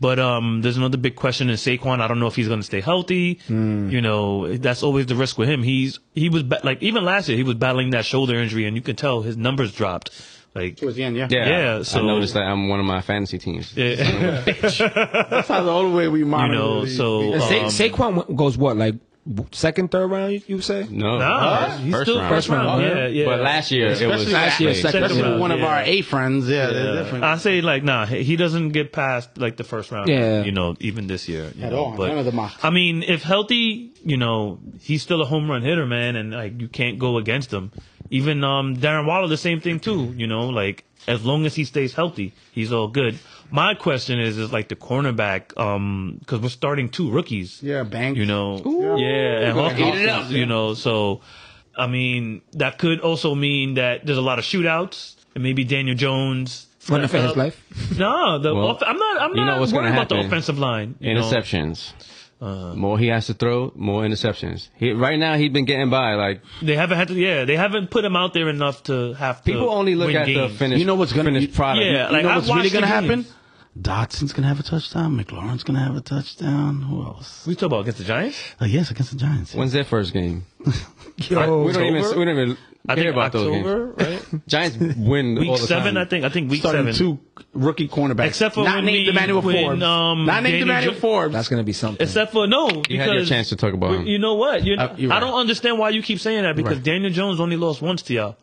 D: But um, there's another big question in Saquon. I don't know if he's going to stay healthy.
E: Hmm.
D: You know, that's always the risk with him. He's he was ba- like even last year he was battling that shoulder injury, and you can tell his numbers dropped. Like (laughs)
C: towards the end, yeah.
B: yeah,
D: Yeah,
B: I
D: so-
B: noticed that I'm one of my fantasy teams.
D: yeah,
C: That's how the only way we monitor.
D: You
C: (laughs)
D: know,
C: the-
D: so,
C: the-
D: uh,
E: Sa-
D: Um,
E: Saquon went- goes what like w- second, third round? You, you say?
B: No,
D: Nah,
B: first,
D: he's
B: first
D: still
B: round.
D: first round.
E: First round,
D: Yeah, yeah.
B: But last year it was
C: especially
E: Last year,
B: late.
E: second
C: especially
D: round,
C: one of
D: yeah.
C: our A friends. Yeah, they're different.
D: I say like nah, he he doesn't get past like the first round.
E: Yeah.
D: you know, even this year you
C: At
D: know,
C: all, none of them are.
D: I mean, if healthy, you know, he's still a home run hitter, man, and like you can't go against him. Even um, Darren Waller, the same thing too. You know, like as long as he stays healthy, he's all good. My question is, is like the cornerback, um, because we're starting two rookies.
C: yeah, bang.
D: You know,
C: Ooh.
D: yeah, and
C: We're gonna
D: Hawkins,
C: eat it up,
D: you know, so I mean, that could also mean that there's a lot of shootouts, and maybe Daniel Jones.
E: Running for his
D: Uh,
E: life.
D: No, the
B: Well,
D: off- I'm not. I'm
B: you know
D: not
B: what's gonna
D: worried about the
B: happen.
D: offensive line. you know. uh,
B: interceptions. more he has to throw, more interceptions. He, right now, he's been getting by. Like
D: They haven't had to. Yeah, they haven't put him out there enough to have. To
B: people only look
D: win
B: at
D: games.
B: the finished.
C: You know what's gonna-
B: finished product.
D: Yeah, like
C: know
D: I've
C: what's really
D: watched the
C: gonna happen?
D: games.
C: Dotson's gonna have a touchdown. McLaurin's gonna have a touchdown. Who else?
D: We talk about against the Giants.
C: Oh, yes, against the Giants.
B: When's their first game?
E: Yo,
B: we don't even.
D: October?
B: We don't even
D: I
B: hear
D: think
B: about those
D: October,
B: (laughs)
D: right?
B: games. Giants win all
D: Week
B: the
D: seven,
B: time.
D: I think. I think week
C: starting
D: seven.
C: two rookie cornerbacks,
D: Except for
C: not
D: when
C: named
D: we-
C: Emmanuel
D: when,
C: Forbes,
D: um,
C: not named
D: Danny
C: Emmanuel
D: Jo-
C: Forbes.
E: that's gonna be something.
D: Except for no, because
B: You had your chance to talk about him.
D: You know what? You're,
C: Uh, you're
D: I don't
C: right.
D: understand why you keep saying that because
C: right.
D: Daniel Jones only lost once to y'all.
B: Oh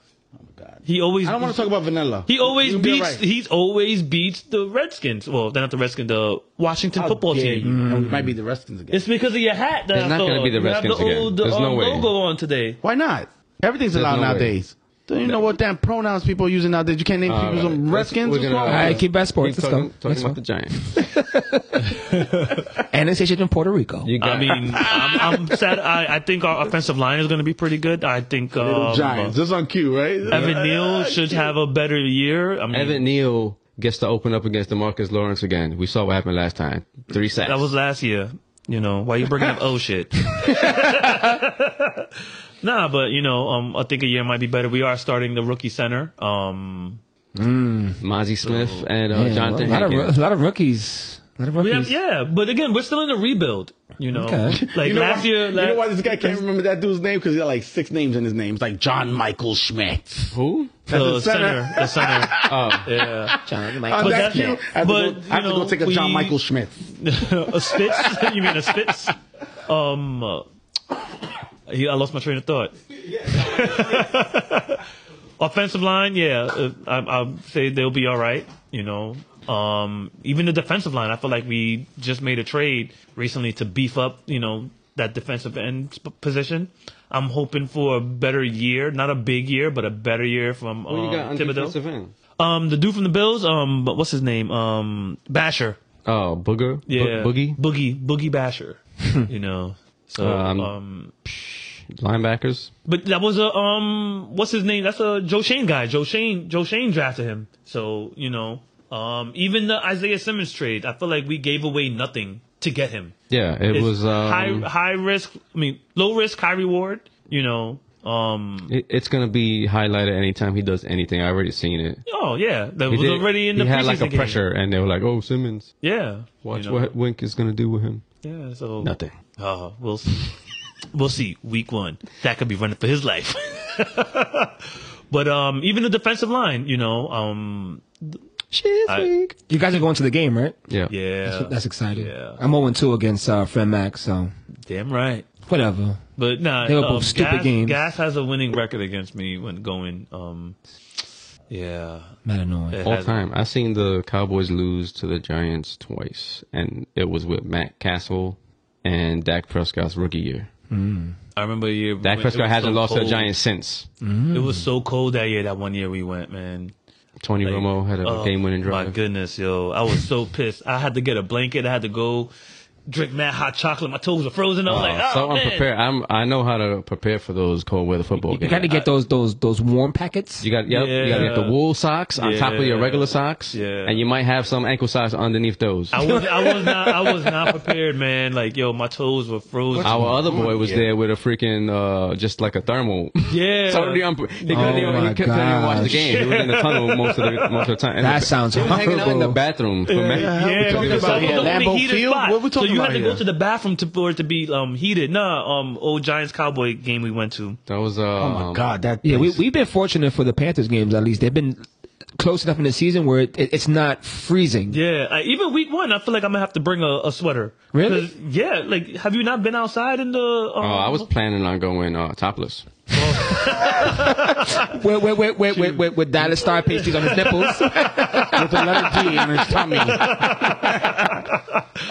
D: He always
C: I don't want to talk about Vanilla.
D: He always
C: You'll be
D: beats.
C: right.
D: He's always beats the Redskins. Well, they're not the Redskins. The Washington
C: How
D: football
C: dare
D: team.
C: you. Mm. It might be the Redskins again.
D: It's because of your hat that
B: They're
D: I
B: not
D: thought.
B: gonna be the
D: You have
B: Redskins again.
D: the old, the,
B: There's
D: um,
B: no way.
D: logo on
C: (laughs)
D: today.
C: Why not? Everything's allowed
B: no way.
C: nowadays. Don't you know what damn pronouns people are using nowadays? You can't name people
B: All right.
C: some Redskins.
B: Uh, We're
C: What's
B: gonna-
C: wrong with
E: All
C: that?
E: right, keep that sports.
B: Keep talking,
E: Let's go.
B: talking
E: Next
B: about
E: one.
B: the Giants.
E: and it's issued in Puerto Rico.
B: You got
D: I mean, I'm, I'm sad. I, I think our offensive line is going to be pretty good. I think
C: Little
D: um,
C: Giants. Just on cue, right? Uh,
D: Evan Neal should have a better year. I mean,
B: Evan Neal gets to open up against Demarcus Lawrence again. We saw what happened last time. Three sacks.
D: That was last year. You know, why you bringing up
B: (laughs)
D: oh shit? (laughs) nah, but you know, um, I think a year might be better. We are starting the rookie center. Um,
B: Mozzie Smith and uh,
E: Yeah,
B: Jonathan
E: a, lot of,
B: Hankins.
E: (laughs) a lot of rookies. A lot of
D: we
E: rookies.
D: have, yeah, but again, we're still in a rebuild. You know,
E: Okay.
D: like
C: You know
D: last
C: why,
D: year,
C: you know
D: last-
C: why this guy can't remember that dude's name? Because he got like six names in his name. It's like John Michael Schmidt.
B: Who?
D: the
C: the center.
D: center, the center.
B: Oh,
D: yeah,
E: John,
C: On
E: Michael.
D: But that's-
C: that cue, I have,
D: but,
C: to, go, I have
D: you
C: to go
D: know,
C: take a John
D: we-
C: Michael Schmidt.
D: a Spitz. (laughs) you mean a Spitz? Um, uh, yeah, I lost my train of thought. (laughs) Offensive line, yeah, uh, I, I say they'll be all right. You know, um, even the defensive line, I feel like we just made a trade recently to beef up. You know that defensive end sp- position. I'm hoping for a better year, not a big year, but a better year from
B: who you got
D: um,
B: on defensive
D: Thibodeau.
B: end?
D: Um, the dude from the Bills, um, but what's his name? Um, Basher.
B: Oh, Booger. Bo-
D: Yeah,
B: Boogie. Hmm.
D: boogie, boogie basher. you know. So,
B: Um,
D: um,
B: Linebackers.
D: but that was a um, what's his name? That's a Joe Shane guy. Joe Shane, Joe Shane drafted him. So you know, um, even the Isaiah Simmons trade, I feel like we gave away nothing to get him.
B: Yeah, it
D: It's
B: was. Um,
D: high high risk. I mean, low risk, high reward. You know, um,
B: It, it's gonna be highlighted anytime he does anything. I already seen it.
D: oh yeah, that
B: He
D: was
B: did-
D: already in the
B: He had
D: preseason
B: like a
D: game.
B: pressure, and they were like, "Oh, Simmons,
D: Yeah,
B: watch
D: you know.
B: what Wink is gonna do with him."
D: Yeah, so
B: Nothing.
D: Uh, we'll see. we'll see. Week one, that could be running for his life. (laughs) but um, even the defensive line, you know, um,
B: She's
D: I-
B: weak.
E: You guys are going to the game, right?
B: Yeah.
D: yeah,
E: That's exciting.
D: Yeah.
E: I'm 0 2 against uh, Fred Mac, so
D: damn right.
E: whatever.
D: But nah,
E: They were
D: um,
E: both stupid
D: Gas,
E: games.
D: Gas has a winning record against me when going. Um, yeah,
E: Not annoying.
D: it
B: All
D: has-
B: time, I seen the Cowboys lose to the Giants twice, and it was with Matt Castle and Dak Prescott's rookie year.
D: I remember a year.
B: Dak
D: when it
B: Prescott
D: was
B: hasn't
D: so
B: lost to
D: cold.
B: the Giants since.
D: It was so cold that year. That one year we went, man.
B: Tony
D: Like,
B: Romo had a
D: oh,
B: game-winning drive. (laughs)
D: My goodness, yo, I was so pissed. I had to get a blanket. I had to go drink mad hot chocolate. My toes are frozen. I'm like,
B: Uh,
D: oh,
B: so
D: man.
B: I'm prepared. I'm I know how to prepare for those cold weather football
E: You
B: games.
E: got to get those those those warm packets.
B: You got yep, you got to get
D: Yeah.
B: the wool socks on top of your
D: Yeah.
B: regular socks,
D: Yeah.
B: and you might have some ankle socks underneath those.
D: I was,
B: (laughs)
D: I was not, I was not prepared, man. Like, yo, my toes were frozen.
B: Our other boy
C: on
B: was
C: here?
B: there with a freaking uh, just like a thermal. (laughs)
D: Yeah.
B: totally unpre- he couldn't,
E: Oh
B: even,
E: my
B: he couldn't even watch the
E: gosh.
B: game. He was in the tunnel most of the most of the time. And
E: That
B: the-
E: sounds
B: he was hanging out in the
E: horrible.
B: bathroom for me.
D: Yeah,
C: talking
D: because I
C: about
D: was
C: here?
D: looking at
C: Lambeau
D: the heated
C: Field?
D: spot.
C: What we talking
D: So you
C: about
D: had to
C: here?
D: go to the bathroom to, for it to be um, heated. Nah, um, old Giants Cowboy game we went to.
B: That was uh,
C: Oh my God, that
E: Um, Yeah, we
C: place-
E: we've been fortunate for the Panthers games. At least they've been close enough in the season where it, it, it's not freezing.
D: Yeah, I, even week one, I feel like I'm gonna have to bring a, a sweater.
E: Really?
D: 'Cause- Yeah, like have you not been outside in the? Um,
B: Oh, I was planning on going uh, topless.
E: With, with, with, with, with, with, with Dallas Star pasties on his nipples.
C: with the letter D on
E: (laughs)
C: his tummy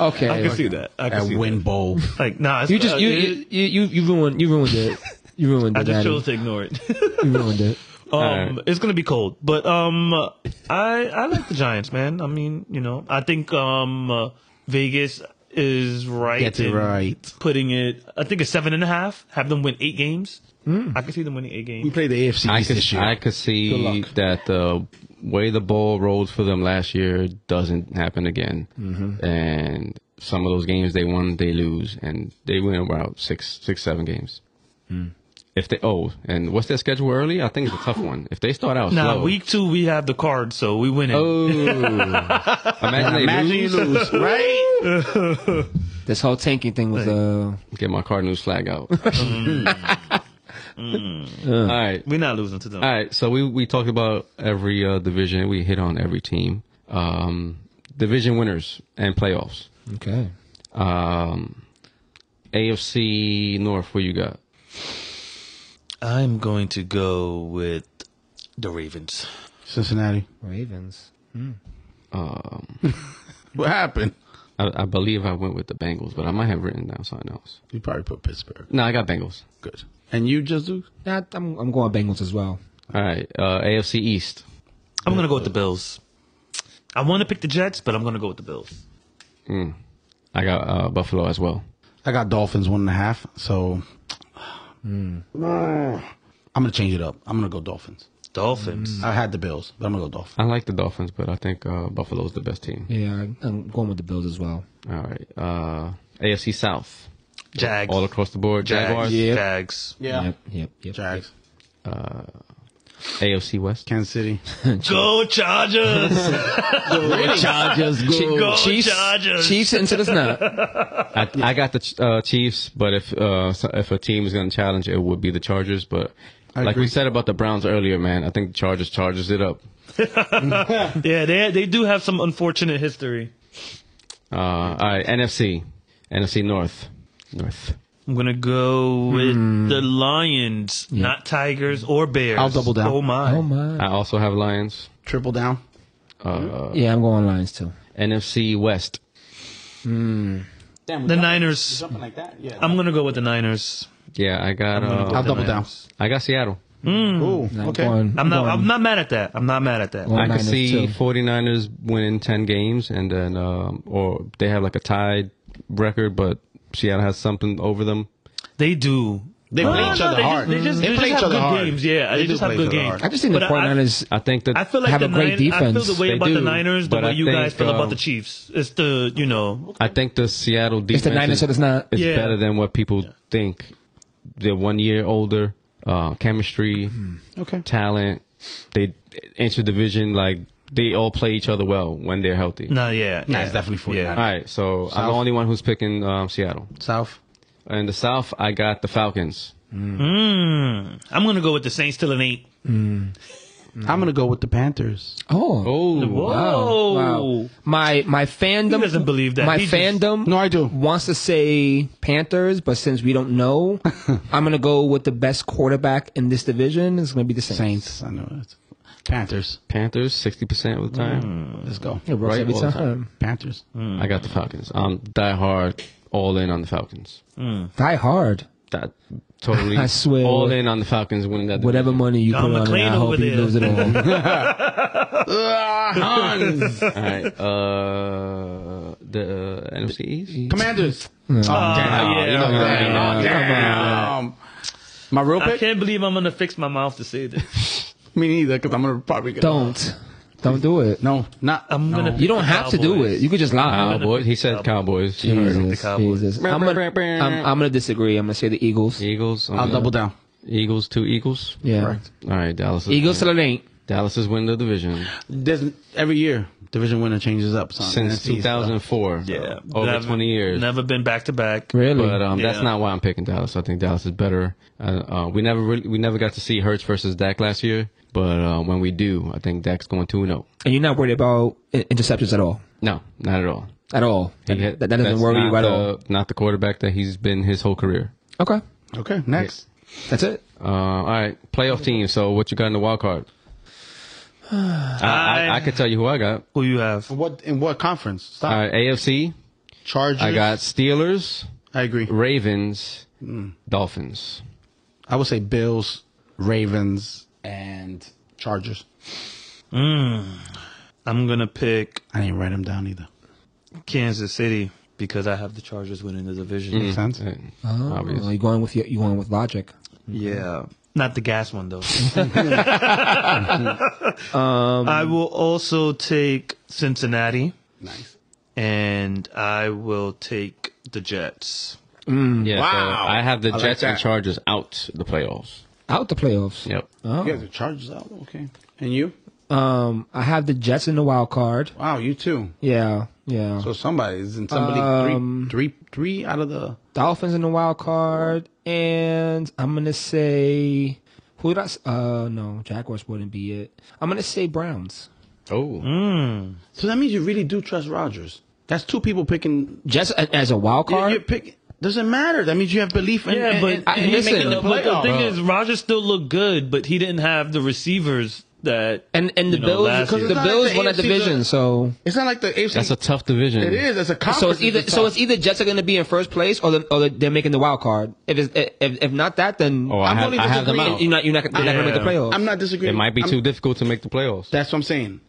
E: Okay,
D: I can see that. I can see
C: and win bowl.
D: that. Like, nah, it's,
E: you just
D: uh,
E: you
D: it-
E: you, you you you ruined you ruined it. You ruined
D: (laughs)
E: it.
D: I just
E: Natty.
D: chose to ignore it. (laughs)
E: You ruined it.
D: um,
B: right.
D: it's gonna be cold, but um, I I like the Giants, man. I mean, you know, I think um, uh, Vegas is right.
C: Get it
D: in
C: right.
D: Putting it, I think it's seven and a half. Have them win eight games. I can see them winning eight
C: We
D: games.
C: played the AFC
B: I
C: East
B: could
C: this year.
B: I could see
E: Good luck.
B: that the way the ball rolled for them last year doesn't happen again, and some of those games they won, they lose, and they win about six, six, seven games. If they oh, and what's their schedule early? I think it's a tough one. If they start out
D: Now,
B: slow,
D: week two we have the cards, so we win it.
B: oh, imagine they
C: Imagine you
B: lose.
C: lose, right?
E: (laughs) This whole tanking thing was uh
B: Get my Cardinals flag
C: (laughs)
B: out.
C: Mm.
B: (laughs) All right.
D: We're not losing to them.
B: All right, so we we talked about every uh, division. We hit on every team, um, division winners and playoffs.
E: okay.
B: Um, AFC North, where you got?
D: I'm going to go with the Ravens.
C: Cincinnati.
E: Ravens.
B: Um,
C: What happened?
B: I, I believe I went with the Bengals, but I might have written down something else.
C: You probably put Pittsburgh.
B: No, I got Bengals.
C: Good. And you just do?
E: Nah, I'm I'm going Bengals as well.
B: All right, uh, AFC East.
D: I'm going to go with the Bills. I want to pick the Jets, but I'm going to go with the Bills.
B: I got uh, Buffalo as well.
C: I got Dolphins one and a half. (sighs) So I'm gonna change it up. I'm gonna go Dolphins.
D: Dolphins.
C: I had the Bills, but I'm gonna go Dolphins.
B: I like the Dolphins, but I think uh, Buffalo's the best team.
E: Yeah, I'm going with the Bills as well.
B: All right, uh, AFC South,
D: Jags.
B: all across the board.
D: Jags.
B: Jaguars.
E: Yeah.
D: Jags.
E: Yep, yep, yep.
C: Jags,
B: AFC West.
C: Kansas City.
D: Go
C: (laughs)
D: Chargers.
E: Chargers, go,
D: Go
E: Chiefs,
D: Chargers.
E: Chiefs until it's not.
D: (laughs)
B: I, I got the Ch- uh, Chiefs, but if uh, so- if a team is going to challenge, it would be the Chargers. But like
C: agree.
B: we said about the Browns earlier, man, I think the Chargers charges it up.
D: yeah, they they do have some unfortunate history.
B: Uh, all right, NFC, NFC North, North.
D: I'm going to go with the Lions, not Tigers or Bears.
C: Hmm. I'll double down.
D: Oh my.
E: Oh my.
B: I also have Lions.
C: Triple down.
B: Uh,
E: Yeah, I'm going Lions too.
B: NFC West.
C: Damn,
D: The Niners.
C: Something like that. Yeah.
D: I'm going to go with the Niners.
B: Yeah, I got.
D: I'm
B: Uh,
D: gonna go
C: I'll
D: with the
C: double down.
D: Niners.
B: I got Seattle.
C: Ooh,
E: I'm
C: okay.
E: going.
D: I'm not
E: going-
D: I'm not mad at that. I'm not mad at that.
E: Well,
B: I can
E: Niners,
B: see
E: too.
B: 49ers winning 10 games, and then um, or they have like a tied record, but Seattle has something over them.
D: They do.
C: They play each other
D: they
C: hard.
D: Just, they just,
C: They
D: they
C: play
D: just
C: each
D: have
C: other
D: good
C: hard.
D: games. Yeah,
C: They
D: they,
C: do
D: just
C: play
D: have good
C: each other
D: games.
C: hard.
E: I just think the
D: But I-
E: 49ers.
B: I think that
D: I feel like
E: have
D: the
E: a great
D: Nin- I feel
E: defense.
D: the way
B: They
D: about
B: do,
D: the Niners, the
B: but I
D: way you
B: think,
D: guys feel about
B: um,
D: the Chiefs. It's the you know
B: I think the Seattle defense
E: it's the Niners,
B: is,
E: so it's not.
B: is
D: Yeah.
B: better than what people think. They're one year older, uh, chemistry,
C: Okay.
B: talent. They interdivision like they all play each other well when they're healthy.
D: no yeah
C: Nah,
D: yeah.
C: it's definitely
D: Yeah.
B: All
C: 49ers.
B: right, so I'm
C: South.
B: the only one who's picking um, Seattle.
C: South.
B: In the South, I got the Falcons.
D: Mm, I'm gonna go with the Saints till an eight.
C: I'm gonna go with the Panthers.
E: Oh.
B: Oh,
D: Whoa.
E: Wow. My my fandom
D: He doesn't believe that.
E: My
D: He just-
E: fandom
C: No, I do.
E: wants to say Panthers, but since we don't (laughs) know, I'm gonna go with the best quarterback in this division. It's gonna be the Saints.
C: Saints. I know it. Panthers.
B: Panthers, 60% of the time.
C: Let's go.
E: It works
B: Right
E: every
B: all the
E: time.
B: time.
C: Panthers.
B: I got the Falcons. I'm die hard, all in on the Falcons.
E: Die hard.
B: That totally.
E: I swear.
B: All in on the Falcons winning that.
E: Whatever money you
D: Don
E: put on it,
D: McLean
E: I hope
D: over
E: you
D: there.
E: lose
D: (laughs)
E: it all.
B: (laughs) Hans. All right. Uh, the uh, NFC East?
C: Commanders. Oh, damn.
D: yeah,
C: You know,
D: yeah,
C: damn.
E: yeah.
C: damn. My real
D: I
C: pick?
D: can't believe I'm gonna fix my mouth to say this.
C: Me neither, because I'm going to probably get
E: Don't. Don't do it.
C: No, not.
D: I'm
C: no.
D: gonna.
E: You don't
D: the
E: have to do
D: Cowboys.
E: it. You could just lie.
B: Cowboys. Uh, He said Cowboys. You heard him.
E: Jesus, Jesus. I'm gonna, I'm, I'm gonna disagree. I'm gonna say the Eagles.
B: Eagles. I'm
C: I'll
B: gonna-
C: double down.
B: Eagles. Two Eagles.
E: Yeah.
B: Correct. All right. Dallas. Is
E: Eagles
B: Winning.
E: still ain't.
B: Dallas is winning the division
C: There's, every year, division winner changes up. Son.
B: since
C: NFC stuff.
B: 2004.
D: Yeah,
B: Over
D: Never-
B: 20 years.
D: Never been back to back.
E: Really?
B: But um, that's
D: Yeah.
B: not why I'm picking Dallas. I think Dallas is better. Uh, uh, we never really, we never got to see Hurts versus Dak last year, but uh, when we do, I think Dak's going 2 0.
E: and you're not worried about i- interceptions at all.
B: No, not at all.
E: At all.
B: He
E: That,
B: hit-
E: that doesn't
B: that's
E: worry you
B: not
E: at
B: the-
E: all.
B: Not the quarterback that he's been his whole career.
E: Okay.
C: Okay, next.
E: That's it.
B: Uh, all right, playoff team. So what you got in the wild card? I, I, I could tell you who I got.
D: Who you have?
C: What In what conference? Stop.
B: All right, AFC.
C: Chargers.
B: I got Steelers,
C: I agree.
B: Ravens,
C: Hmm.
B: Dolphins.
C: I would say Bills, Ravens, and Chargers.
D: Hmm. I'm gonna pick
C: I didn't write them down either.
D: Kansas City because I have the Chargers winning the division.
C: Makes sense?
B: Uh,
E: Oh,
B: Obvious.
E: you going with your, you going with logic.
D: Yeah. Not the gas one though. (laughs) I will also take Cincinnati
C: Nice.
D: and I will take the Jets.
B: Yeah,
C: Oh. Wow.
B: so I have the
C: I like
B: Jets and
C: that.
B: Chargers out the playoffs.
E: Out the playoffs.
B: Yep.
E: Oh.
C: You guys are Chargers out? Okay. And you?
E: Um, I have the Jets in the wild card.
C: Wow, you too.
E: Yeah, yeah.
C: So somebody's in somebody
E: Um,
C: three, three, three out of the.
E: Dolphins in the wild card, and I'm gonna say who did I? s- Uh, no, Jaguars wouldn't be it. I'm gonna say Browns.
B: Oh.
C: So that means you really do trust Rogers. That's two people picking.
E: Just a- as a wild
C: You're,
E: card.
C: you're picking. Doesn't matter. That means you have belief in.
D: Yeah,
C: in-
D: but
C: in-
E: I-
C: in him
E: listen,
C: making the
E: but
D: But the
C: playoff.
D: thing is Rogers still looked good, but he didn't have the receivers that
E: and and the
D: you know,
E: Bills,
D: last year.
E: the
C: It's not
E: Bills
C: like the
E: won that
C: AFC
E: division,
C: look-
E: so
C: it's not like the AFC.
B: That's a tough division.
C: It is. It's a conference.
E: so it's either
C: a
E: so
C: tough-
E: it's either Jets are gonna be in first place or the, or the, they're making the wild card. If it's if, if not that, then
B: Oh, I
C: I'm
B: have,
C: only
B: I have them
C: disagreeing.
B: out.
E: you're not you're not, they're not gonna make the
D: Yeah.
E: playoffs.
C: I'm not disagreeing.
B: It might be
C: I'm-
B: too difficult to make the playoffs,
C: That's what I'm saying.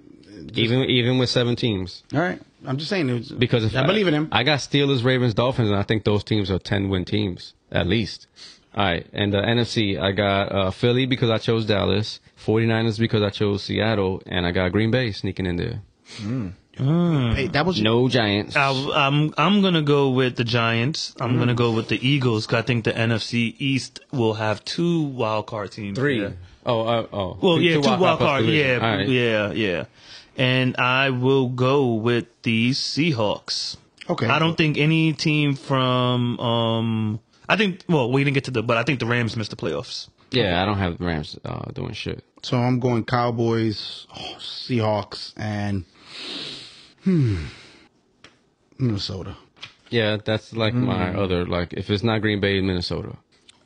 B: even even with seven teams.
C: All right. I'm just saying. It was,
B: Because if
C: I, believe in him.
B: I got Steelers, Ravens, Dolphins, and I think those teams are ten win teams at least. All right, and the NFC, I got uh, Philly because I chose Dallas, 49ers because I chose Seattle, and I got Green Bay sneaking in there.
C: hey, that was
B: No Giants.
D: I, am I'm gonna go with the Giants. I'm gonna go with the Eagles. 'cause I think the NFC East will have two wild card teams.
B: Three.
D: there.
B: Oh, uh, oh.
D: Well, yeah, two wild,
B: plus
D: card.
B: division.
D: Yeah,
B: All right.
D: yeah, yeah. And I will go with the Seahawks.
C: Okay.
D: I don't think any team from um. I think well, we didn't get to the, but I think the Rams missed the playoffs.
B: Yeah, I don't have the Rams uh, doing shit.
C: So I'm going Cowboys, oh, Seahawks, and hmm, Minnesota.
B: Yeah, that's like my
C: Mm.
B: other like. If it's not Green Bay, Minnesota.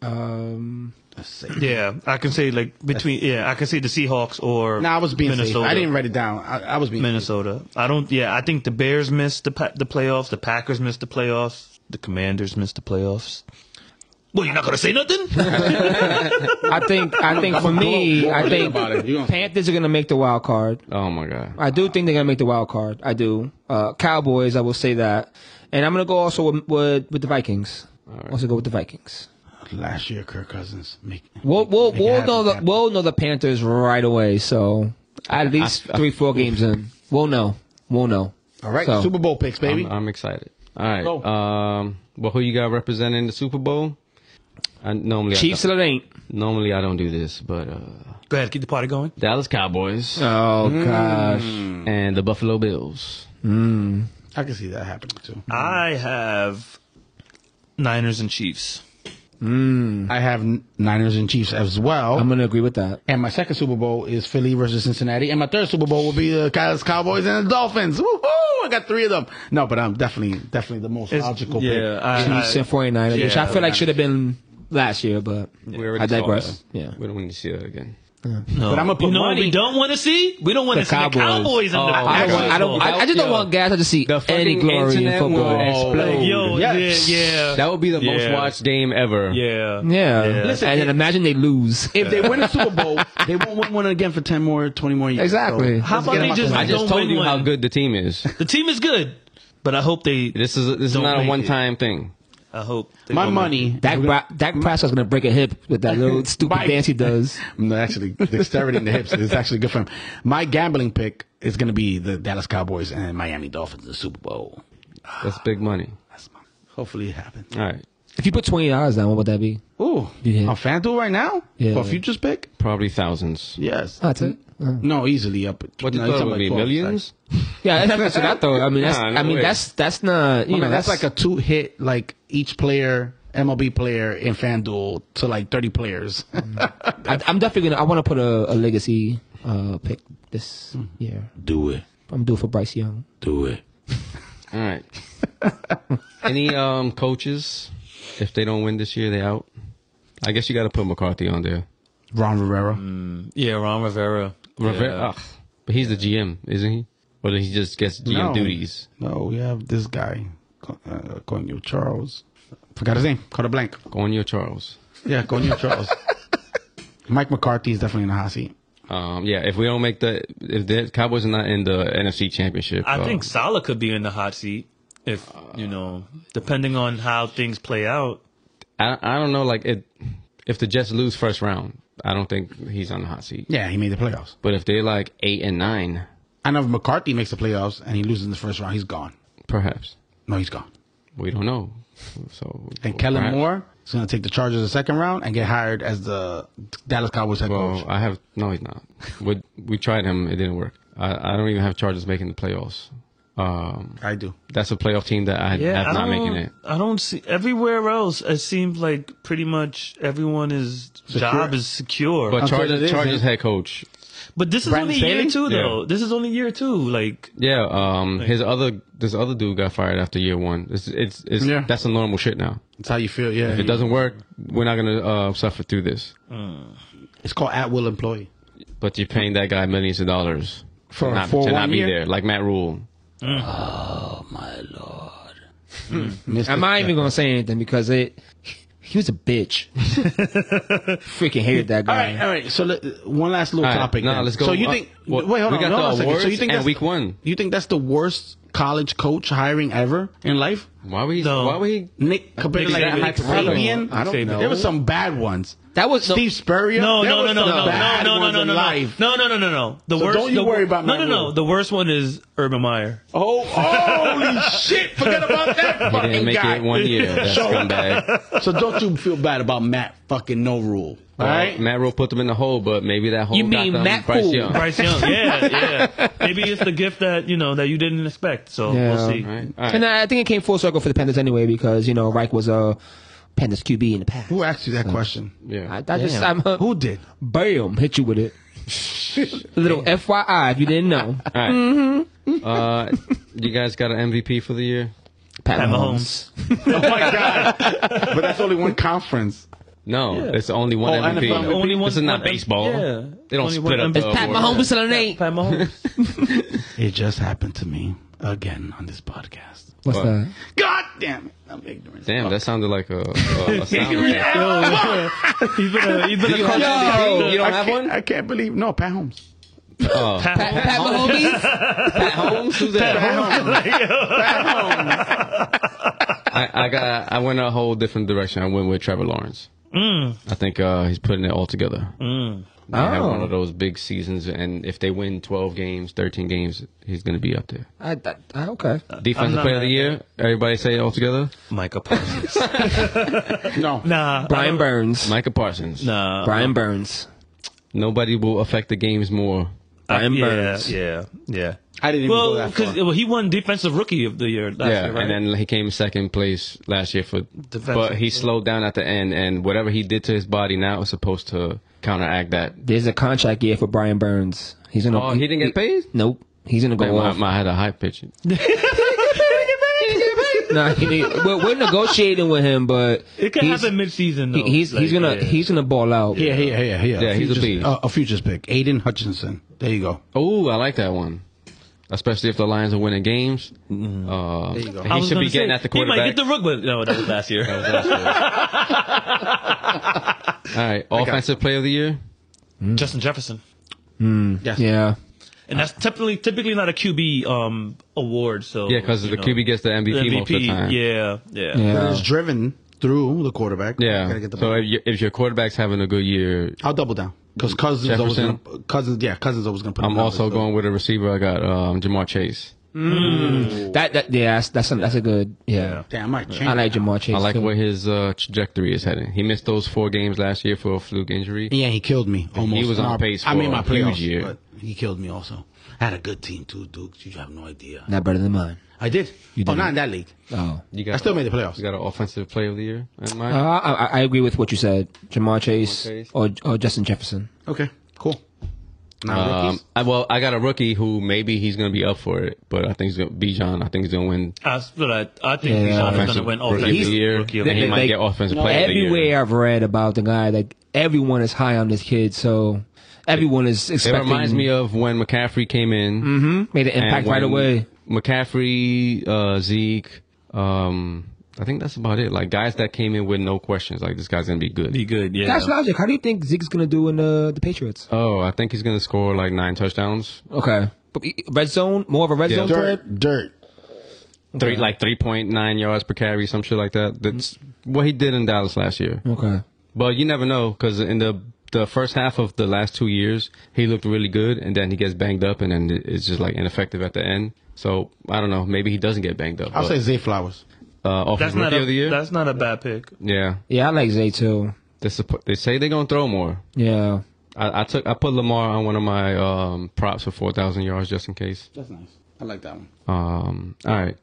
E: um,
C: That's safe.
D: Yeah, I can say like between. Yeah, I can say the Seahawks or
C: Nah, I was being
D: Minnesota.
C: safe. I didn't write it down. I, I was being
D: Minnesota. I don't. Yeah, I think the Bears missed the pa- the playoffs. The Packers missed the playoffs. The Commanders missed the playoffs. Well, you're not gonna say
C: (laughs)
D: nothing.
E: I think I think for me, I think
C: about it. You don't-
E: Panthers are gonna make the wild card.
B: Oh my god.
E: I do think they're gonna make the wild card. I do. Uh, Cowboys, I will say that, and I'm gonna go also with with, with the Vikings. Also go with the Vikings.
C: safe. Last year, Kirk Cousins. Make,
E: We'll we'll,
C: it
E: we'll
C: happen,
E: know the
C: happen.
E: we'll know the Panthers right away. So at least
B: I-
E: three four games in, we'll know. We'll know.
C: all right,
E: So,
C: Super Bowl picks, baby.
B: I'm, I'm excited. All right.
C: Go.
B: Um. Well, who you got representing the Super Bowl? I normally
E: Chiefs
B: I
E: still ain't.
B: don't- normally I don't do this, but uh,
D: Go ahead, keep the party going.
B: Dallas Cowboys
E: Oh
C: Mm.
E: gosh.
B: and the Buffalo Bills.
C: I can see that happening too.
D: I have Niners and Chiefs.
C: I have Niners and Chiefs as well.
E: I'm gonna agree with that.
C: and my second Super Bowl is Philly versus Cincinnati. And my third Super Bowl will be the Dallas Cowboys and the Dolphins. Woohoo! I got three of them. No, but I'm definitely, definitely the most
D: It's-
C: logical
D: yeah,
C: pick.
D: I-
E: Chiefs and 49ers, which I
D: yeah.
E: feel like should have been last year, but
B: We already
E: I
B: saw
E: digress.
B: that.
E: Yeah.
B: We don't need to see that again.
D: No,
C: But I'ma put
D: you know what
C: money-
D: we don't want to see. We don't want
E: The
D: to see the
E: Cowboys.
D: Cowboys
B: Oh,
D: and the
E: I,
D: Packers.
E: don't want, I don't. I, I just don't
B: Yo.
E: want guys to see
B: The
E: any
B: fucking
E: glory in
B: internet will
E: football.
B: explode.
D: Like, yo,
C: Yes.
D: yeah, yeah.
B: That would be the most
D: Yeah.
B: watched game ever.
D: yeah,
E: Yeah.
C: Listen,
E: and
C: it-
E: then imagine they lose.
C: If they win a Super Bowl, they won't win one again for 10 more, 20 more years.
E: Exactly.
C: So,
E: How
C: let's
D: about
C: get
D: they
C: them out
D: just-
C: the way.
B: I just
D: Don't
B: told
D: win
B: you how
D: one.
B: good the team is.
D: The team is good. But I hope they.
B: This is this is
D: Don't
B: not
D: make
B: a
D: it.
B: one time thing.
D: I hope they
C: My
D: don't make
C: money.
E: Dak, Bra- Dak Prescott's gonna break a hip with that
C: (laughs)
E: little
C: Mike.
E: stupid dance he does.
C: (laughs) No, actually, dexterity in the hips is actually good for him. My gambling pick is going to be the Dallas Cowboys and Miami Dolphins in the Super Bowl.
B: That's big money.
C: That's my, hopefully it happens.
B: All right,
E: If you put twenty dollars down, what would that be?
C: Ooh,
E: Yeah.
C: on FanDuel right now
E: Yeah.
C: for futures pick?
B: probably thousands.
C: Yes.
E: That's it. Uh,
C: No, easily up.
B: What you
C: no,
B: thought
C: it's
B: it
C: up
B: would
C: like
B: be?
C: 12,
B: Millions?
E: yeah, that's what I thought. I mean, that's,
B: Nah, no
E: I mean,
B: way.
E: that's that's not. You
C: I
E: know,
C: mean, that's
E: that's
C: like a two hit, like each player, MLB player in FanDuel to like 30 players.
E: I, I'm definitely gonna. I want to put a, a legacy uh, pick this
C: Hmm.
E: year.
C: Do it.
E: I'm due for Bryce Young.
C: Do it.
B: All right. (laughs) Any um coaches, if they don't win this year, they out. I guess you got to put McCarthy on there.
C: Ron Rivera.
B: Mm,
D: it. Yeah, Ron Rivera.
B: Rivera,
D: Yeah.
B: ugh. but he's the GM, isn't he? Or he just gets GM
C: No.
B: duties.
C: No, we have this guy, uh, Conyo Charles. Forgot his name. Caught a blank.
B: Gonyo Charles.
C: Yeah,
B: (laughs)
C: Conyo Charles. Mike McCarthy is definitely in the hot seat.
B: Um, yeah, if we don't make the if the Cowboys are not in the NFC Championship,
D: I
C: Oh.
B: uh,
D: think Salah could be in the hot seat if you know, depending on how things play out.
B: I um, I don't know like it if the Jets lose first round, I don't think he's on the hot seat.
C: Yeah, he made the playoffs.
B: But if they like eight and nine,
C: I know if McCarthy makes the playoffs and he loses in the first round, he's gone.
B: perhaps
C: No, he's gone.
B: we don't know. So
C: And Kellen
B: perhaps-
C: Moore is going to take the Chargers the second round and get hired as the Dallas Cowboys head
B: Well,
C: coach.
B: I have no, he's not. We we tried him, it didn't work. I, I don't even have Chargers making the playoffs. Um,
C: I do.
B: that's a playoff team that I
D: Yeah,
B: have
D: I
B: not
D: don't,
B: making it.
D: I don't see everywhere else. It seems like pretty much everyone is job is secure.
B: But
C: That's what it
B: Chargers,
C: is,
B: Chargers
C: man.
B: head coach,
D: But this is
C: Brandon
D: only year
C: Staley?
D: two,
B: Yeah.
D: though. This is only year two. Like,
B: yeah. Um, his other this other dude got fired after year one. It's it's, it's
C: Yeah. Mm.
B: that's a normal shit now.
C: That's how you feel. Yeah.
B: If it doesn't work, we're not gonna uh, suffer through this.
C: It's called at will employee.
B: But you're paying that guy millions of dollars
C: For-
B: to not,
C: for
B: to not
C: one
B: be
C: year?
B: there, like Matt Rule.
C: My lord.
E: I'm not even gonna say anything because it. He was a bitch.
C: (laughs)
E: Freaking hated that
C: All
E: guy.
C: right, all right. So let, one last little
B: All right,
C: topic.
B: no,
C: then.
B: let's go.
C: So you
B: Uh,
C: think?
B: well,
C: wait, hold
B: we
C: on.
B: got
C: hold on
B: the
C: a second. So you
B: awards
C: think
B: and
C: that's-
B: week one.
C: You think that's the worst college coach hiring ever in life?
B: Why were he?
D: No.
B: Why were he?
C: Nick compared to
D: Nick
C: like
D: Saban.
C: Nick Saban. I don't know. There was some bad ones.
E: That was no-
C: Steve Spurrier.
D: no,
C: There
D: no, no,
C: was
D: no,
C: some
D: no, no,
C: bad
D: no, no,
C: ones
D: no,
C: in
D: no, no,
C: life.
D: no, no, no, no, no. The
C: So
D: worst.
C: don't you
D: the,
C: worry about
D: No,
C: Matt
D: no, no.
C: Rule.
D: The worst one is Urban
C: (laughs)
D: Meyer.
C: Oh, (laughs) holy shit! Forget about that
B: He didn't
C: fucking
B: make
C: guy.
B: it one
C: (laughs)
B: year. That
C: So-
B: scumbag.
C: So don't you feel bad about Matt fucking no rule, all right?
B: Well, Matt Rule put them in the hole, but maybe that hole
E: You
B: got
E: mean
B: them
E: Matt
B: Bryce
E: Cool.
B: Young.
D: Bryce Young. Yeah, yeah. Maybe it's the gift that you know that you didn't expect. So
E: Yeah.
D: we'll see.
B: All right. All right.
E: And I I think it came full circle for the Panthers anyway because you know Reich was a Panthers QB in the past.
C: Who asked you that question?
B: yeah.
E: I, I just I'm
D: Damn.
E: a,
C: Who did? (laughs)
E: bam hit you with it. (laughs) a little FYI if you didn't know.
B: All right. Uh, you guys got an MVP for the year?
E: Pat,
D: Pat
E: Mahomes.
D: Mahomes.
C: Oh my god! but that's only one conference.
B: No, it's only one
C: Oh,
B: MVP.
C: NFL.
D: Only one-
B: this is not
D: one-
B: baseball.
D: yeah.
B: They don't
D: Only
B: split
D: one
B: up.
D: MVP.
B: the
D: It's
E: Pat
B: award.
E: Mahomes still an eight.
B: (laughs)
D: Pat (laughs) Mahomes.
C: It just happened to me again on this podcast.
E: What's
B: What?
E: that?
C: God damn it! I'm ignorant.
B: Damn, that sounded like a, a, a sound.
D: Oh,
B: effect.
D: (laughs) he's been a, he's been a
B: have
D: coach.
B: MVP? You
C: I
B: don't have
C: can't-
B: one?
C: I can't believe no Pat Holmes.
B: Oh.
D: Pat
E: Pat,
D: Mahomes.
E: Pat Mahomes.
B: Pat Holmes? Who's that?
C: Pat Holmes.
B: I, I got. I went a whole different direction. I went with Trevor Lawrence. I think uh, he's putting it all together. They have
E: Oh.
B: one of those big seasons, and if they win 12 games, 13 games, he's going to be up there.
E: I, that- I- okay.
B: Defensive
D: not
B: player of
D: mad
B: the
D: at
B: year. Everybody say it all together.
D: Micah Parsons.
C: No.
D: nah,
E: Brian Burns.
B: Micah Parsons.
D: Nah,
E: Brian Burns.
B: Nobody will affect the games more.
E: Brian
D: yeah,
E: Burns.
D: Yeah, yeah.
C: I didn't even go
D: Well,
C: that
D: because
C: far.
D: well, he won Defensive Rookie of the Year last
B: yeah,
D: year,
B: and
D: right?
B: then he came second place last year for,
D: Defensive.
B: but he slowed down at the end, and whatever he did to his body now is supposed to counteract that.
E: There's a contract year for Brian Burns. He's gonna.
B: Oh, he didn't get paid.
E: Nope. He's gonna
B: Man,
E: go
B: my,
E: off.
B: my, I had a high pitch.
E: Nah, he need- we're, we're negotiating with him, but
D: it could
E: he's,
D: happen mid-season. Though.
E: he- he's he's
D: Like,
E: gonna
D: yeah.
E: he's gonna ball out.
C: Yeah, yeah, yeah, yeah.
B: Yeah, he's a
C: futures,
B: beast.
C: uh, a futures pick. Aiden Hutchinson. There you go.
B: Oh, I like that one, especially if the Lions are winning games.
D: Mm-hmm.
B: Uh,
C: There you go.
D: I
B: he
D: was
B: should be
D: gonna
B: getting
D: say,
B: at the
D: He
B: quarterback.
D: might get the rook, but no, that was
B: (laughs)
D: last year.
B: All right, offensive player of the year.
D: Oh,
B: uh,
D: Justin Jefferson.
C: Yes.
E: Yeah.
D: and that's typically typically not a QB um award. So
B: Yeah, because the
D: you know,
B: QB gets the MVP, most of the time.
D: Yeah, yeah,
C: But
E: Yeah.
C: it's driven through the quarterback.
B: Yeah.
C: Gotta get the
B: so
C: ball.
B: if, you, if your quarterback's having a good year,
C: I'll double down because Cousins always
B: Jefferson?
C: gonna, Cousins. Yeah, Cousins always gonna put.
B: I'm
C: him out
B: also
C: there, so-
B: going with a receiver. I got um, Jamar Chase.
E: That that yeah, that's that's a, that's a good yeah.
C: Damn, I might change.
E: I like
C: that.
E: Jamar Chase.
B: I like
E: too.
B: where his uh, trajectory is heading. He missed those four games last year for a fluke injury.
C: Yeah, he killed me almost.
B: was
C: And
B: on
C: I-
B: pace
C: I mean,
B: for
C: my
B: a huge
C: playoffs,
B: year.
C: but he killed me also. I had a good team too, Dukes. You have no idea.
E: Not better than mine.
C: I did.
E: You
C: oh,
E: did.
C: not in that league.
E: Oh.
B: You got
C: I still made the playoffs.
B: You got an offensive player of the year. in
E: Uh,
B: mind?
E: I, I- I agree with what you said, Jamar Chase,
B: Chase.
E: Or, or Justin Jefferson.
C: Okay, cool. Now
B: Um,
C: Uh, rookies.
B: I, well, I got a rookie who maybe he's going to be up for it, but I think he's going to be John. I think he's going to win
D: I, but I, I think
E: Yeah.
D: Bijan is
B: offensive
D: gonna win
B: rookie of
D: offensive
B: the year.
D: rookie of
B: and
D: the
B: he
D: year.
B: might
E: They-
B: get offensive
E: No,
B: player of the year.
E: everywhere I've read about the guy, like everyone is high on this kid, so everyone is
B: It
E: expecting. Mm-hmm.
B: reminds me of when McCaffrey came in.
C: Mm,
E: made an
B: and
E: impact right
B: when
E: away.
B: McCaffrey, uh, Zeke. Um, I think that's about it. Like guys that came in with no questions. Like this guy's gonna be good.
D: Be good, yeah.
E: That's logic. How do you think Zeke's gonna do in uh, the Patriots?
B: Oh, I think he's gonna score like nine touchdowns,
E: Okay, but he- red zone, more of a red
B: Yeah.
E: zone player.
C: dirt, dirt.
B: three like three point nine yards per carry, some shit like that. That's what he did in Dallas last year.
E: Okay,
B: But you never know because in the the first half of the last two years, he looked really good, and then he gets banged up, and then it's just like ineffective at the end. So I don't know. Maybe he doesn't get banged up.
C: I'll
B: but,
C: say Zay Flowers.
B: uh,
D: That's
B: offensive
D: not
B: rookie
D: a
B: of the year.
D: that's not a bad pick.
B: yeah,
E: yeah, I like Zay too.
B: they, suppo- they say they're gonna throw more.
E: Yeah,
B: I, I took I put Lamar on one of my um, props for four thousand yards just in case.
C: That's nice. I like that one.
B: Um, all right,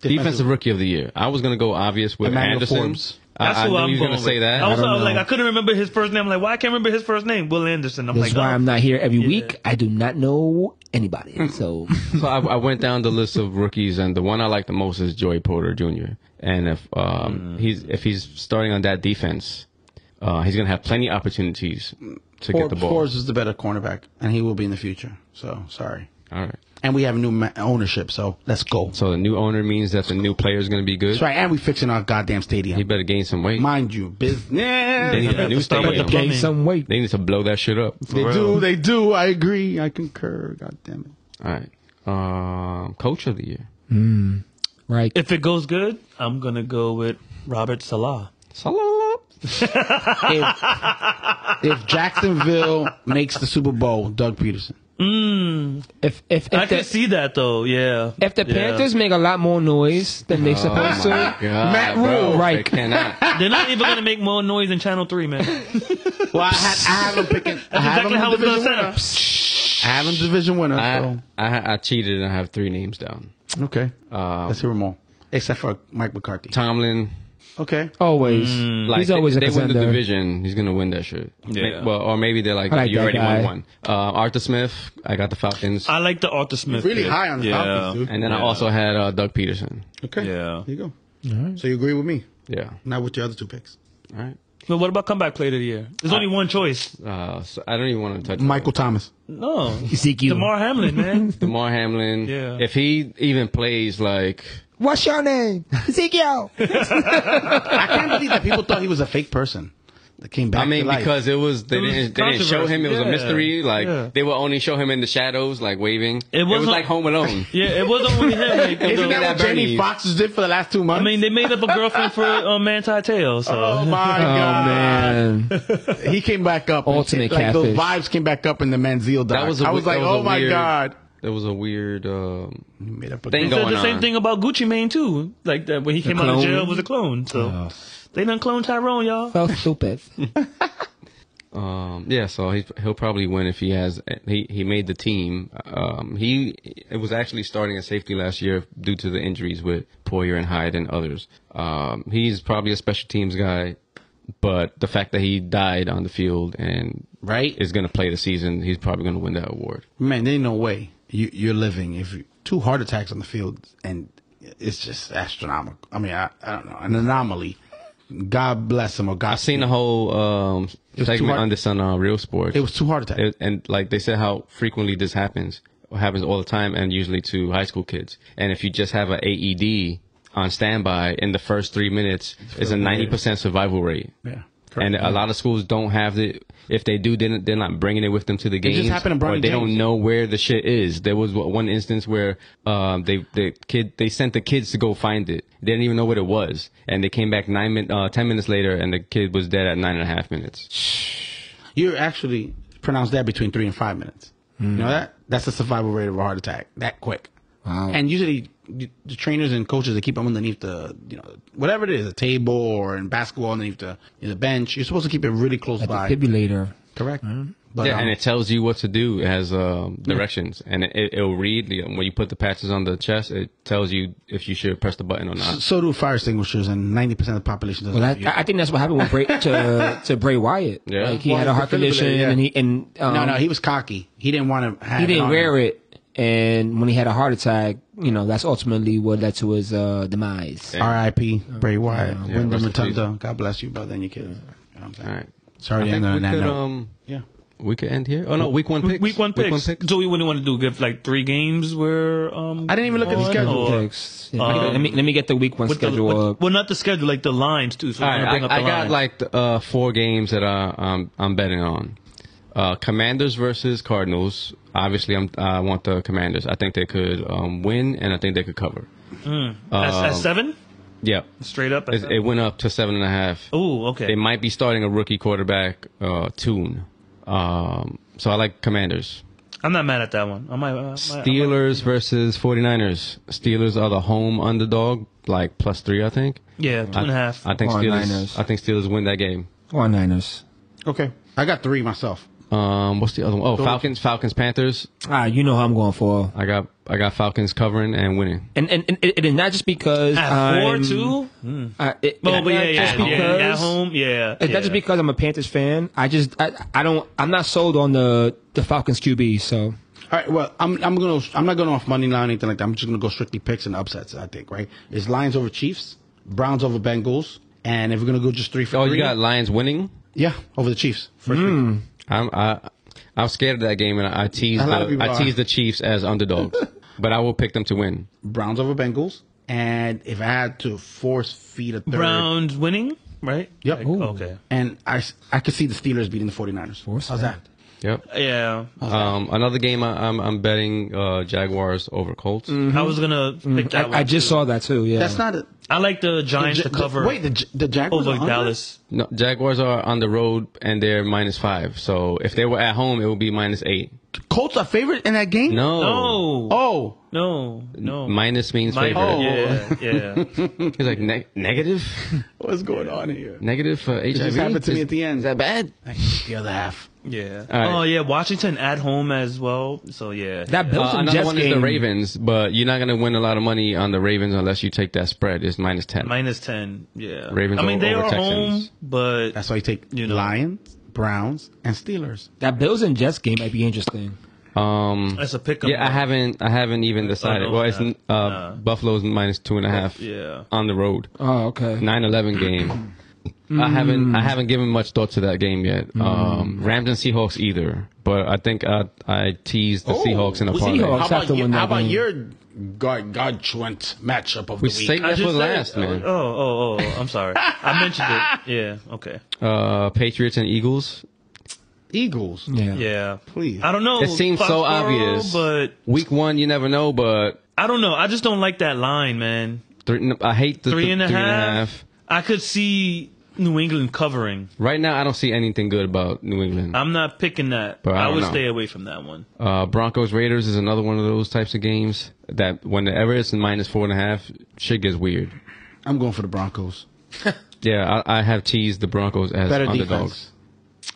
B: defensive rookie of the year. I was gonna go obvious with
C: Emmanuel
B: Anderson.
C: Forbes.
B: I,
D: That's
B: I
D: who
B: knew
D: I'm
B: he was
D: going
B: gonna say
D: with.
B: that.
D: I was,
E: don't
D: I was
E: know.
D: like, I couldn't remember his first name. I'm like, why I can't remember his first name? Will Anderson. I'm
E: that's
D: like,
E: why
D: oh.
E: I'm not here every
D: Yeah.
E: week. I do not know anybody, so
B: so I, I went down the list of rookies, and the one I like the most is Joey Porter Jr. And if um, he's if he's starting on that defense, uh, he's gonna have plenty of opportunities to get the ball.
C: Forbes is the better cornerback, and he will be in the future. So sorry.
B: All right.
C: And we have new ma- ownership, so let's go.
B: So the new owner means that the new player is gonna be good.
C: That's right. And we fixing our goddamn
B: He
C: stadium.
B: better gain some weight.
C: Mind you, business.
B: They need
D: Yeah,
B: a new
D: to start with the
B: stadium.
D: plug-
E: gain some weight.
B: They need to blow that shit up.
C: They
D: For
C: do.
D: real.
C: They do. I agree. I concur. God damn it.
B: All right. Um, coach of the year.
E: Right?
D: If it goes good, I'm gonna go with Robert Salah.
B: Salah.
C: If, if Jacksonville (laughs) makes the Super Bowl, Doug Peterson.
E: If Hmm. if if
D: I
E: the,
D: can see that though. Yeah.
E: if the
D: Yeah.
E: Panthers make a lot more noise than they supposed to,
B: Matt
E: Rule. Right.
B: cannot.
D: (laughs) they're not even gonna make more noise than Channel Three,
E: (laughs)
D: man. That's
C: Well, I, had, I have
B: (laughs)
C: him picking. That's
D: exactly how it's gonna set
C: winner.
D: up.
C: I have him division winner.
B: I, I I cheated and I have three names down.
C: so. Okay.
B: Um,
C: Let's hear them all. Except for Mike McCarthy.
B: Tomlin.
C: Okay.
E: always
B: Mm. Like
E: he's always
B: they,
E: a
B: they win the
E: contender.
B: division. He's gonna win that shit.
D: Yeah.
B: Well, or maybe they're like,
E: I like
B: you
E: that
B: already
E: guy.
B: won one. Uh, Arthur Smith. I got the Falcons.
D: I like the Arthur Smith.
C: Really
D: pick.
C: high on the
D: yeah.
C: Falcons, dude.
B: and then I
D: Yeah.
B: also had uh, Doug Peterson.
C: Okay.
D: Yeah.
C: There you go. So you agree with me?
B: Yeah.
C: Not with your other two picks.
B: All right.
D: But what about comeback player of the year? There's only one choice.
B: Uh, so I don't even want to touch
C: Michael Thomas.
D: No.
E: Ezekiel.
D: Damar Hamlin,
E: (laughs)
D: man.
B: Demar Hamlin.
D: Yeah.
B: If he even plays like
E: What's your name? Ezekiel.
C: I can't believe that people thought he was a fake person that came back.
B: I mean,
C: to life.
B: because it was they
D: It was
B: didn't they didn't show
D: controversy.
B: him. It was a
D: Yeah.
B: mystery. Like
D: Yeah.
B: they would only show him in the shadows, like waving. It, was
D: wasn't-
B: like Home
D: (laughs)
B: Alone.
D: Yeah, it wasn't only him.
E: (laughs)
D: Like, you
C: isn't
D: know,
C: that what Jamie
B: Bernie's.
C: Foxx did for the last two months?
D: I mean, they made up a girlfriend for uh, Manti Te'o. So
C: oh my
E: Oh
C: god,
E: man,
C: he came back up.
E: Ultimate
C: like, Those
E: catfish.
C: vibes came back up in the Manziel doc.
B: That was a
C: I was
B: we-
C: like,
B: that was
C: oh
B: a
C: my
B: weird-
C: god.
B: That was a weird. Um,
C: He made up a
B: Thing
D: They said
B: going
D: the same
B: on.
D: thing about Gucci Mane too. Like that when he came out
E: clone?
D: of jail was a clone. So they done clone Tyrone, y'all.
E: felt stupid.
B: um, yeah, so he he'll probably win if he has. He he made the team. Um, he it was actually starting at safety last year due to the injuries with Poyer and Hyde and others. Um, he's probably a special teams guy, but the fact that he died on the field and
C: Right?
B: is going to play the season, he's probably going to win that award.
C: Man, there ain't no way you, you're living if you, two heart attacks on the field, and it's just astronomical. I mean, I, I don't know, an anomaly. God bless him or God.
B: I've seen a whole um,
C: was too
B: segment
C: hard-
B: on this on uh, Real Sports.
C: It was two heart attacks.
B: It- and like they said, how frequently this happens It happens all the time, and usually to high school kids. And if you just have E an AED on standby in the first three minutes, it's a ninety percent survival rate.
C: yeah.
B: and a lot of schools don't have it. If they do, then they're not bringing it with them to the
C: just
B: games.
C: happened in
B: or
C: Bronny
B: they
C: James.
B: don't know where the shit is. There was one instance where um, they the kid they sent the kids to go find it. They didn't even know what it was, and they came back nine min, uh, ten minutes later, and the kid was dead at nine and a half minutes.
C: You actually pronounce that between three and five minutes.
E: Mm.
C: You know that? That's the survival rate of a heart attack. That quick.
E: Wow.
C: And usually the the trainers and coaches they keep them underneath the you know whatever it is a table or in basketball underneath the the bench. You're supposed to keep it really close by.
E: defibrillator.
C: Correct. But,
B: yeah,
C: um,
B: and it tells you what to do. It has um, directions, and it, it'll read you know, when you put the patches on the chest. It tells you if you should press the button or not.
C: so do fire extinguishers, and ninety percent of the population doesn't.
E: Well,
C: have
E: that,
C: you.
E: I I think that's what happened with Bray, to to Bray Wyatt.
B: Yeah.
E: like he
C: Well,
E: had a heart
C: defibrillator,
E: condition,
C: yeah.
E: and he and um,
C: no, no, he was cocky. He didn't want to. Have
E: he
C: it
E: didn't
C: on
E: wear
C: him.
E: it, and when he had a heart attack, you know, that's ultimately what led to his uh, demise.
C: R.I.P. Bray Wyatt,
B: Yeah,
C: Wyndham
B: rest in
C: Rotundo. God bless you, brother, and your kids. You know what I'm saying?
B: All right.
C: Sorry
B: I
C: to end
B: think
C: on
B: we
C: that
B: could,
C: note.
B: um,
C: Yeah.
B: we could end here. Oh no, week one picks.
D: Week one picks. Joey, what do you want to do? Give like three games where um
C: I didn't even look at the
D: on,
C: schedule.
D: or-
E: Picks. Yeah, let me let me get the week one
D: with um, the-
E: schedule.
D: with-
E: up.
D: well, not the schedule, like the lines too. So
B: All
D: we're gonna
B: right,
D: bring up
B: I, I
D: the
B: got
D: lines.
B: like the, uh, four games that uh, um, I'm betting on. Uh, Commanders versus Cardinals. Obviously, I'm, I want the Commanders. I think they could um, win, and I think they could cover.
D: At- at,
B: um,
D: seven,
B: Yeah,
D: straight up.
B: it, it went up to seven and a half.
D: Oh, okay.
B: They might be starting a rookie quarterback, uh, Tune. Um, so I like Commanders.
D: I'm not mad at that one. I might. I might- I might-
B: Steelers versus 49ers. Steelers are the home underdog, like plus three, I think.
D: yeah, two and a half.
B: I think
E: Come on,
B: Steelers.
E: Niners.
B: I think Steelers win that game.
E: Come on, Niners.
C: Okay. I got three myself.
B: Um, what's the other one? Oh, Falcons, Falcons, Panthers.
E: Ah, you know who I'm going for,
B: I got I got Falcons covering and winning.
E: and and, and it, it is not just because
D: at 4
E: I'm-
D: two.
E: Uh, it,
D: Oh,
E: it-
D: but yeah,
E: not
D: yeah,
E: just
D: yeah,
E: because,
D: yeah, at home, yeah.
E: It's
D: yeah.
E: not just because I'm a Panthers fan. I just I, I don't I'm not sold on the the Falcons QB. So
C: All right. Well, I'm I'm gonna I'm not going off money line or anything like that. I'm just gonna go strictly picks and upsets. I think right. It's Lions over Chiefs, Browns over Bengals, and if we're gonna go just three for
B: Oh,
C: three,
B: you got Lions winning.
C: yeah, over the Chiefs. First
D: Hmm.
C: week.
B: I'm I, I'm scared of that game, and I, I tease
C: A lot of
B: the,
C: people
B: I tease
C: are.
B: the Chiefs as
C: (laughs)
B: underdogs, but I will pick them to win.
C: Browns over Bengals, and if I had to force feed a third,
D: Browns winning, right?
C: Yep.
D: Like,
C: Ooh.
D: okay.
C: and I s- I could see the Steelers beating the 49ers.
E: Force
C: How's that?
B: Yep.
D: Yeah,
B: Um, another game I, I'm I'm betting uh, Jaguars over Colts.
D: I was gonna pick that. one,
E: I, I just
D: too.
E: saw that too. Yeah,
C: That's not a
D: I like the Giants
C: Ja-
D: to cover.
C: Wait, the, J- the Jaguars
D: over
C: are under?
D: Dallas.
B: No, Jaguars are on the road and they're minus five. So if they were at home, it would be minus eight.
C: Colts are favorite in that game.
B: No.
D: No.
C: Oh,
D: No. No.
B: Minus means
D: My-
B: favorite. (laughs)
C: Oh.
D: Yeah. Yeah.
B: He's like ne- negative, (laughs)
C: what's going on here?
B: negative for HIV.
C: just happened to me at the end.
B: Is that bad?
C: The other half.
D: Yeah.
B: right.
D: Oh yeah, Washington at home as well. So yeah.
E: that Bills
B: Uh,
E: and
B: another
E: Jets
B: one
E: game.
B: is the Ravens, but you're not going to win a lot of money on the Ravens unless you take that spread. It's minus 10.
D: minus ten. Yeah.
B: Ravens
D: I mean
B: o-
D: they
B: over
D: are
B: Texans.
D: home, but
C: That's why you take
D: You know.
C: Lions, Browns, and Steelers.
E: That Bills and Jets game might be interesting.
B: um,
D: that's a pickup.
B: yeah, I haven't, I haven't even decided.
D: no,
B: well, it's
D: nah.
B: uh,
D: Nah.
B: Buffalo's minus two and a half
D: Yeah.
B: on the road.
E: Oh, okay.
B: 9-11 game. I haven't I haven't given much thought to that game yet.
D: Mm.
B: Um, Rams and Seahawks either, but I think I I teased the
D: Oh,
C: Oh,
B: Seahawks in a
E: well,
B: parlay.
E: Seahawks.
C: How
E: Bucks have
C: about,
E: to
C: you,
E: win that
C: how about
E: game.
C: your gargantuant matchup of
B: We
C: the week?
B: saved
D: I
B: that for
D: just said-
B: last, man.
D: Oh, oh, oh, oh, I'm sorry. I mentioned it. Yeah, okay.
B: Uh, Patriots and Eagles.
C: Eagles.
E: Yeah.
D: Yeah.
C: Please.
D: I don't know.
B: It seems so
D: Foxborough,
B: obvious.
D: But
B: Week one, you never know, but
D: I don't know. I just don't like that line, man.
B: three, no, I hate the
D: Three
B: th-
D: and a half.
B: three and a half.
D: I could see New England covering.
B: Right now, I don't see anything good about New England.
D: I'm not picking that.
B: But I
D: I,
B: don't
D: would
B: know.
D: stay away from that one.
B: Uh, Broncos Raiders is another one of those types of games that whenever it's minus four and a half, shit gets weird.
C: I'm going for the Broncos.
B: Yeah, I, I have teased the Broncos as
C: Better
B: underdogs.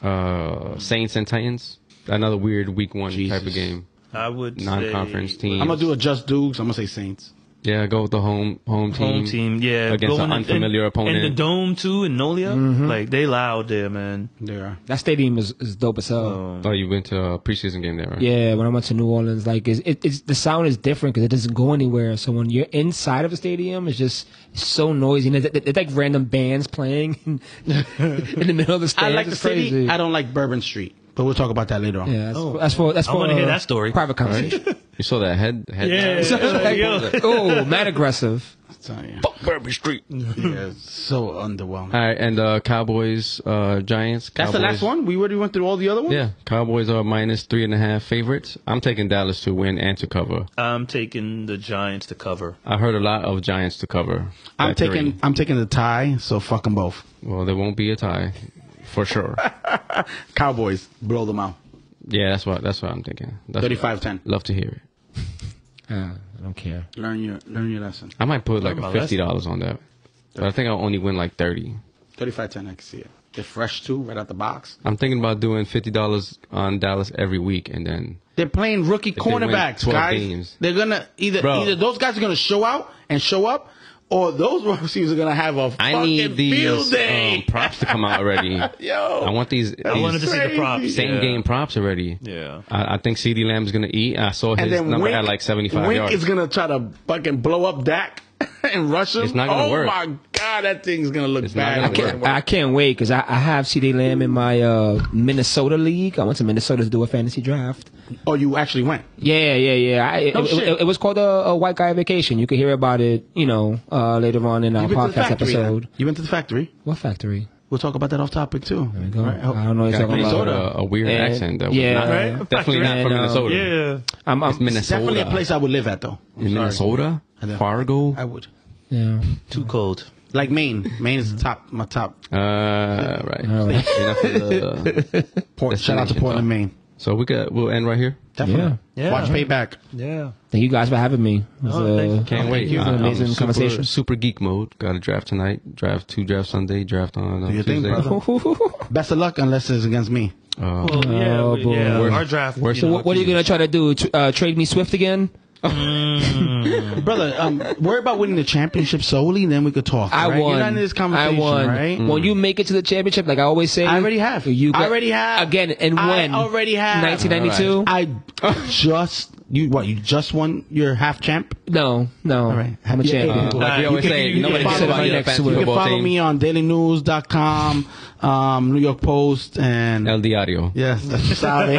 B: Uh, Saints and Titans. Another weird week one type of
C: Jesus.
B: game.
D: I would stay-
B: Non-conference team.
C: I'm gonna do a just Dukes. I'm gonna say Saints.
B: Yeah, go with the home home team.
D: Home team, yeah,
B: Against
D: going
B: an
D: in-
B: unfamiliar
D: in,
B: opponent.
D: in the dome too, in Nolia, like they loud there, man.
C: There.
E: That stadium is, is dope as hell.
B: Oh, you went to a preseason game there, right?
E: Yeah, when I went to New Orleans, like it's, it, it's the sound is different because it doesn't go anywhere. So when you're inside of a stadium, it's just so noisy. And it's, it's like random bands playing (laughs) in the middle of the
C: I
E: stadium.
C: like the
E: it's
C: city.
E: crazy.
C: I don't like Bourbon Street. But we'll talk about that later on.
E: Yeah, that's, that's for that's
D: I
E: for.
D: wanna hear
E: uh,
D: that story.
E: Private conversation.
B: You saw that head? head (laughs)
D: Yeah. Yo.
E: (laughs) oh, mad aggressive.
C: So, yeah.
B: Fuck Bourbon Street.
C: Yeah, so underwhelming.
B: All right, and uh, Cowboys, uh, Giants.
C: That's the
B: Cowboys-
C: last one. We already went through all the other ones.
B: Yeah, Cowboys are minus three and a half favorites. I'm taking Dallas to win and to cover.
D: I'm taking the Giants to cover.
B: I heard a lot of Giants to cover.
C: I'm
B: At
C: taking.
B: three.
C: I'm taking the tie. So fuck them both.
B: Well, there won't be a tie, for
C: (laughs)
B: sure.
C: Cowboys blow them out.
B: yeah, that's what that's what I'm thinking. That's
C: 35-10.
B: Love to hear it.
E: Uh, I don't care.
C: Learn your learn your lesson.
B: I might put like
D: Learn my
B: fifty dollars on that, but I think I'll only win like thirty.
C: 35-10, I can see it. They're fresh too, right out the box.
B: I'm thinking about doing fifty dollars on Dallas every week, and then
C: They're playing rookie
B: they win 12
C: cornerbacks, guys.
B: games.
C: They're gonna either
B: Bro.
C: either those guys are gonna show out and show up, or those (laughs) wide receivers are gonna have a
B: I
C: fucking
B: need
C: field
B: these
C: day.
B: um, props to come out already.
C: (laughs) Yo,
B: I want these,
D: I wanted to
B: these
D: see the
C: Crazy.
D: props.
B: same
D: Yeah.
B: game props already.
D: Yeah.
B: I, I think CD Lamb's gonna eat. I saw his
C: and then
B: number
C: Wink,
B: at like 75
C: Wink
B: yards.
C: is gonna try to fucking blow up Dak (laughs) and rush him.
B: It's not gonna
C: oh
B: work.
C: my god, that thing's gonna look
B: It's not
C: bad.
B: gonna
C: I can't
B: work.
C: wait.
E: I can't wait because I, I have CD Lamb in my uh, Minnesota league. I went to Minnesota to do a fantasy draft.
C: Oh, you actually went.
E: Yeah, yeah, yeah. I, it,
C: No
E: it-
C: shit.
E: it- it was called a, a white guy vacation. You could hear about it, you know, uh, later on in our
C: You went to the
E: podcast
C: factory.
E: episode.
C: You went to the factory.
E: What factory?
C: We'll talk about that off topic too.
E: There we go.
C: Right, oh,
E: I don't know what
B: Got
E: you're talking about.
B: Minnesota,
C: about-
B: a weird
E: And-
B: accent that was
E: yeah.
B: not,
E: Right?
B: definitely not
E: And,
B: from
E: um,
B: Minnesota.
D: Yeah.
E: I'm, I'm,
B: It's Minnesota.
C: Definitely a place I would live at though.
B: in
C: I'm sorry.
B: Minnesota,
C: I know.
B: Fargo.
C: I would.
E: Yeah.
D: Too cold.
C: Like Maine. Maine is the top. My top.
B: Uh, right.
E: All right.
B: (laughs) Enough of
C: (laughs)
B: the-
C: Port, shout out to
B: Destination
C: Portland,
B: top.
C: Maine.
B: so we could we'll end right here.
C: Definitely.
D: Yeah. Yeah.
C: Watch Payback.
D: Yeah.
E: Thank you guys for having me. It was,
D: Oh, thank you.
E: uh,
B: Can't wait.
E: It was
B: I'm
E: an amazing
B: super,
C: (laughs)
E: conversation.
B: Super geek mode. Got a draft tonight. Draft two draft Sunday. Draft on uh,
C: Do your thing,
B: Tuesday.
C: brother. Best of luck unless it's against me.
B: Uh,
D: Well, yeah,
E: Oh,
D: we-
E: boy.
D: yeah.
E: We're-
D: Our draft.
B: we're-
D: you
E: so
D: know,
E: what, what are you gonna try to do? Tr- Uh, trade me Swift again?
C: Brother, um, worry about winning the championship solely, then we could talk.
E: I
C: right?
E: won.
C: You're not in this conversation,
E: I won.
C: right?
E: When you make it to the championship, like I always say,
C: I already have.
E: You
C: I
E: got-
C: already have.
E: again. And
C: I
E: when?
C: already have.
E: 1992.
C: I just you what you just won your half champ.
E: No, no.
C: All right.
E: I'm a
C: Yeah,
E: champ.
C: yeah.
B: uh, like we
D: you
B: always
D: can-
B: say,
D: you can
B: nobody
E: follow
B: cares about
E: my
B: your
E: next
B: fantasy
E: word.
C: You can
B: football
C: follow
B: team.
C: me on DailyNews.com, um, New York Post, and
B: El Diario.
C: yes, that's (laughs) sorry.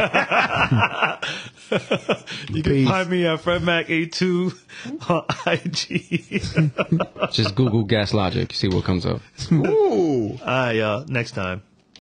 D: you can
C: Peace.
D: find me at FredMac82 (laughs) on IG. (laughs)
B: Just Google Gas Logic. See what comes up.
C: Ooh.
D: All right, y'all. Next time.